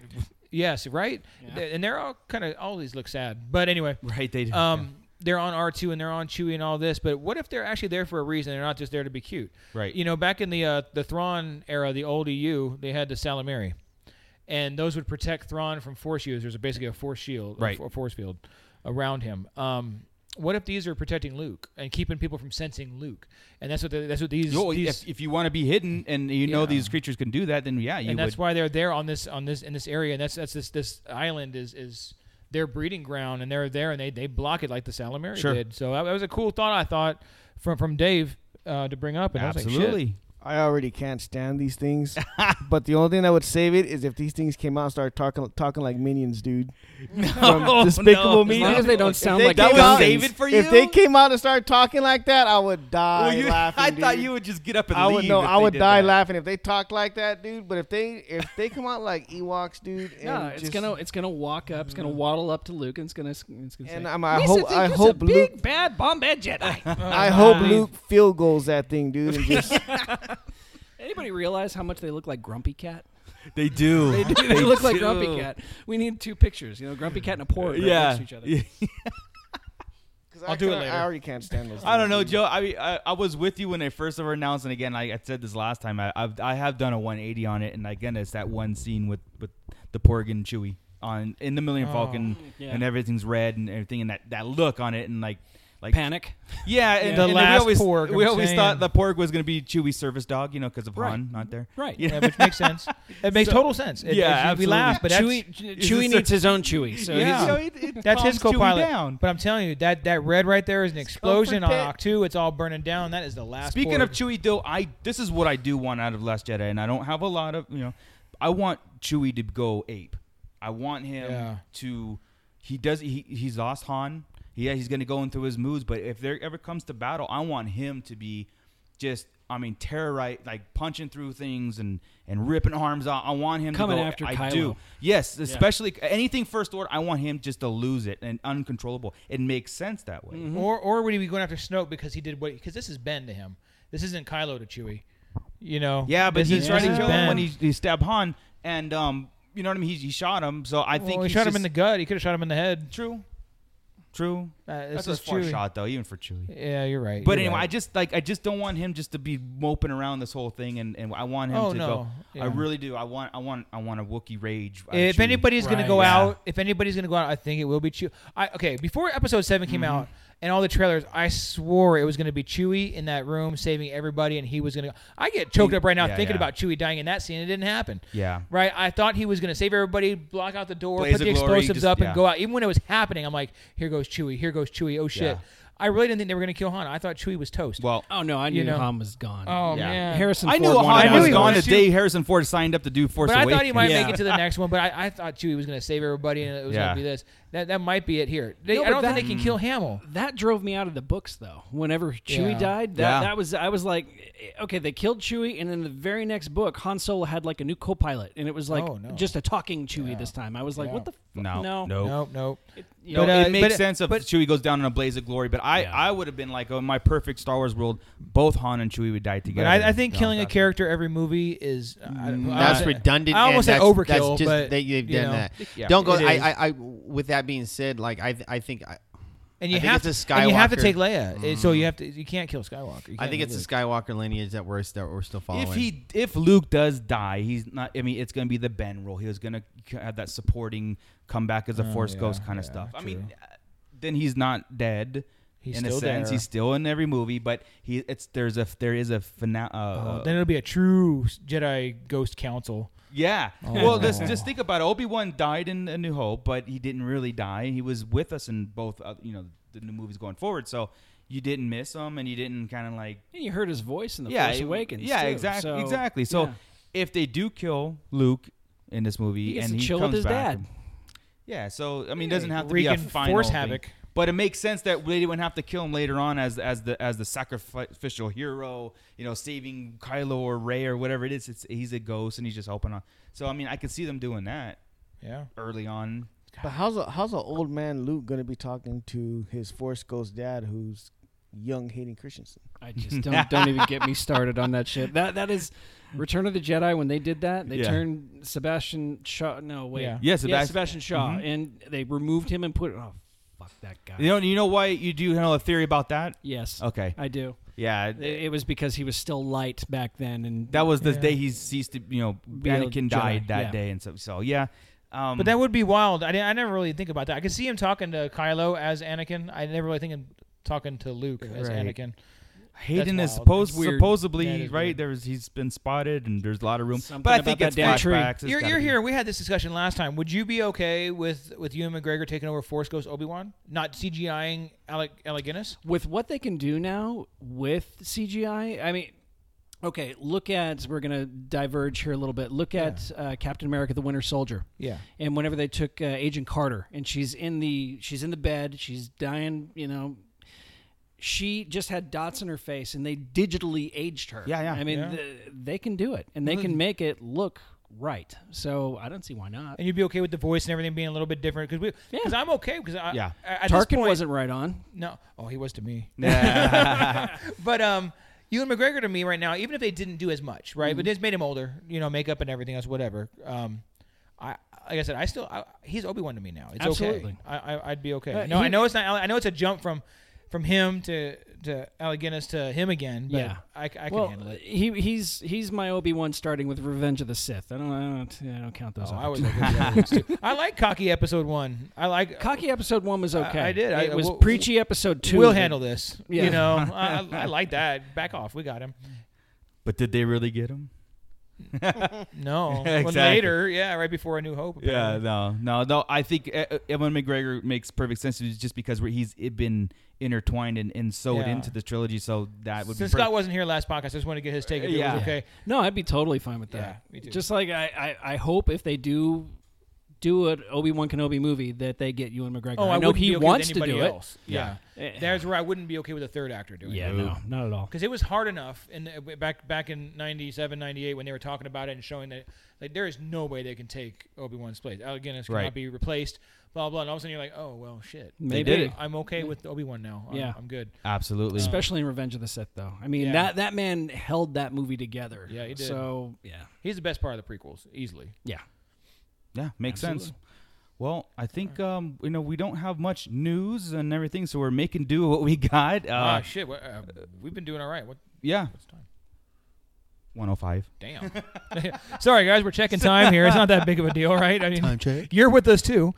Speaker 6: yes, right. And they're all kind of all these look sad, but anyway,
Speaker 5: Right, they do, yeah.
Speaker 6: Um, they're on R two and they're on Chewy and all this, but what if they're actually there for a reason? They're not just there to be cute,
Speaker 5: Right.
Speaker 6: You know, back in the uh, the Thrawn era, the old EU, they had the Salamiri, and those would protect Thrawn from force users, or basically a force shield,
Speaker 5: Right.
Speaker 6: a force field around him. Um, what if these are protecting Luke and keeping people from sensing Luke? And that's what the, that's what these,
Speaker 5: Yo,
Speaker 6: these
Speaker 5: if, if you want to be hidden and you know
Speaker 6: Yeah.
Speaker 5: these creatures can do that, then yeah, you
Speaker 6: and that's
Speaker 5: would.
Speaker 6: why they're there on this on this in this area and that's that's this this island is is their breeding ground and they're there and they, they block it like the Salamari
Speaker 5: Sure.
Speaker 6: did. So that, that was a cool thought I thought from from Dave uh, to bring up. And I was like,
Speaker 5: Absolutely.
Speaker 4: I already can't stand these things, but the only thing that would save it is if these things came out and started talking talking like minions, dude.
Speaker 5: no.
Speaker 4: From
Speaker 5: Oh,
Speaker 4: Despicable
Speaker 7: As
Speaker 4: Me.
Speaker 7: long as they don't sound like
Speaker 5: that
Speaker 4: came
Speaker 5: was
Speaker 4: out-
Speaker 5: David for
Speaker 4: If
Speaker 5: you?
Speaker 4: they came out and started talking like that, I would die
Speaker 5: Well, you-
Speaker 4: laughing.
Speaker 5: I thought
Speaker 4: dude.
Speaker 5: you would just get up and
Speaker 4: I
Speaker 5: leave.
Speaker 4: would know.
Speaker 5: if
Speaker 4: I
Speaker 5: they
Speaker 4: would
Speaker 5: did
Speaker 4: die
Speaker 5: that.
Speaker 4: laughing if they talk like that, dude. But if they if they come out like Ewoks, dude, and
Speaker 7: No, it's
Speaker 4: just-
Speaker 7: gonna it's gonna walk up. It's gonna waddle up to Luke, and it's gonna it's gonna.
Speaker 4: And
Speaker 7: say,
Speaker 4: I'm- I
Speaker 7: "We
Speaker 4: hope-
Speaker 7: used to
Speaker 4: I
Speaker 7: think it's
Speaker 4: hope
Speaker 7: a big
Speaker 4: Luke-
Speaker 7: bad Bombay Jedi.
Speaker 4: I hope Luke field goals that thing, dude. And just
Speaker 7: Anybody realize how much they look like Grumpy Cat?
Speaker 5: They do.
Speaker 7: They, do. they look like
Speaker 5: do.
Speaker 7: Grumpy Cat. We need two pictures. You know, Grumpy Cat and a porg right
Speaker 5: Yeah.
Speaker 7: next to each other.
Speaker 4: I'll
Speaker 6: do it later.
Speaker 4: I already can't stand those.
Speaker 5: I don't know,
Speaker 4: things, dude.
Speaker 5: Joe. I mean, I, I was with you when they first were announced, and again, I, I said this last time. I, I've I have done a 180 on it, and again, it's that one scene with with the Porg and Chewie on in the Millennium Falcon,
Speaker 7: Oh, Yeah.
Speaker 5: and everything's red and everything, and that, that look on it, and like like
Speaker 7: Panic.
Speaker 5: Yeah, and,
Speaker 6: The
Speaker 5: and
Speaker 6: last
Speaker 5: we always,
Speaker 6: Porg,
Speaker 5: We
Speaker 6: I'm
Speaker 5: always
Speaker 6: saying.
Speaker 5: thought the Porg was gonna be Chewie's service dog, you know, because of
Speaker 7: Right.
Speaker 5: Han not there.
Speaker 7: Right.
Speaker 5: You know?
Speaker 6: yeah, which makes sense. It makes total sense. It,
Speaker 5: Yeah, e,
Speaker 6: it- we laugh, but that's,
Speaker 7: Chewy,
Speaker 5: is
Speaker 7: Chewy
Speaker 5: this
Speaker 7: needs his own Chewy. So
Speaker 5: Yeah.
Speaker 7: he's,
Speaker 5: So it- it
Speaker 6: that's his
Speaker 5: calms Chewie
Speaker 6: co-pilot.
Speaker 5: down.
Speaker 6: But I'm telling you that that red right there is an explosion on
Speaker 4: comfort
Speaker 6: Octu. It's all burning down. That is the last.
Speaker 5: Speaking of
Speaker 6: Porg.
Speaker 5: Chewie, though, I this is what I do want out of Last Jedi, and I don't have a lot of you know. I want Chewie to go ape. I want him
Speaker 6: Yeah.
Speaker 5: to. He does. He he's lost Han. Yeah, he's gonna go into his moods. But if there ever comes to battle, I want him to be just. I mean, terrorize like punching through things and and ripping arms out. I want him
Speaker 7: Coming
Speaker 5: to go,
Speaker 7: after
Speaker 5: I
Speaker 7: Kylo.
Speaker 5: do. Yes, especially anything first order. I want him just to lose it and uncontrollable. It makes sense that
Speaker 7: Mm-hmm.
Speaker 5: way.
Speaker 6: Mm-hmm. Or or would he be going after Snoke because he did what? Because this is Ben to him. This isn't Kylo to Chewie. You know.
Speaker 5: Yeah, but
Speaker 6: This
Speaker 5: he's
Speaker 6: is-
Speaker 5: trying
Speaker 6: this
Speaker 5: to
Speaker 6: is
Speaker 5: kill him
Speaker 6: Ben.
Speaker 5: when he, he stabbed Han, and um, you know what I mean. He, he shot him, so I think
Speaker 6: Well, he
Speaker 5: he's
Speaker 6: shot him in the
Speaker 5: just-
Speaker 6: gut. He could have shot him in the head.
Speaker 5: True, true.
Speaker 6: Uh, this
Speaker 5: That's a
Speaker 6: is
Speaker 5: far
Speaker 6: Chewie.
Speaker 5: shot though, even for Chewie.
Speaker 6: Yeah, you're right.
Speaker 5: But
Speaker 6: you're
Speaker 5: anyway,
Speaker 6: right.
Speaker 5: I just like I just don't want him just to be moping around this whole thing, and, and I want him
Speaker 6: Oh,
Speaker 5: to
Speaker 6: no.
Speaker 5: go. I
Speaker 6: Yeah.
Speaker 5: really do. I want I want I want a Wookiee rage. at
Speaker 6: if
Speaker 5: Chewie.
Speaker 6: anybody's gonna
Speaker 7: Right.
Speaker 6: go
Speaker 5: Yeah.
Speaker 6: out, if anybody's gonna go out, I think it will be Chewie. I okay. Before Episode Seven came
Speaker 5: Mm-hmm.
Speaker 6: out and all the trailers, I swore it was gonna be Chewie in that room saving everybody, and he was gonna. I get choked up right now
Speaker 5: Yeah,
Speaker 6: thinking
Speaker 5: yeah.
Speaker 6: about Chewie dying in that scene. It didn't happen.
Speaker 5: Yeah.
Speaker 6: Right. I thought he was gonna save everybody, block out the door,
Speaker 5: Blaze
Speaker 6: put the
Speaker 5: of glory,
Speaker 6: explosives
Speaker 5: just-
Speaker 6: up,
Speaker 5: yeah.
Speaker 6: and go out. Even when it was happening, I'm like, here goes Chewie. Here goes Chewie. Oh shit.
Speaker 5: Yeah.
Speaker 6: I really didn't think they were gonna kill Han. I thought Chewie was toast.
Speaker 5: well,
Speaker 7: oh no, I knew
Speaker 6: You know.
Speaker 7: Han was gone.
Speaker 6: oh
Speaker 5: yeah.
Speaker 6: man.
Speaker 7: Harrison.
Speaker 5: I knew
Speaker 7: Ford wanted
Speaker 5: Han
Speaker 7: out
Speaker 5: was
Speaker 7: of
Speaker 6: he
Speaker 5: gone the
Speaker 6: was.
Speaker 5: day Harrison Ford signed up to do Force
Speaker 6: But I thought he
Speaker 5: Awakens.
Speaker 6: might
Speaker 7: Yeah.
Speaker 6: make it to the next one. But I, I thought Chewie was going to save everybody, and it was
Speaker 5: Yeah.
Speaker 6: going to be this. That that might be it here. They,
Speaker 7: No,
Speaker 6: I
Speaker 7: but
Speaker 6: don't
Speaker 7: that-
Speaker 6: think they can
Speaker 3: Mm.
Speaker 6: kill Hamill.
Speaker 7: that drove me out of the books though. Whenever Chewie
Speaker 6: Yeah.
Speaker 7: died, that,
Speaker 5: Yeah.
Speaker 7: that was I was like, eh, okay, they killed Chewie, and then the very next book, Han Solo had like a new co-pilot, and it was like
Speaker 6: Oh, no.
Speaker 7: just a talking Chewie this time. I was like, what the? F-
Speaker 5: No,
Speaker 7: no,
Speaker 5: no.
Speaker 6: Nope, nope.
Speaker 7: you
Speaker 5: No,
Speaker 7: know,
Speaker 6: But, uh,
Speaker 5: it makes
Speaker 6: but-
Speaker 5: sense if
Speaker 6: but-
Speaker 5: Chewie goes down in a blaze of glory. But I,
Speaker 7: Yeah.
Speaker 5: I would have been like, oh, in my perfect Star Wars world, both Han and Chewie would die
Speaker 6: But
Speaker 5: together.
Speaker 6: I, I think
Speaker 5: No,
Speaker 6: killing a
Speaker 5: that's-
Speaker 6: character every movie is uh, I, don't- I
Speaker 3: Mm, That's
Speaker 6: don't-
Speaker 3: redundant.
Speaker 6: I almost
Speaker 3: and
Speaker 6: said
Speaker 3: that's,
Speaker 6: overkill,
Speaker 3: That's just,
Speaker 6: but
Speaker 3: they, have
Speaker 6: you
Speaker 3: done
Speaker 6: know.
Speaker 3: that.
Speaker 5: Yeah.
Speaker 3: Don't go.
Speaker 6: It
Speaker 3: I,
Speaker 6: is.
Speaker 3: I, I, with that being said, like I, I think I,
Speaker 6: And
Speaker 3: I
Speaker 6: you
Speaker 3: think
Speaker 6: have
Speaker 3: it's a
Speaker 6: to, and you have to
Speaker 3: Skywalker. Mm.
Speaker 6: take Leia. It- So you have to. You can't kill Skywalker. You
Speaker 3: I
Speaker 6: can't
Speaker 3: think
Speaker 6: do
Speaker 3: it's
Speaker 6: this.
Speaker 3: the Skywalker lineage that we're that we're still following.
Speaker 5: If he, if Luke does die, he's not. I mean, it's gonna be the Ben role. He was gonna c- have that supporting comeback as a Force
Speaker 6: Oh, yeah,
Speaker 5: Ghost kind of
Speaker 6: yeah,
Speaker 5: stuff. I mean,
Speaker 6: true.
Speaker 5: uh, then he's not dead.
Speaker 6: He's
Speaker 5: in a
Speaker 6: still
Speaker 5: sense,
Speaker 6: there.
Speaker 5: he's still in every movie, but he it's there's a there is a finale. Uh,
Speaker 6: Oh, then it'll be a true Jedi Ghost Council.
Speaker 5: Yeah.
Speaker 6: Oh.
Speaker 5: Well, just just think about it. Obi Wan died in A New Hope, but he didn't really die. He was with us in both, uh, you know, the new movies going forward. So you didn't miss him, and you didn't kind of like
Speaker 7: and you heard his voice in the
Speaker 5: yeah,
Speaker 7: Force
Speaker 5: it-
Speaker 7: Awakens.
Speaker 5: Yeah,
Speaker 7: too,
Speaker 5: exactly,
Speaker 7: so-
Speaker 5: exactly. So
Speaker 7: yeah.
Speaker 5: if they do kill Luke in this movie,
Speaker 7: He gets
Speaker 5: and
Speaker 7: to
Speaker 5: he
Speaker 7: chill with
Speaker 5: comes
Speaker 7: his
Speaker 5: back,
Speaker 7: dad.
Speaker 5: and- yeah, so I mean, it
Speaker 6: Yeah,
Speaker 5: doesn't have to be a
Speaker 6: wreaking
Speaker 5: final
Speaker 6: force
Speaker 5: thing.
Speaker 6: havoc.
Speaker 5: But it makes sense that they wouldn't have to kill him later on as as the as the sacrificial hero, you know, saving Kylo or Rey or whatever it is. It's he's a ghost and he's just helping on. So I mean, I could see them doing that
Speaker 6: Yeah.
Speaker 5: early on.
Speaker 4: But how's a how's an old man Luke gonna be talking to his Force Ghost dad, who's young Hayden Christensen?
Speaker 7: I just don't don't even get me started on that shit. That that is Return of the Jedi when they did that. They
Speaker 5: Yeah.
Speaker 7: turned Sebastian Shaw. No wait,
Speaker 6: Yeah.
Speaker 5: Yeah, Sebast-
Speaker 7: Sebastian Shaw, and they removed him and put oh fuck that guy.
Speaker 5: You know, you know why you do know a theory about that?
Speaker 7: Yes,
Speaker 5: Okay,
Speaker 7: I do.
Speaker 5: yeah,
Speaker 7: It, it was because he was still light back then, and
Speaker 5: that was the
Speaker 6: Yeah.
Speaker 5: day he ceased to, you know,
Speaker 7: a
Speaker 5: Anakin
Speaker 7: Jedi,
Speaker 5: died that
Speaker 7: yeah.
Speaker 5: day, and so so yeah. Um,
Speaker 6: But that would be wild. I, didn't- I never really think about that. I could see him talking to Kylo as Anakin. I never really think him talking to Luke as
Speaker 5: Right.
Speaker 6: Anakin.
Speaker 5: Hayden
Speaker 4: That's
Speaker 5: is
Speaker 4: wild.
Speaker 5: supposed
Speaker 4: That's weird.
Speaker 5: supposedly
Speaker 6: That is
Speaker 5: right.
Speaker 6: weird.
Speaker 5: There's he's been spotted and there's a lot of room.
Speaker 7: Something
Speaker 5: but I
Speaker 7: about
Speaker 5: think
Speaker 7: that
Speaker 5: it's
Speaker 7: damn tree.
Speaker 5: flashbacks. It's
Speaker 6: You're,
Speaker 5: gotta
Speaker 6: you're
Speaker 5: be-
Speaker 6: here. We had this discussion last time. Would you be okay with with Ewan McGregor taking over Force Ghost Obi Wan, not CGIing Alec Alec Guinness?
Speaker 7: with what they can do now with CGI, I mean, okay, look at we're gonna diverge here a little bit. Look at uh, Captain America: The Winter Soldier.
Speaker 6: Yeah.
Speaker 7: And whenever they took uh, Agent Carter, and she's in the she's in the bed, she's dying, you know. She just had dots in her face, and they digitally aged her.
Speaker 5: Yeah, yeah.
Speaker 7: I mean,
Speaker 6: Yeah.
Speaker 7: th- they can do it, and they can make it look right. So I don't see why not.
Speaker 6: And you'd be okay with the voice and everything being a little bit different because we
Speaker 7: Yeah.
Speaker 6: because I'm okay because I
Speaker 5: Yeah.
Speaker 6: at this
Speaker 7: Tarkin
Speaker 6: point-
Speaker 7: wasn't right on.
Speaker 6: no oh he was to me
Speaker 5: Yeah.
Speaker 6: but um Ewan McGregor to me right now even if they didn't do as much right
Speaker 7: Mm-hmm.
Speaker 6: but they just made him older you know makeup and everything else whatever um I like I said I still I, he's Obi Wan to me now it's
Speaker 7: Absolutely.
Speaker 6: okay I, I I'd be okay
Speaker 7: Uh,
Speaker 6: no
Speaker 7: he-
Speaker 6: I know it's not Ale- I know it's a jump from from him to to Alec Guinness to him again but
Speaker 7: Yeah.
Speaker 6: I, I can
Speaker 7: well,
Speaker 6: handle it
Speaker 7: he he's he's my Obi Wan starting with Revenge of the Sith. I don't I don't, I don't count those.
Speaker 6: Oh,
Speaker 7: out.
Speaker 6: I was okay with the other ones, too. I like cocky episode one I like
Speaker 7: Cocky episode one was okay.
Speaker 6: I did. I-
Speaker 7: It was
Speaker 6: we'll-
Speaker 7: preachy episode two.
Speaker 6: we'll
Speaker 7: that-
Speaker 6: handle this.
Speaker 7: Yeah.
Speaker 6: You know, I, I I like that. Back off. We got him.
Speaker 5: but did they really get him?
Speaker 6: No,
Speaker 5: Exactly.
Speaker 6: Well, later, yeah, right before A New Hope.
Speaker 5: Yeah,
Speaker 6: apparently.
Speaker 5: no, no, no. I think uh, uh, Ewan McGregor makes perfect sense it's just because we're- he's been intertwined and, and sewed
Speaker 6: Yeah.
Speaker 5: into the trilogy, so that would
Speaker 6: Since
Speaker 5: be.
Speaker 6: Scott wasn't here last podcast, I just want to get his take. If
Speaker 5: Yeah.
Speaker 6: it was okay.
Speaker 7: No, I'd be totally fine with that.
Speaker 6: Yeah, me too.
Speaker 7: Just like I, I, I hope if they do do an Obi Wan Kenobi movie that they get Ewan McGregor.
Speaker 6: Oh, I,
Speaker 7: I know
Speaker 6: wouldn't
Speaker 7: he
Speaker 6: be okay
Speaker 7: wants
Speaker 6: with
Speaker 7: to
Speaker 6: anybody
Speaker 7: do
Speaker 6: else. Yeah.
Speaker 7: Eh.
Speaker 6: There's where I wouldn't be okay with a third actor
Speaker 7: it.
Speaker 6: doing
Speaker 7: Yeah,
Speaker 6: it.
Speaker 7: no, not at all.
Speaker 6: Because it was hard enough in the, back back in 97, 98 when they were talking about it and showing that like there is no way they can take Obi Wan's place. Uh, Alec Guinness cannot
Speaker 5: Right.
Speaker 6: be replaced. Blah blah. And all of a sudden you're like, oh well, shit.
Speaker 7: Maybe.
Speaker 5: did it.
Speaker 6: I'm okay with Obi Wan now. I'm,
Speaker 7: Yeah.
Speaker 6: I'm good.
Speaker 5: Absolutely.
Speaker 7: Especially in Revenge of the Sith, though. I mean,
Speaker 6: Yeah.
Speaker 7: that that man held that movie together.
Speaker 6: Yeah, he did.
Speaker 7: So yeah,
Speaker 6: He's the best part of the prequels, easily.
Speaker 7: yeah.
Speaker 5: Yeah, makes sense.
Speaker 7: Absolutely.
Speaker 5: Well, I think um, you know we don't have much news and everything, so we're making do with what we got.
Speaker 6: Ah,
Speaker 5: Uh,
Speaker 6: shit. What, uh, we've been doing all right. What?
Speaker 5: yeah,
Speaker 6: What's time?
Speaker 5: one oh five.
Speaker 6: Damn. Sorry, guys. We're checking time here. It's not that big of a deal, right? I mean,
Speaker 3: Time check.
Speaker 6: you're with us too.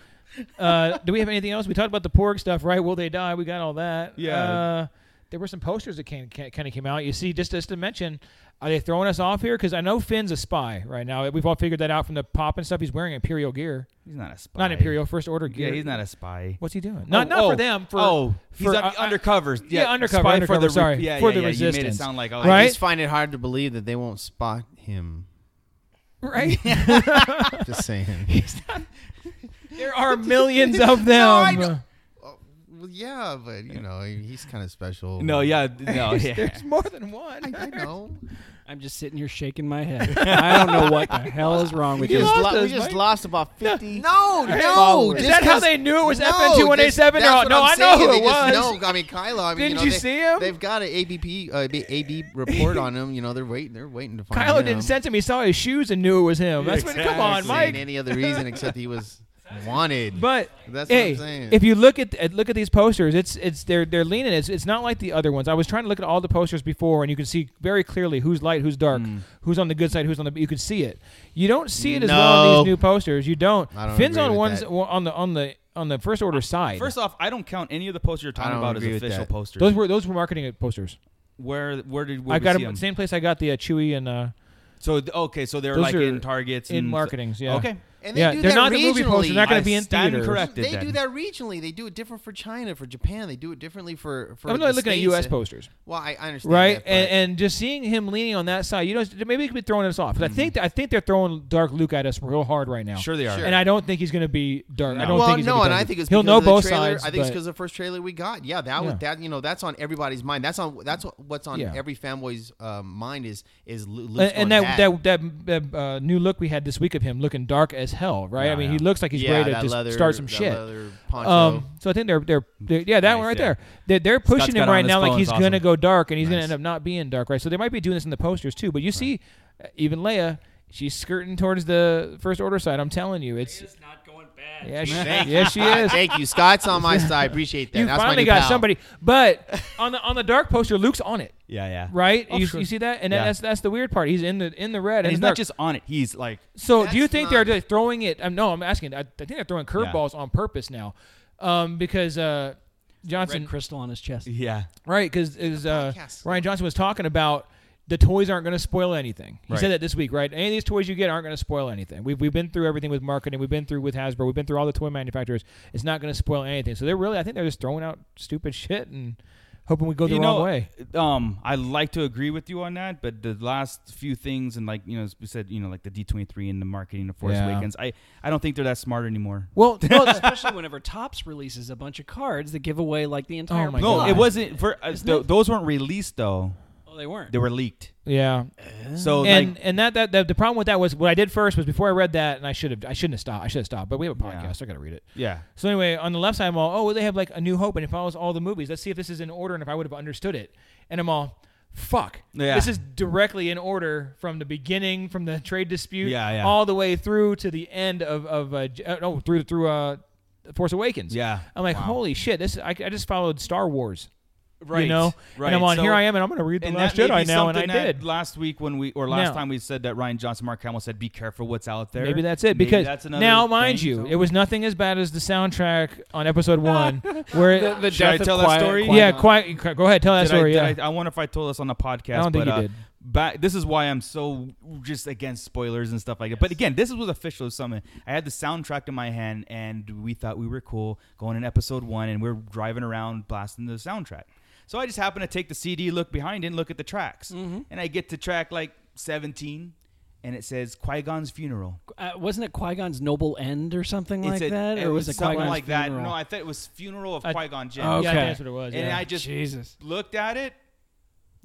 Speaker 6: Uh, do we have anything else? We talked about the porg stuff, right? Will they die? We got all that.
Speaker 5: Yeah.
Speaker 6: Uh, there were some posters that came kind of came out. You see, just just to mention, are they throwing us off here? Because I know Finn's a spy right now. We've all figured that out from the pop and stuff. He's wearing Imperial gear,
Speaker 5: He's not a spy.
Speaker 6: not Imperial First Order gear.
Speaker 5: Yeah, he's not a spy.
Speaker 6: What's he doing? Not not for them. For
Speaker 5: oh, he's
Speaker 6: for- uh,
Speaker 5: un-
Speaker 6: I- I-
Speaker 5: undercover.
Speaker 6: yeah, undercover,
Speaker 5: spy For
Speaker 6: undercover,
Speaker 5: the re-
Speaker 6: sorry,
Speaker 5: yeah,
Speaker 6: for
Speaker 5: yeah,
Speaker 6: the
Speaker 5: yeah, You made it
Speaker 6: resistance.
Speaker 5: sound like oh,
Speaker 6: Right?
Speaker 3: I just find it hard to believe that they won't spot him.
Speaker 6: uh, right.
Speaker 3: Just saying.
Speaker 6: there are millions of them.
Speaker 3: well, yeah, but you know he's kind of special.
Speaker 5: No, yeah, no, yeah.
Speaker 6: There's more than one.
Speaker 3: I know.
Speaker 7: I'm just sitting here shaking my head. I don't know what the hell is wrong with
Speaker 3: We just,
Speaker 6: lost
Speaker 3: lo- we
Speaker 6: us,
Speaker 3: just
Speaker 6: Mike.
Speaker 3: lost about fifty.
Speaker 8: No, no.
Speaker 3: followers.
Speaker 6: Is
Speaker 3: Just
Speaker 6: that how
Speaker 3: 'cause-
Speaker 6: they knew it was
Speaker 3: No,
Speaker 6: FN two one eight
Speaker 3: just-
Speaker 6: seven?
Speaker 3: that's
Speaker 6: No,
Speaker 3: what
Speaker 6: no,
Speaker 3: I'm
Speaker 6: I know
Speaker 3: saying.
Speaker 6: who it
Speaker 3: They just
Speaker 6: was.
Speaker 3: know. I mean, Kylo. I mean,
Speaker 6: Didn't
Speaker 3: know,
Speaker 6: you
Speaker 3: they,
Speaker 6: see him?
Speaker 3: They've got an ABP, uh, B- AB report on him. You know, they're waiting. They're waiting to find.
Speaker 6: Kylo
Speaker 3: him.
Speaker 6: didn't sense him. He saw his shoes and knew it was him. That's what. Come on,
Speaker 3: Seen
Speaker 6: Mike.
Speaker 3: Any other reason except he was wanted.
Speaker 6: But
Speaker 3: That's what
Speaker 6: hey,
Speaker 3: I'm saying.
Speaker 6: if you look at at- look at these posters, it's it's they're they're leaning. It's it's not like the other ones. I was trying to look at all the posters before, and you can see very clearly who's light, who's dark,
Speaker 3: Hmm.
Speaker 6: who's on the good side, who's on the. You can see it. You don't see it as well on
Speaker 3: No.
Speaker 6: these new posters. You don't.
Speaker 3: I don't
Speaker 6: Finn's
Speaker 3: agree
Speaker 6: on
Speaker 3: with
Speaker 6: one's
Speaker 3: that.
Speaker 6: on the on the on the first order side.
Speaker 5: First off, I don't count any of the posters you're
Speaker 3: I
Speaker 5: talking
Speaker 3: don't
Speaker 5: about as
Speaker 3: agree with
Speaker 5: official
Speaker 3: that.
Speaker 5: posters.
Speaker 6: those were those were marketing posters.
Speaker 5: where where did where
Speaker 6: I
Speaker 5: we
Speaker 6: got
Speaker 5: see
Speaker 6: them
Speaker 5: 'em?
Speaker 6: same place I got the uh, Chewy and uh,
Speaker 5: So th- okay, so they're
Speaker 6: Those
Speaker 5: like
Speaker 6: are
Speaker 5: in targets
Speaker 6: in
Speaker 5: and
Speaker 6: marketings. Yeah.
Speaker 5: Okay,
Speaker 3: and they
Speaker 6: yeah,
Speaker 3: do
Speaker 6: they're
Speaker 3: that
Speaker 6: not
Speaker 3: regionally.
Speaker 6: the movie posters. They're not going
Speaker 5: I
Speaker 6: to be in
Speaker 5: stand
Speaker 6: theaters.
Speaker 5: corrected.
Speaker 3: They
Speaker 5: then.
Speaker 3: do that regionally. They do it different for China, for Japan. They do it differently for. for
Speaker 6: I'm
Speaker 3: the
Speaker 6: not looking at
Speaker 3: States.
Speaker 6: U.S. posters,
Speaker 3: Well, I, I understand.
Speaker 6: right?
Speaker 3: that, but-
Speaker 6: and, and just seeing him leaning on that side, you know, maybe it could be throwing us off. 'Cause I think I think they're throwing Dark Luke at us real hard right now.
Speaker 5: Sure, they are.
Speaker 3: Mm-hmm. Sure.
Speaker 6: And I don't think he's going to be dark. I don't
Speaker 3: well,
Speaker 6: think he's
Speaker 3: no,
Speaker 6: gonna be
Speaker 3: and
Speaker 6: dark.
Speaker 3: I think it's
Speaker 6: he'll
Speaker 3: because
Speaker 6: know
Speaker 3: of the
Speaker 6: both
Speaker 3: trailer.
Speaker 6: sides.
Speaker 3: I think it's
Speaker 6: but-
Speaker 3: because the first trailer we got. Yeah, that was
Speaker 6: Yeah.
Speaker 3: that. You know, that's on everybody's mind. That's on that's what- what's on
Speaker 6: Yeah.
Speaker 3: every fanboy's uh, mind is is Lu- Luke's
Speaker 6: and, and that
Speaker 3: going bad.
Speaker 6: that that, that uh, new look we had this week of him looking dark as hell, right? I
Speaker 5: Yeah,
Speaker 6: mean,
Speaker 5: yeah.
Speaker 6: he looks like he's
Speaker 3: yeah,
Speaker 6: ready to
Speaker 3: that
Speaker 6: just
Speaker 3: leather,
Speaker 6: start some
Speaker 3: that
Speaker 6: shit.
Speaker 3: leather poncho. Ah,
Speaker 6: Um, so I think they're they're, they're yeah that one
Speaker 5: Nice,
Speaker 6: right
Speaker 5: yeah.
Speaker 6: there. They're, they're pushing him
Speaker 5: got it on
Speaker 6: right
Speaker 5: his
Speaker 6: now like
Speaker 5: phone,
Speaker 6: he's
Speaker 5: it's
Speaker 6: gonna
Speaker 5: awesome.
Speaker 6: go dark and he's gonna
Speaker 5: Nice.
Speaker 6: end up not being dark right. So they might be doing this in the posters too. But you see, uh, even Leia, she's skirting towards the first order side. I'm telling you, it's
Speaker 7: It's not going bad.
Speaker 6: yeah, she, yeah, she is.
Speaker 3: Thank you, Scott's on my side. Appreciate that.
Speaker 6: You
Speaker 3: that's my
Speaker 6: finally
Speaker 3: new
Speaker 6: got
Speaker 3: pal.
Speaker 6: somebody, but on the on the dark poster, Luke's on it,
Speaker 5: yeah, yeah.
Speaker 6: right?
Speaker 5: Oh,
Speaker 6: you,
Speaker 5: sure.
Speaker 6: you see that, and
Speaker 5: Yeah.
Speaker 6: that's that's the weird part. He's in the in the red,
Speaker 5: And he's
Speaker 6: it's
Speaker 5: not
Speaker 6: dark.
Speaker 5: just on it. He's like
Speaker 6: So do you
Speaker 3: That's
Speaker 6: think
Speaker 3: not-
Speaker 6: they're just throwing it? Um, no, I'm asking. I, I think they're throwing curveballs on purpose now, um, because uh, Johnson,
Speaker 7: red crystal on his chest.
Speaker 5: Yeah.
Speaker 6: right? Because uh,
Speaker 8: podcast.
Speaker 6: Ryan Johnson was talking about the toys aren't going to spoil anything. He
Speaker 5: Right.
Speaker 6: said that this week, right? Any of these toys you get aren't going to spoil anything. We've, we've been through everything with marketing. We've been through with Hasbro. We've been through all the toy manufacturers. It's not going to spoil anything. So they're really, I think they're just throwing out stupid shit and hoping we go the
Speaker 5: you
Speaker 6: wrong
Speaker 5: know,
Speaker 6: way.
Speaker 5: Um, I like to agree with you on that, but the last few things and like you know, as we said, you know, like the D twenty three and the marketing of Force
Speaker 6: Yeah.
Speaker 5: Awakens, I I don't think they're that smart anymore.
Speaker 6: Well,
Speaker 7: well, especially whenever Tops releases a bunch of cards that give away like the entire.
Speaker 6: Oh my
Speaker 5: No,
Speaker 6: God.
Speaker 7: plot.
Speaker 5: it wasn't for uh, th- those weren't released though;
Speaker 7: Oh, they weren't.
Speaker 5: they were leaked.
Speaker 6: yeah.
Speaker 5: So
Speaker 6: and
Speaker 5: like,
Speaker 6: and that, that that the problem with that was what I did first was before I read that and I should have I shouldn't have stopped I should have stopped but we have a
Speaker 5: Yeah.
Speaker 6: podcast I gotta read it
Speaker 5: yeah,
Speaker 6: so anyway on the left side I'm all oh well, they have like a New Hope and it follows all the movies let's see if this is in order and if I would have understood it and I'm all fuck
Speaker 5: Yeah.
Speaker 6: this is directly in order from the beginning from the trade dispute
Speaker 5: Yeah, yeah.
Speaker 6: all the way through to the end of of uh, J- uh, no through through uh Force Awakens
Speaker 5: Yeah.
Speaker 6: I'm like holy shit this I, I just followed Star Wars
Speaker 5: right.
Speaker 6: you know
Speaker 5: right.
Speaker 6: and I'm on
Speaker 5: So-
Speaker 6: here I am and I'm gonna read the
Speaker 5: and
Speaker 6: Last
Speaker 5: that may be
Speaker 6: Jedi now and I
Speaker 5: something that
Speaker 6: did
Speaker 5: last week when we or last
Speaker 6: Now-
Speaker 5: time we said that Ryan Johnson, Mark Hamill said, "Be careful what's out there."
Speaker 6: Maybe that's it.
Speaker 5: Maybe
Speaker 6: Because
Speaker 5: that's another
Speaker 6: now, mind
Speaker 5: thing,
Speaker 6: you,
Speaker 5: so-
Speaker 6: it was nothing as bad as the soundtrack on episode one, where it,
Speaker 7: The
Speaker 5: Should I
Speaker 7: death of
Speaker 5: tell that
Speaker 7: Qui-
Speaker 5: story?
Speaker 7: Qui-Gon.
Speaker 6: yeah, quiet. Go ahead, tell that
Speaker 5: Did I-
Speaker 6: story.
Speaker 5: did
Speaker 6: yeah,
Speaker 5: I, I wonder if I told this on the podcast.
Speaker 6: I don't think
Speaker 5: but,
Speaker 6: you
Speaker 5: uh,
Speaker 6: did.
Speaker 5: Back, this is why I'm so just against spoilers and stuff like that. But again, this was official summit. I had the soundtrack in my hand, and we thought we were cool going in episode one, and we're driving around blasting the soundtrack. So I just happened to take the CD, look behind it, and look at the tracks,
Speaker 6: Mm-hmm.
Speaker 5: and I get to track like 17, and it says Qui Gon's funeral.
Speaker 7: Uh, wasn't it Qui Gon's noble end or something like
Speaker 5: said-
Speaker 7: that, or was it Qui
Speaker 5: something
Speaker 7: Gon's
Speaker 5: like
Speaker 7: funeral?
Speaker 5: that? No, I thought it was funeral of
Speaker 6: I-
Speaker 5: Qui Gon Jinn.
Speaker 7: Oh,
Speaker 6: Yeah, I
Speaker 7: Okay.
Speaker 6: think that's what it was.
Speaker 5: And
Speaker 6: yeah.
Speaker 5: I just
Speaker 7: Jesus.
Speaker 5: looked at it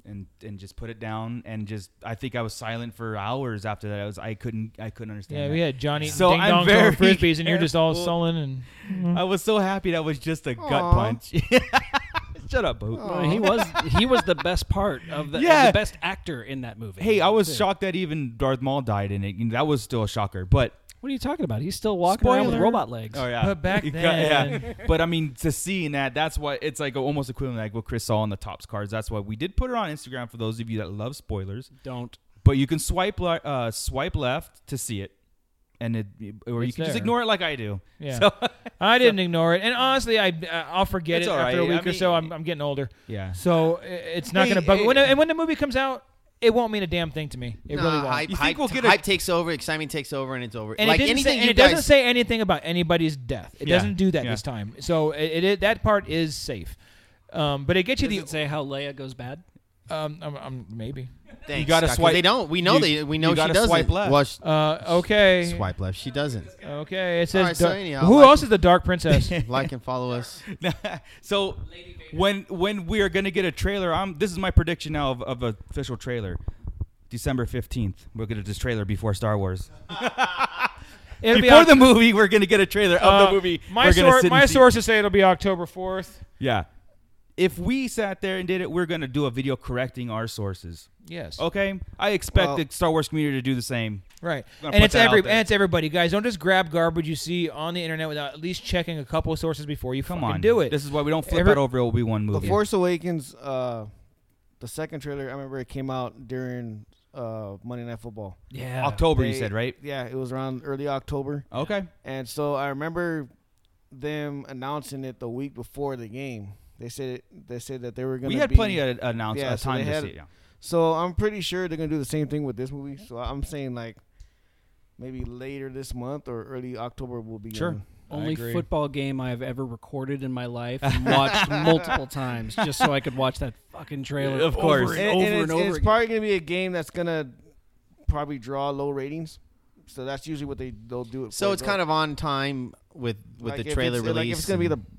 Speaker 5: and and just put it down and just I think I was silent for hours after that. I was I couldn't I couldn't understand.
Speaker 6: yeah,
Speaker 5: that.
Speaker 6: we had Johnny
Speaker 5: So
Speaker 6: ding
Speaker 5: I'm
Speaker 6: dong throwing
Speaker 5: very
Speaker 6: frisbees, and you're just all
Speaker 5: careful.
Speaker 6: sullen and
Speaker 5: I was so happy that was just a gut punch. Shut up, Boot.
Speaker 7: Well, he was he was the best part of the, of
Speaker 5: Yeah.
Speaker 7: the best actor in that movie.
Speaker 5: Hey, I was shocked that even Darth Maul died in it. You know, That was still a shocker, but
Speaker 7: What are you talking about? He's still walking around with
Speaker 5: Spoiler.
Speaker 7: robot legs.
Speaker 5: Oh yeah.
Speaker 6: But back
Speaker 5: You got-
Speaker 6: then-
Speaker 5: yeah. But I mean, to seeing that, that's why it's like almost equivalent like what Chris saw on the tops cards. That's why we did put it on Instagram for those of you that love spoilers.
Speaker 7: Don't.
Speaker 5: But you can swipe li- uh, swipe left to see it, and it or you
Speaker 6: It's
Speaker 5: can just
Speaker 6: there.
Speaker 5: ignore it like I do.
Speaker 6: Yeah.
Speaker 5: So-
Speaker 6: I didn't ignore it. And honestly, I uh, I'll forget
Speaker 5: It's
Speaker 6: it
Speaker 5: all
Speaker 6: after a
Speaker 5: right.
Speaker 6: week
Speaker 5: I
Speaker 6: or so.
Speaker 5: mean-
Speaker 6: I'm, I'm getting older,
Speaker 5: yeah.
Speaker 6: so i- it's not
Speaker 5: Hey,
Speaker 6: gonna bug.
Speaker 5: hey.
Speaker 6: me. When and when the movie comes out, it won't mean a damn thing to me. It really
Speaker 3: Nah,
Speaker 6: won't.
Speaker 3: Hype,
Speaker 5: You think
Speaker 3: hype,
Speaker 5: we'll get a-
Speaker 3: hype takes over, excitement takes over, and it's over.
Speaker 6: and
Speaker 3: like
Speaker 6: it, didn't
Speaker 3: anything
Speaker 6: say,
Speaker 3: you
Speaker 6: and it
Speaker 3: guys,
Speaker 6: doesn't say anything about anybody's death. It
Speaker 5: Yeah.
Speaker 6: doesn't do that
Speaker 5: Yeah.
Speaker 6: this time. So it, it, it- that part is safe. Um, but it gets you
Speaker 7: Did
Speaker 6: the
Speaker 7: it say how Leia goes bad?
Speaker 6: um, um, um, maybe.
Speaker 3: Thanks,
Speaker 5: gotta
Speaker 3: Scott, 'cause
Speaker 5: swipe-
Speaker 3: They don't. We know
Speaker 5: you-
Speaker 3: they. We
Speaker 5: you
Speaker 3: know she
Speaker 5: gotta
Speaker 3: doesn't.
Speaker 5: swipe left.
Speaker 3: Well, she-
Speaker 6: Uh, okay.
Speaker 3: swipe left. She doesn't.
Speaker 6: Okay. It says.
Speaker 3: right, so
Speaker 6: dark-
Speaker 3: anyhow,
Speaker 6: who
Speaker 3: like-
Speaker 6: else is the Dark Princess?
Speaker 3: Like and follow us.
Speaker 5: so when when we are gonna get a trailer, I'm this is my prediction now of, of a official trailer. December fifteenth, we're gonna this trailer before Star Wars.
Speaker 6: It'll be
Speaker 5: before
Speaker 6: Oc-
Speaker 5: the movie, we're gonna get a trailer of
Speaker 6: uh,
Speaker 5: the movie.
Speaker 6: My,
Speaker 5: We're gonna
Speaker 6: sor-
Speaker 5: sit and
Speaker 6: my
Speaker 5: see-
Speaker 6: sources say it'll be October fourth.
Speaker 5: Yeah. If we sat there and did it, we're gonna do a video correcting our sources.
Speaker 6: Yes.
Speaker 5: Okay, I expect
Speaker 3: Well-
Speaker 5: the Star Wars community to do the same.
Speaker 6: Right.
Speaker 5: Gonna
Speaker 6: And
Speaker 5: put
Speaker 6: it's
Speaker 5: that out
Speaker 6: every
Speaker 5: there.
Speaker 6: and it's everybody, guys. Don't just grab garbage you see on the internet without at least checking a couple of sources before you
Speaker 5: Come
Speaker 6: fucking
Speaker 5: on,
Speaker 6: do it.
Speaker 5: This is why we don't flip
Speaker 6: Every-
Speaker 5: it over Obi Wan
Speaker 4: The
Speaker 5: movie.
Speaker 4: Force Awakens, uh, the second trailer, I remember it came out during uh, Monday Night Football.
Speaker 7: Yeah.
Speaker 5: October, you
Speaker 4: They-
Speaker 5: said, right?
Speaker 4: Yeah, it was around early October.
Speaker 5: Okay.
Speaker 4: And so I remember them announcing it the week before the game. They said they said that they were going to
Speaker 5: We had
Speaker 4: be,
Speaker 5: plenty of announce
Speaker 4: Yeah,
Speaker 5: uh,
Speaker 4: so
Speaker 5: time
Speaker 4: they
Speaker 5: to
Speaker 4: had-
Speaker 5: see it. Yeah.
Speaker 4: So I'm pretty sure they're going to do the same thing with this movie. So I'm saying like maybe later this month or early October will be
Speaker 6: Sure.
Speaker 4: on.
Speaker 7: Only
Speaker 6: agree.
Speaker 7: football game I have ever recorded in my life and watched multiple times just so I could watch that fucking trailer.
Speaker 5: Of
Speaker 7: Over
Speaker 5: course.
Speaker 7: and over and,
Speaker 4: it's,
Speaker 7: over
Speaker 4: it's
Speaker 7: again.
Speaker 4: probably going to be a game that's going to probably draw low ratings. So that's usually what they they'll do it.
Speaker 3: So
Speaker 4: for.
Speaker 3: it's kind of on time with with
Speaker 4: Like, if
Speaker 3: the
Speaker 4: it's-
Speaker 3: trailer release.
Speaker 4: Like if it's going to be
Speaker 3: and-
Speaker 4: the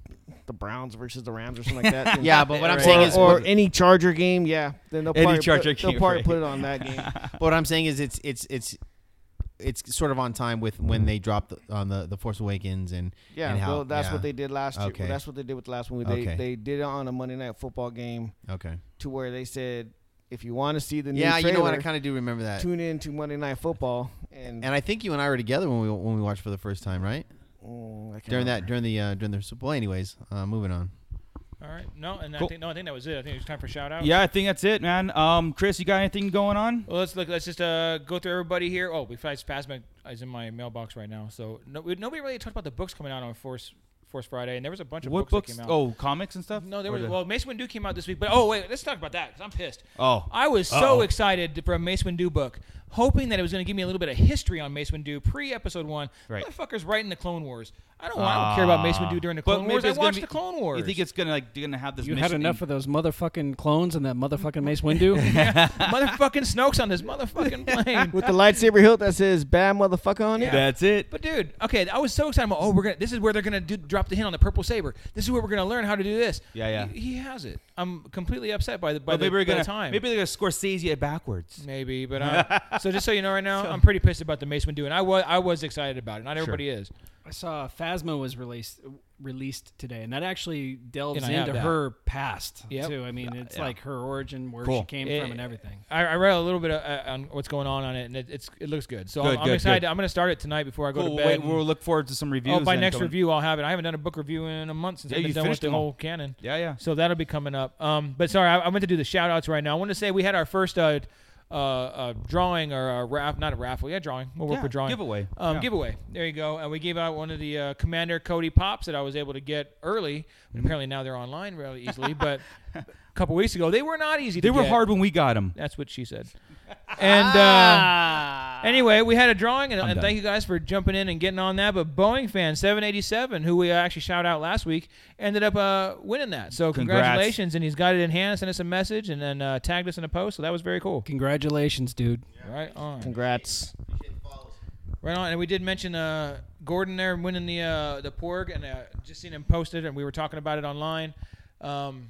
Speaker 4: the Browns versus the Rams or something like that. then-
Speaker 3: Yeah, but what I'm
Speaker 4: or,
Speaker 3: saying is,
Speaker 4: or
Speaker 3: what,
Speaker 4: any Charger game, yeah. Then they'll
Speaker 5: Any
Speaker 4: probably
Speaker 5: Charger
Speaker 4: put, they'll
Speaker 5: game,
Speaker 4: probably
Speaker 5: right.
Speaker 4: put it on that game.
Speaker 3: what I'm saying is, it's it's it's it's sort of on time with when they dropped the, on the the Force Awakens and
Speaker 4: Yeah,
Speaker 3: and how,
Speaker 4: well, that's
Speaker 3: yeah.
Speaker 4: what they did last year.
Speaker 3: Okay.
Speaker 4: That's what they did with the last movie. They
Speaker 3: Okay.
Speaker 4: they did it on a Monday night football game
Speaker 3: Okay.
Speaker 4: to where they said, if you want to see the new
Speaker 3: Yeah,
Speaker 4: trailer,
Speaker 3: you know what? I kind of do remember that.
Speaker 4: tune in to Monday night football and,
Speaker 3: And I think you and I were together when we when we watched for the first time, right?
Speaker 4: Mm, I can't
Speaker 3: During
Speaker 4: remember.
Speaker 3: that during the uh, during the Super Bowl. Anyways, uh, moving on.
Speaker 6: All right. No, and I
Speaker 5: Cool.
Speaker 6: think no, I think that was it. I think it's time for shout out.
Speaker 5: Yeah, I think that's it, man. Um, Chris, you got anything going on?
Speaker 6: Well, let's look. Let's just uh, go through everybody here. Oh, we passed past my is in my mailbox right now. So no, we, nobody really talked about the books coming out on Force Force Friday, and there was a bunch of
Speaker 5: What
Speaker 6: books,
Speaker 5: books?
Speaker 6: that came out.
Speaker 5: Oh, comics and stuff.
Speaker 6: No, there
Speaker 5: Or
Speaker 6: was
Speaker 5: the-
Speaker 6: well Mace Windu came out this week, but oh wait, let's talk about that because I'm pissed.
Speaker 5: Oh.
Speaker 6: I was
Speaker 5: Uh-oh.
Speaker 6: so excited for a Mace Windu book, hoping that it was going to give me a little bit of history on Mace Windu pre Episode One.
Speaker 5: Right. Ah.
Speaker 6: Motherfuckers writing the Clone Wars. I don't, Oh, I don't care about Mace Windu during the
Speaker 5: But
Speaker 6: Clone
Speaker 5: maybe
Speaker 6: Wars. I
Speaker 5: it's gonna
Speaker 6: watched
Speaker 5: be-
Speaker 6: the Clone Wars.
Speaker 5: You think it's gonna like you're gonna have this?
Speaker 7: You had
Speaker 5: mission
Speaker 7: enough of those motherfucking clones and that motherfucking Mace Windu.
Speaker 6: motherfucking Snoke's on this motherfucking plane?
Speaker 4: with the lightsaber hilt that says "bad motherfucker" on it.
Speaker 5: That's it.
Speaker 6: But dude, okay, I was so excited. I'm like, oh, we're gonna. This is where they're gonna do, drop the hint on the purple saber. This is where we're gonna learn how to do this.
Speaker 5: Yeah, yeah.
Speaker 6: He, he has it. I'm completely upset by the by
Speaker 5: But
Speaker 6: the,
Speaker 5: maybe we're
Speaker 6: by the
Speaker 5: gonna
Speaker 6: time.
Speaker 5: maybe they're gonna Scorsese it backwards.
Speaker 6: Maybe, but i so just so you know, right now I'm pretty pissed about the Mace Windu, and I was I was excited about it. Not everybody is.
Speaker 7: I saw Phasma was released released today, and that actually delves
Speaker 6: And I have
Speaker 7: into
Speaker 6: that.
Speaker 7: her past
Speaker 6: Yep.
Speaker 7: too. I mean, it's like her origin, where
Speaker 5: Cool.
Speaker 7: she came
Speaker 6: It-
Speaker 7: from, and everything.
Speaker 6: I, I read a little bit of, uh, on what's going on on it, and it, it's it looks good. So
Speaker 5: Good,
Speaker 6: I'm, I'm
Speaker 5: good,
Speaker 6: excited.
Speaker 5: good.
Speaker 6: I'm gonna start it tonight before I go
Speaker 5: Cool.
Speaker 6: to
Speaker 5: Wait,
Speaker 6: bed.
Speaker 5: we'll look forward to some reviews.
Speaker 6: oh, by
Speaker 5: then
Speaker 6: next
Speaker 5: coming-
Speaker 6: review, I'll have it. I haven't done a book review in a month since
Speaker 5: Yeah,
Speaker 6: I've
Speaker 5: you
Speaker 6: been done with
Speaker 5: finished
Speaker 6: the
Speaker 5: them all.
Speaker 6: whole canon.
Speaker 5: Yeah, yeah.
Speaker 6: So that'll be coming up. Um, but sorry, I, I went to do the shout outs right now. I want to say we had our first uh, uh, uh, drawing or a raff, not a raffle, yeah, drawing. We'll work
Speaker 5: Yeah,
Speaker 6: for drawing.
Speaker 5: giveaway.
Speaker 6: Um,
Speaker 5: Yeah.
Speaker 6: Giveaway. There you go. And we gave out one of the uh, Commander Cody Pops that I was able to get early.
Speaker 5: Mm-hmm.
Speaker 6: Apparently now they're online really easily, but a couple weeks ago, they were not easy
Speaker 5: They
Speaker 6: to
Speaker 5: were
Speaker 6: get.
Speaker 5: hard when we got them.
Speaker 6: That's what she said. And
Speaker 5: Ah!
Speaker 6: uh, anyway, we had a drawing, and, and
Speaker 5: done.
Speaker 6: thank you guys for jumping in and getting on that. But Boeing fan 787, who we actually shout out last week, ended up uh, winning that. So
Speaker 5: Congrats.
Speaker 6: congratulations, and he's got it in hand, sent us a message, and then uh, tagged us in a post. So that was very cool.
Speaker 7: Congratulations, dude.
Speaker 6: Right on,
Speaker 4: Congrats.
Speaker 6: right on. And we did mention uh, Gordon there winning the uh, the Porg, and uh, just seen him posted, and we were talking about it online. Um,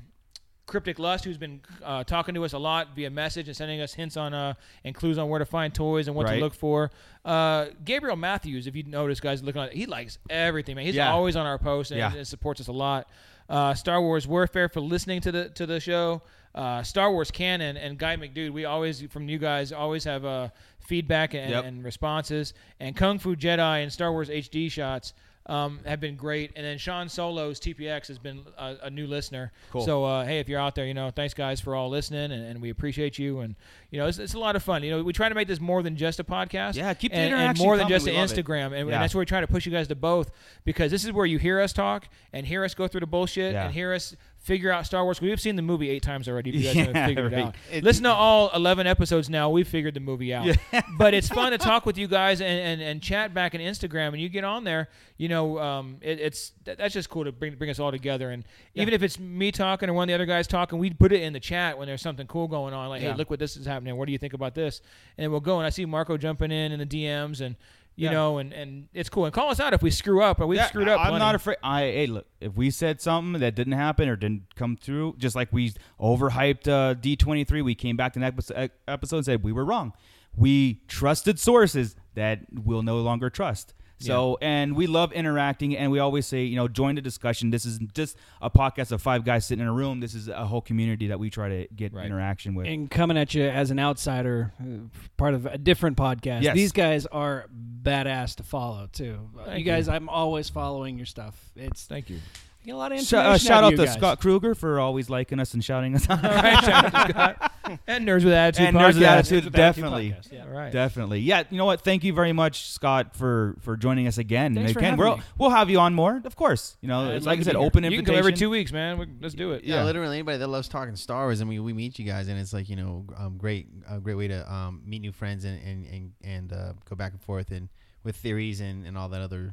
Speaker 6: Cryptic Lust, who's been uh, talking to us a lot via message and sending us hints on uh, and clues on where to find toys and what
Speaker 5: Right.
Speaker 6: to look for. Uh, Gabriel Matthews, if you notice, guys, looking on, he likes everything, man. He's
Speaker 5: Yeah.
Speaker 6: always on our posts and,
Speaker 5: Yeah.
Speaker 6: and supports us a lot. Uh, Star Wars Warfare for listening to the to the show. Uh, Star Wars Canon and Guy McDude, we always from you guys always have uh, feedback and,
Speaker 5: Yep.
Speaker 6: and responses. And Kung Fu Jedi and Star Wars HD shots um, have been great. And then Sean Solo's TPX has been a, a new listener.
Speaker 5: Cool.
Speaker 6: So uh, hey, if you're out there, you know, thanks guys for all listening, and, and we appreciate you. And you know, it's, it's a lot of fun. You know, we try to make this more than just a podcast.
Speaker 5: Yeah, keep the
Speaker 6: and, and
Speaker 5: interaction
Speaker 6: more than
Speaker 5: coming.
Speaker 6: just
Speaker 5: We
Speaker 6: an
Speaker 5: love it.
Speaker 6: Instagram, and, and
Speaker 5: Yeah.
Speaker 6: that's where we try to push you guys to both because this is where you hear us talk and hear us go through the bullshit
Speaker 5: Yeah.
Speaker 6: and hear us. Figure out Star Wars. We've seen the movie eight times already. If you guys haven't
Speaker 5: Yeah,
Speaker 6: figured
Speaker 5: right.
Speaker 6: it out.
Speaker 5: It-
Speaker 6: Listen to all eleven episodes now. We figured the movie out. but it's fun to talk with you guys and, and, and chat back in Instagram. And you get on there, you know, um, it, it's that- that's just cool to bring bring us all together. And even if it's me talking or one of the other guys talking, we put it in the chat when there's something cool going on. Like,
Speaker 5: Yeah.
Speaker 6: hey, look what this is happening. What do you think about this? And we'll go. And I see Marco jumping in in the DMs and. You
Speaker 5: Yeah.
Speaker 6: know, and, and it's cool. And call us out if we screw up, or we've
Speaker 5: Yeah,
Speaker 6: screwed up.
Speaker 5: I'm
Speaker 6: plenty.
Speaker 5: not afraid. I hey, look, if we said something that didn't happen or didn't come through, just like we overhyped uh, D23, we came back to the next episode- episode and said we were wrong. We trusted sources that we'll no longer trust. So, and we love interacting, and we always say, you know, join the discussion. This isn't just a podcast of five guys sitting in a room. This is a whole community that we try to get
Speaker 6: Right.
Speaker 5: interaction with.
Speaker 7: And coming at you as an outsider, uh, part of a different podcast.
Speaker 5: Yes.
Speaker 7: These guys are badass to follow too.
Speaker 6: Thank
Speaker 7: you guys, I'm always following your stuff. It's I
Speaker 6: Thank you.
Speaker 7: get a lot of
Speaker 5: Sh- uh,
Speaker 7: information.
Speaker 5: shout
Speaker 7: out,
Speaker 5: out
Speaker 7: of
Speaker 5: to
Speaker 7: you guys.
Speaker 5: Scott Kruger for always liking us and shouting us out.
Speaker 6: All right, Scott. and nerds with attitude.
Speaker 5: And Nerds with
Speaker 6: podcast.
Speaker 5: Attitude, definitely.
Speaker 7: Podcast, yeah.
Speaker 6: All right.
Speaker 5: Definitely. Yeah, you know what? Thank you very much, Scott, for for joining us again.
Speaker 7: Thanks for
Speaker 5: again,
Speaker 7: having
Speaker 5: we'll
Speaker 7: me.
Speaker 5: we'll have you on more, of course. You know,
Speaker 7: I'd
Speaker 5: Uh, it's
Speaker 7: love
Speaker 5: like I
Speaker 7: to
Speaker 5: said,
Speaker 7: be here.
Speaker 5: open
Speaker 6: You can
Speaker 5: invitation.
Speaker 6: come every two weeks, man. We- Let's do it.
Speaker 3: Yeah,
Speaker 5: Yeah.
Speaker 3: literally anybody that loves talking Star Wars, I mean, we meet you guys, and it's like you know, um, great, a great way to um, meet new friends and and and, and uh, go back and forth and with theories and, and all that other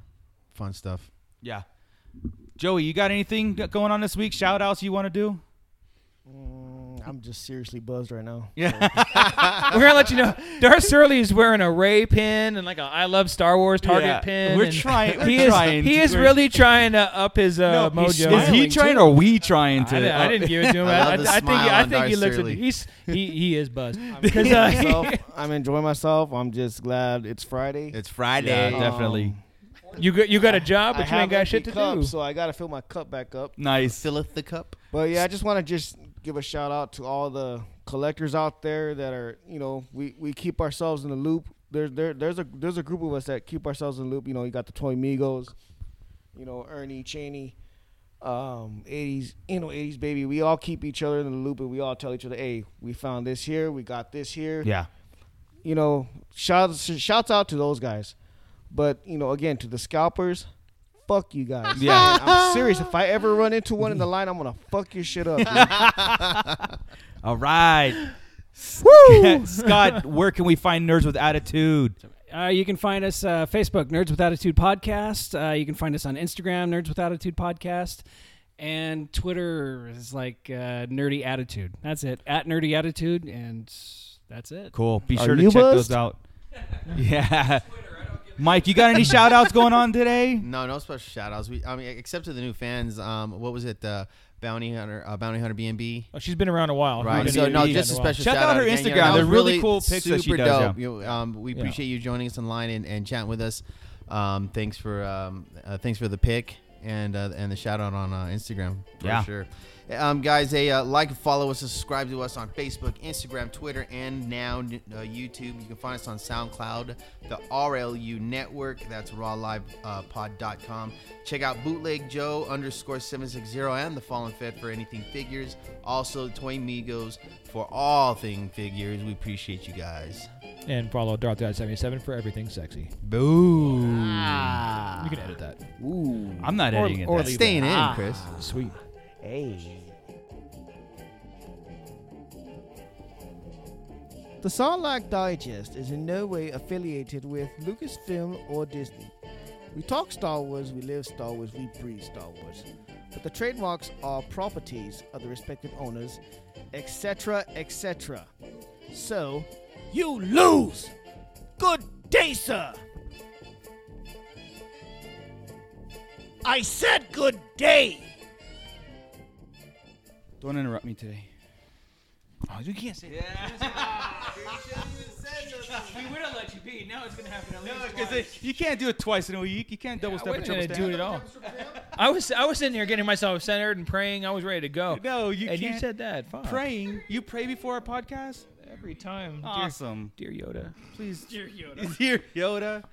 Speaker 3: fun stuff.
Speaker 5: Yeah. Joey, you got anything g- going on this week? Shout outs you want to do?
Speaker 4: Mm, I'm just seriously buzzed right now.
Speaker 6: We're gonna let you know. Darth Surly is wearing a Ray pin and like a I love Star Wars target
Speaker 5: Yeah.
Speaker 6: pin.
Speaker 5: We're
Speaker 6: and
Speaker 5: trying- we're
Speaker 6: he is
Speaker 5: trying.
Speaker 6: he is
Speaker 5: We're-
Speaker 6: really trying to up his uh,
Speaker 5: No,
Speaker 6: mojo.
Speaker 5: Is he trying or we trying
Speaker 6: I, didn't-
Speaker 5: to? uh,
Speaker 6: I didn't give it to him.
Speaker 3: I
Speaker 6: I,
Speaker 3: love the
Speaker 6: I think
Speaker 3: smile
Speaker 6: I
Speaker 3: on
Speaker 6: think
Speaker 3: Darth
Speaker 6: he looks at
Speaker 3: Surly.
Speaker 6: he's he he is buzzed.
Speaker 4: Enjoying
Speaker 6: Because uh,
Speaker 4: myself. I'm enjoying myself. I'm just glad it's Friday.
Speaker 3: It's
Speaker 5: Yeah,
Speaker 3: Friday.
Speaker 5: definitely.
Speaker 4: Um,
Speaker 6: you got you got a job,
Speaker 4: I
Speaker 6: but you ain't got
Speaker 4: have
Speaker 6: shit
Speaker 4: empty
Speaker 6: to
Speaker 4: cups,
Speaker 6: do.
Speaker 4: so I gotta fill my cup back up.
Speaker 5: nice.
Speaker 3: Filleth the cup.
Speaker 4: But yeah, I just want to just give a shout out to all the collectors out there that are, you know, we, we keep ourselves in the loop. There's there there's a there's a group of us that keep ourselves in the loop. You know, you got the Toy Migos, you know, Ernie Cheney, um, 80s, you know, 80s baby. We all keep each other in the loop, and we all tell each other, hey, we found this here, we got this here.
Speaker 5: Yeah.
Speaker 4: You know, shouts shouts out to those guys. But you know, again, to the scalpers, fuck you guys.
Speaker 5: Yeah.
Speaker 4: I'm serious. If I ever run into one in the line, I'm gonna fuck your shit up. dude.
Speaker 5: All right. Woo! Scott, where can we find Nerds with Attitude?
Speaker 7: Uh, you can find us uh, Facebook Nerds with Attitude podcast. Uh, you can find us on Instagram Nerds with Attitude podcast, and Twitter is like uh, Nerdy Attitude. That's it at Nerdy Attitude, and that's it.
Speaker 5: Cool. Be
Speaker 4: Are
Speaker 5: sure to
Speaker 4: you
Speaker 5: check
Speaker 4: buzzed?
Speaker 5: those out. Yeah. Mike, you got any shout outs going on today?
Speaker 3: No, no special shout outs. We, I mean, except to the new fans. Um, what was it? Uh, Bounty Hunter, uh, Bounty Hunter BNB.
Speaker 6: Oh, she's been around a while.
Speaker 3: Right.
Speaker 6: She's
Speaker 3: So
Speaker 6: been-
Speaker 3: no,
Speaker 6: she's
Speaker 3: just a
Speaker 6: been around
Speaker 3: special
Speaker 5: Check
Speaker 3: shout
Speaker 5: out her
Speaker 3: again,
Speaker 5: Instagram.
Speaker 3: That was
Speaker 5: They're really cool pics
Speaker 3: super
Speaker 5: that she does, yeah.
Speaker 3: Dope. You, um, we
Speaker 6: Yeah.
Speaker 3: appreciate you joining us online and, and chatting with us. Um, thanks for um, uh, thanks for the pick and uh, and the shout out on uh, Instagram for
Speaker 5: Yeah.
Speaker 3: sure. Um, guys, hey, uh, like, follow us, subscribe to us on Facebook, Instagram, Twitter, and now uh, YouTube. You can find us on SoundCloud, the RLU Network. That's rawlivepod.com. Check out Bootleg Joe underscore 760 and The Fallen Fed for anything figures. Also, Toy Migos for all thing figures. We appreciate you guys.
Speaker 6: a while. And follow Darth Dad seventy seven for everything sexy.
Speaker 5: Boo.
Speaker 6: You can edit that.
Speaker 5: I'm not editing it.
Speaker 4: or
Speaker 5: that.
Speaker 4: leave
Speaker 3: Staying in, Chris.
Speaker 6: Sweet.
Speaker 4: The Sarlacc Digest is in no way affiliated with Lucasfilm or Disney. We talk Star Wars, we live Star Wars, we breathe Star Wars. But the trademarks are properties of the respective owners, etc., etc. So, you lose! Good day, sir! I said good day!
Speaker 5: Don't interrupt me today.
Speaker 6: Oh, you can't say that. we would have let you be. Now it's gonna happen. At
Speaker 5: you can't do it twice in a week. You can't double step
Speaker 6: I
Speaker 5: and
Speaker 6: wasn't gonna
Speaker 5: triple
Speaker 6: do it at all. I was I was sitting there getting myself centered and praying. I was ready to go.
Speaker 5: No, you
Speaker 6: and
Speaker 5: can't.
Speaker 6: you said that. Fuck.
Speaker 5: praying. You pray before our podcast?
Speaker 6: every time.
Speaker 5: Awesome.
Speaker 6: Dear, dear Yoda.
Speaker 5: Please. Dear Yoda. Dear Yoda.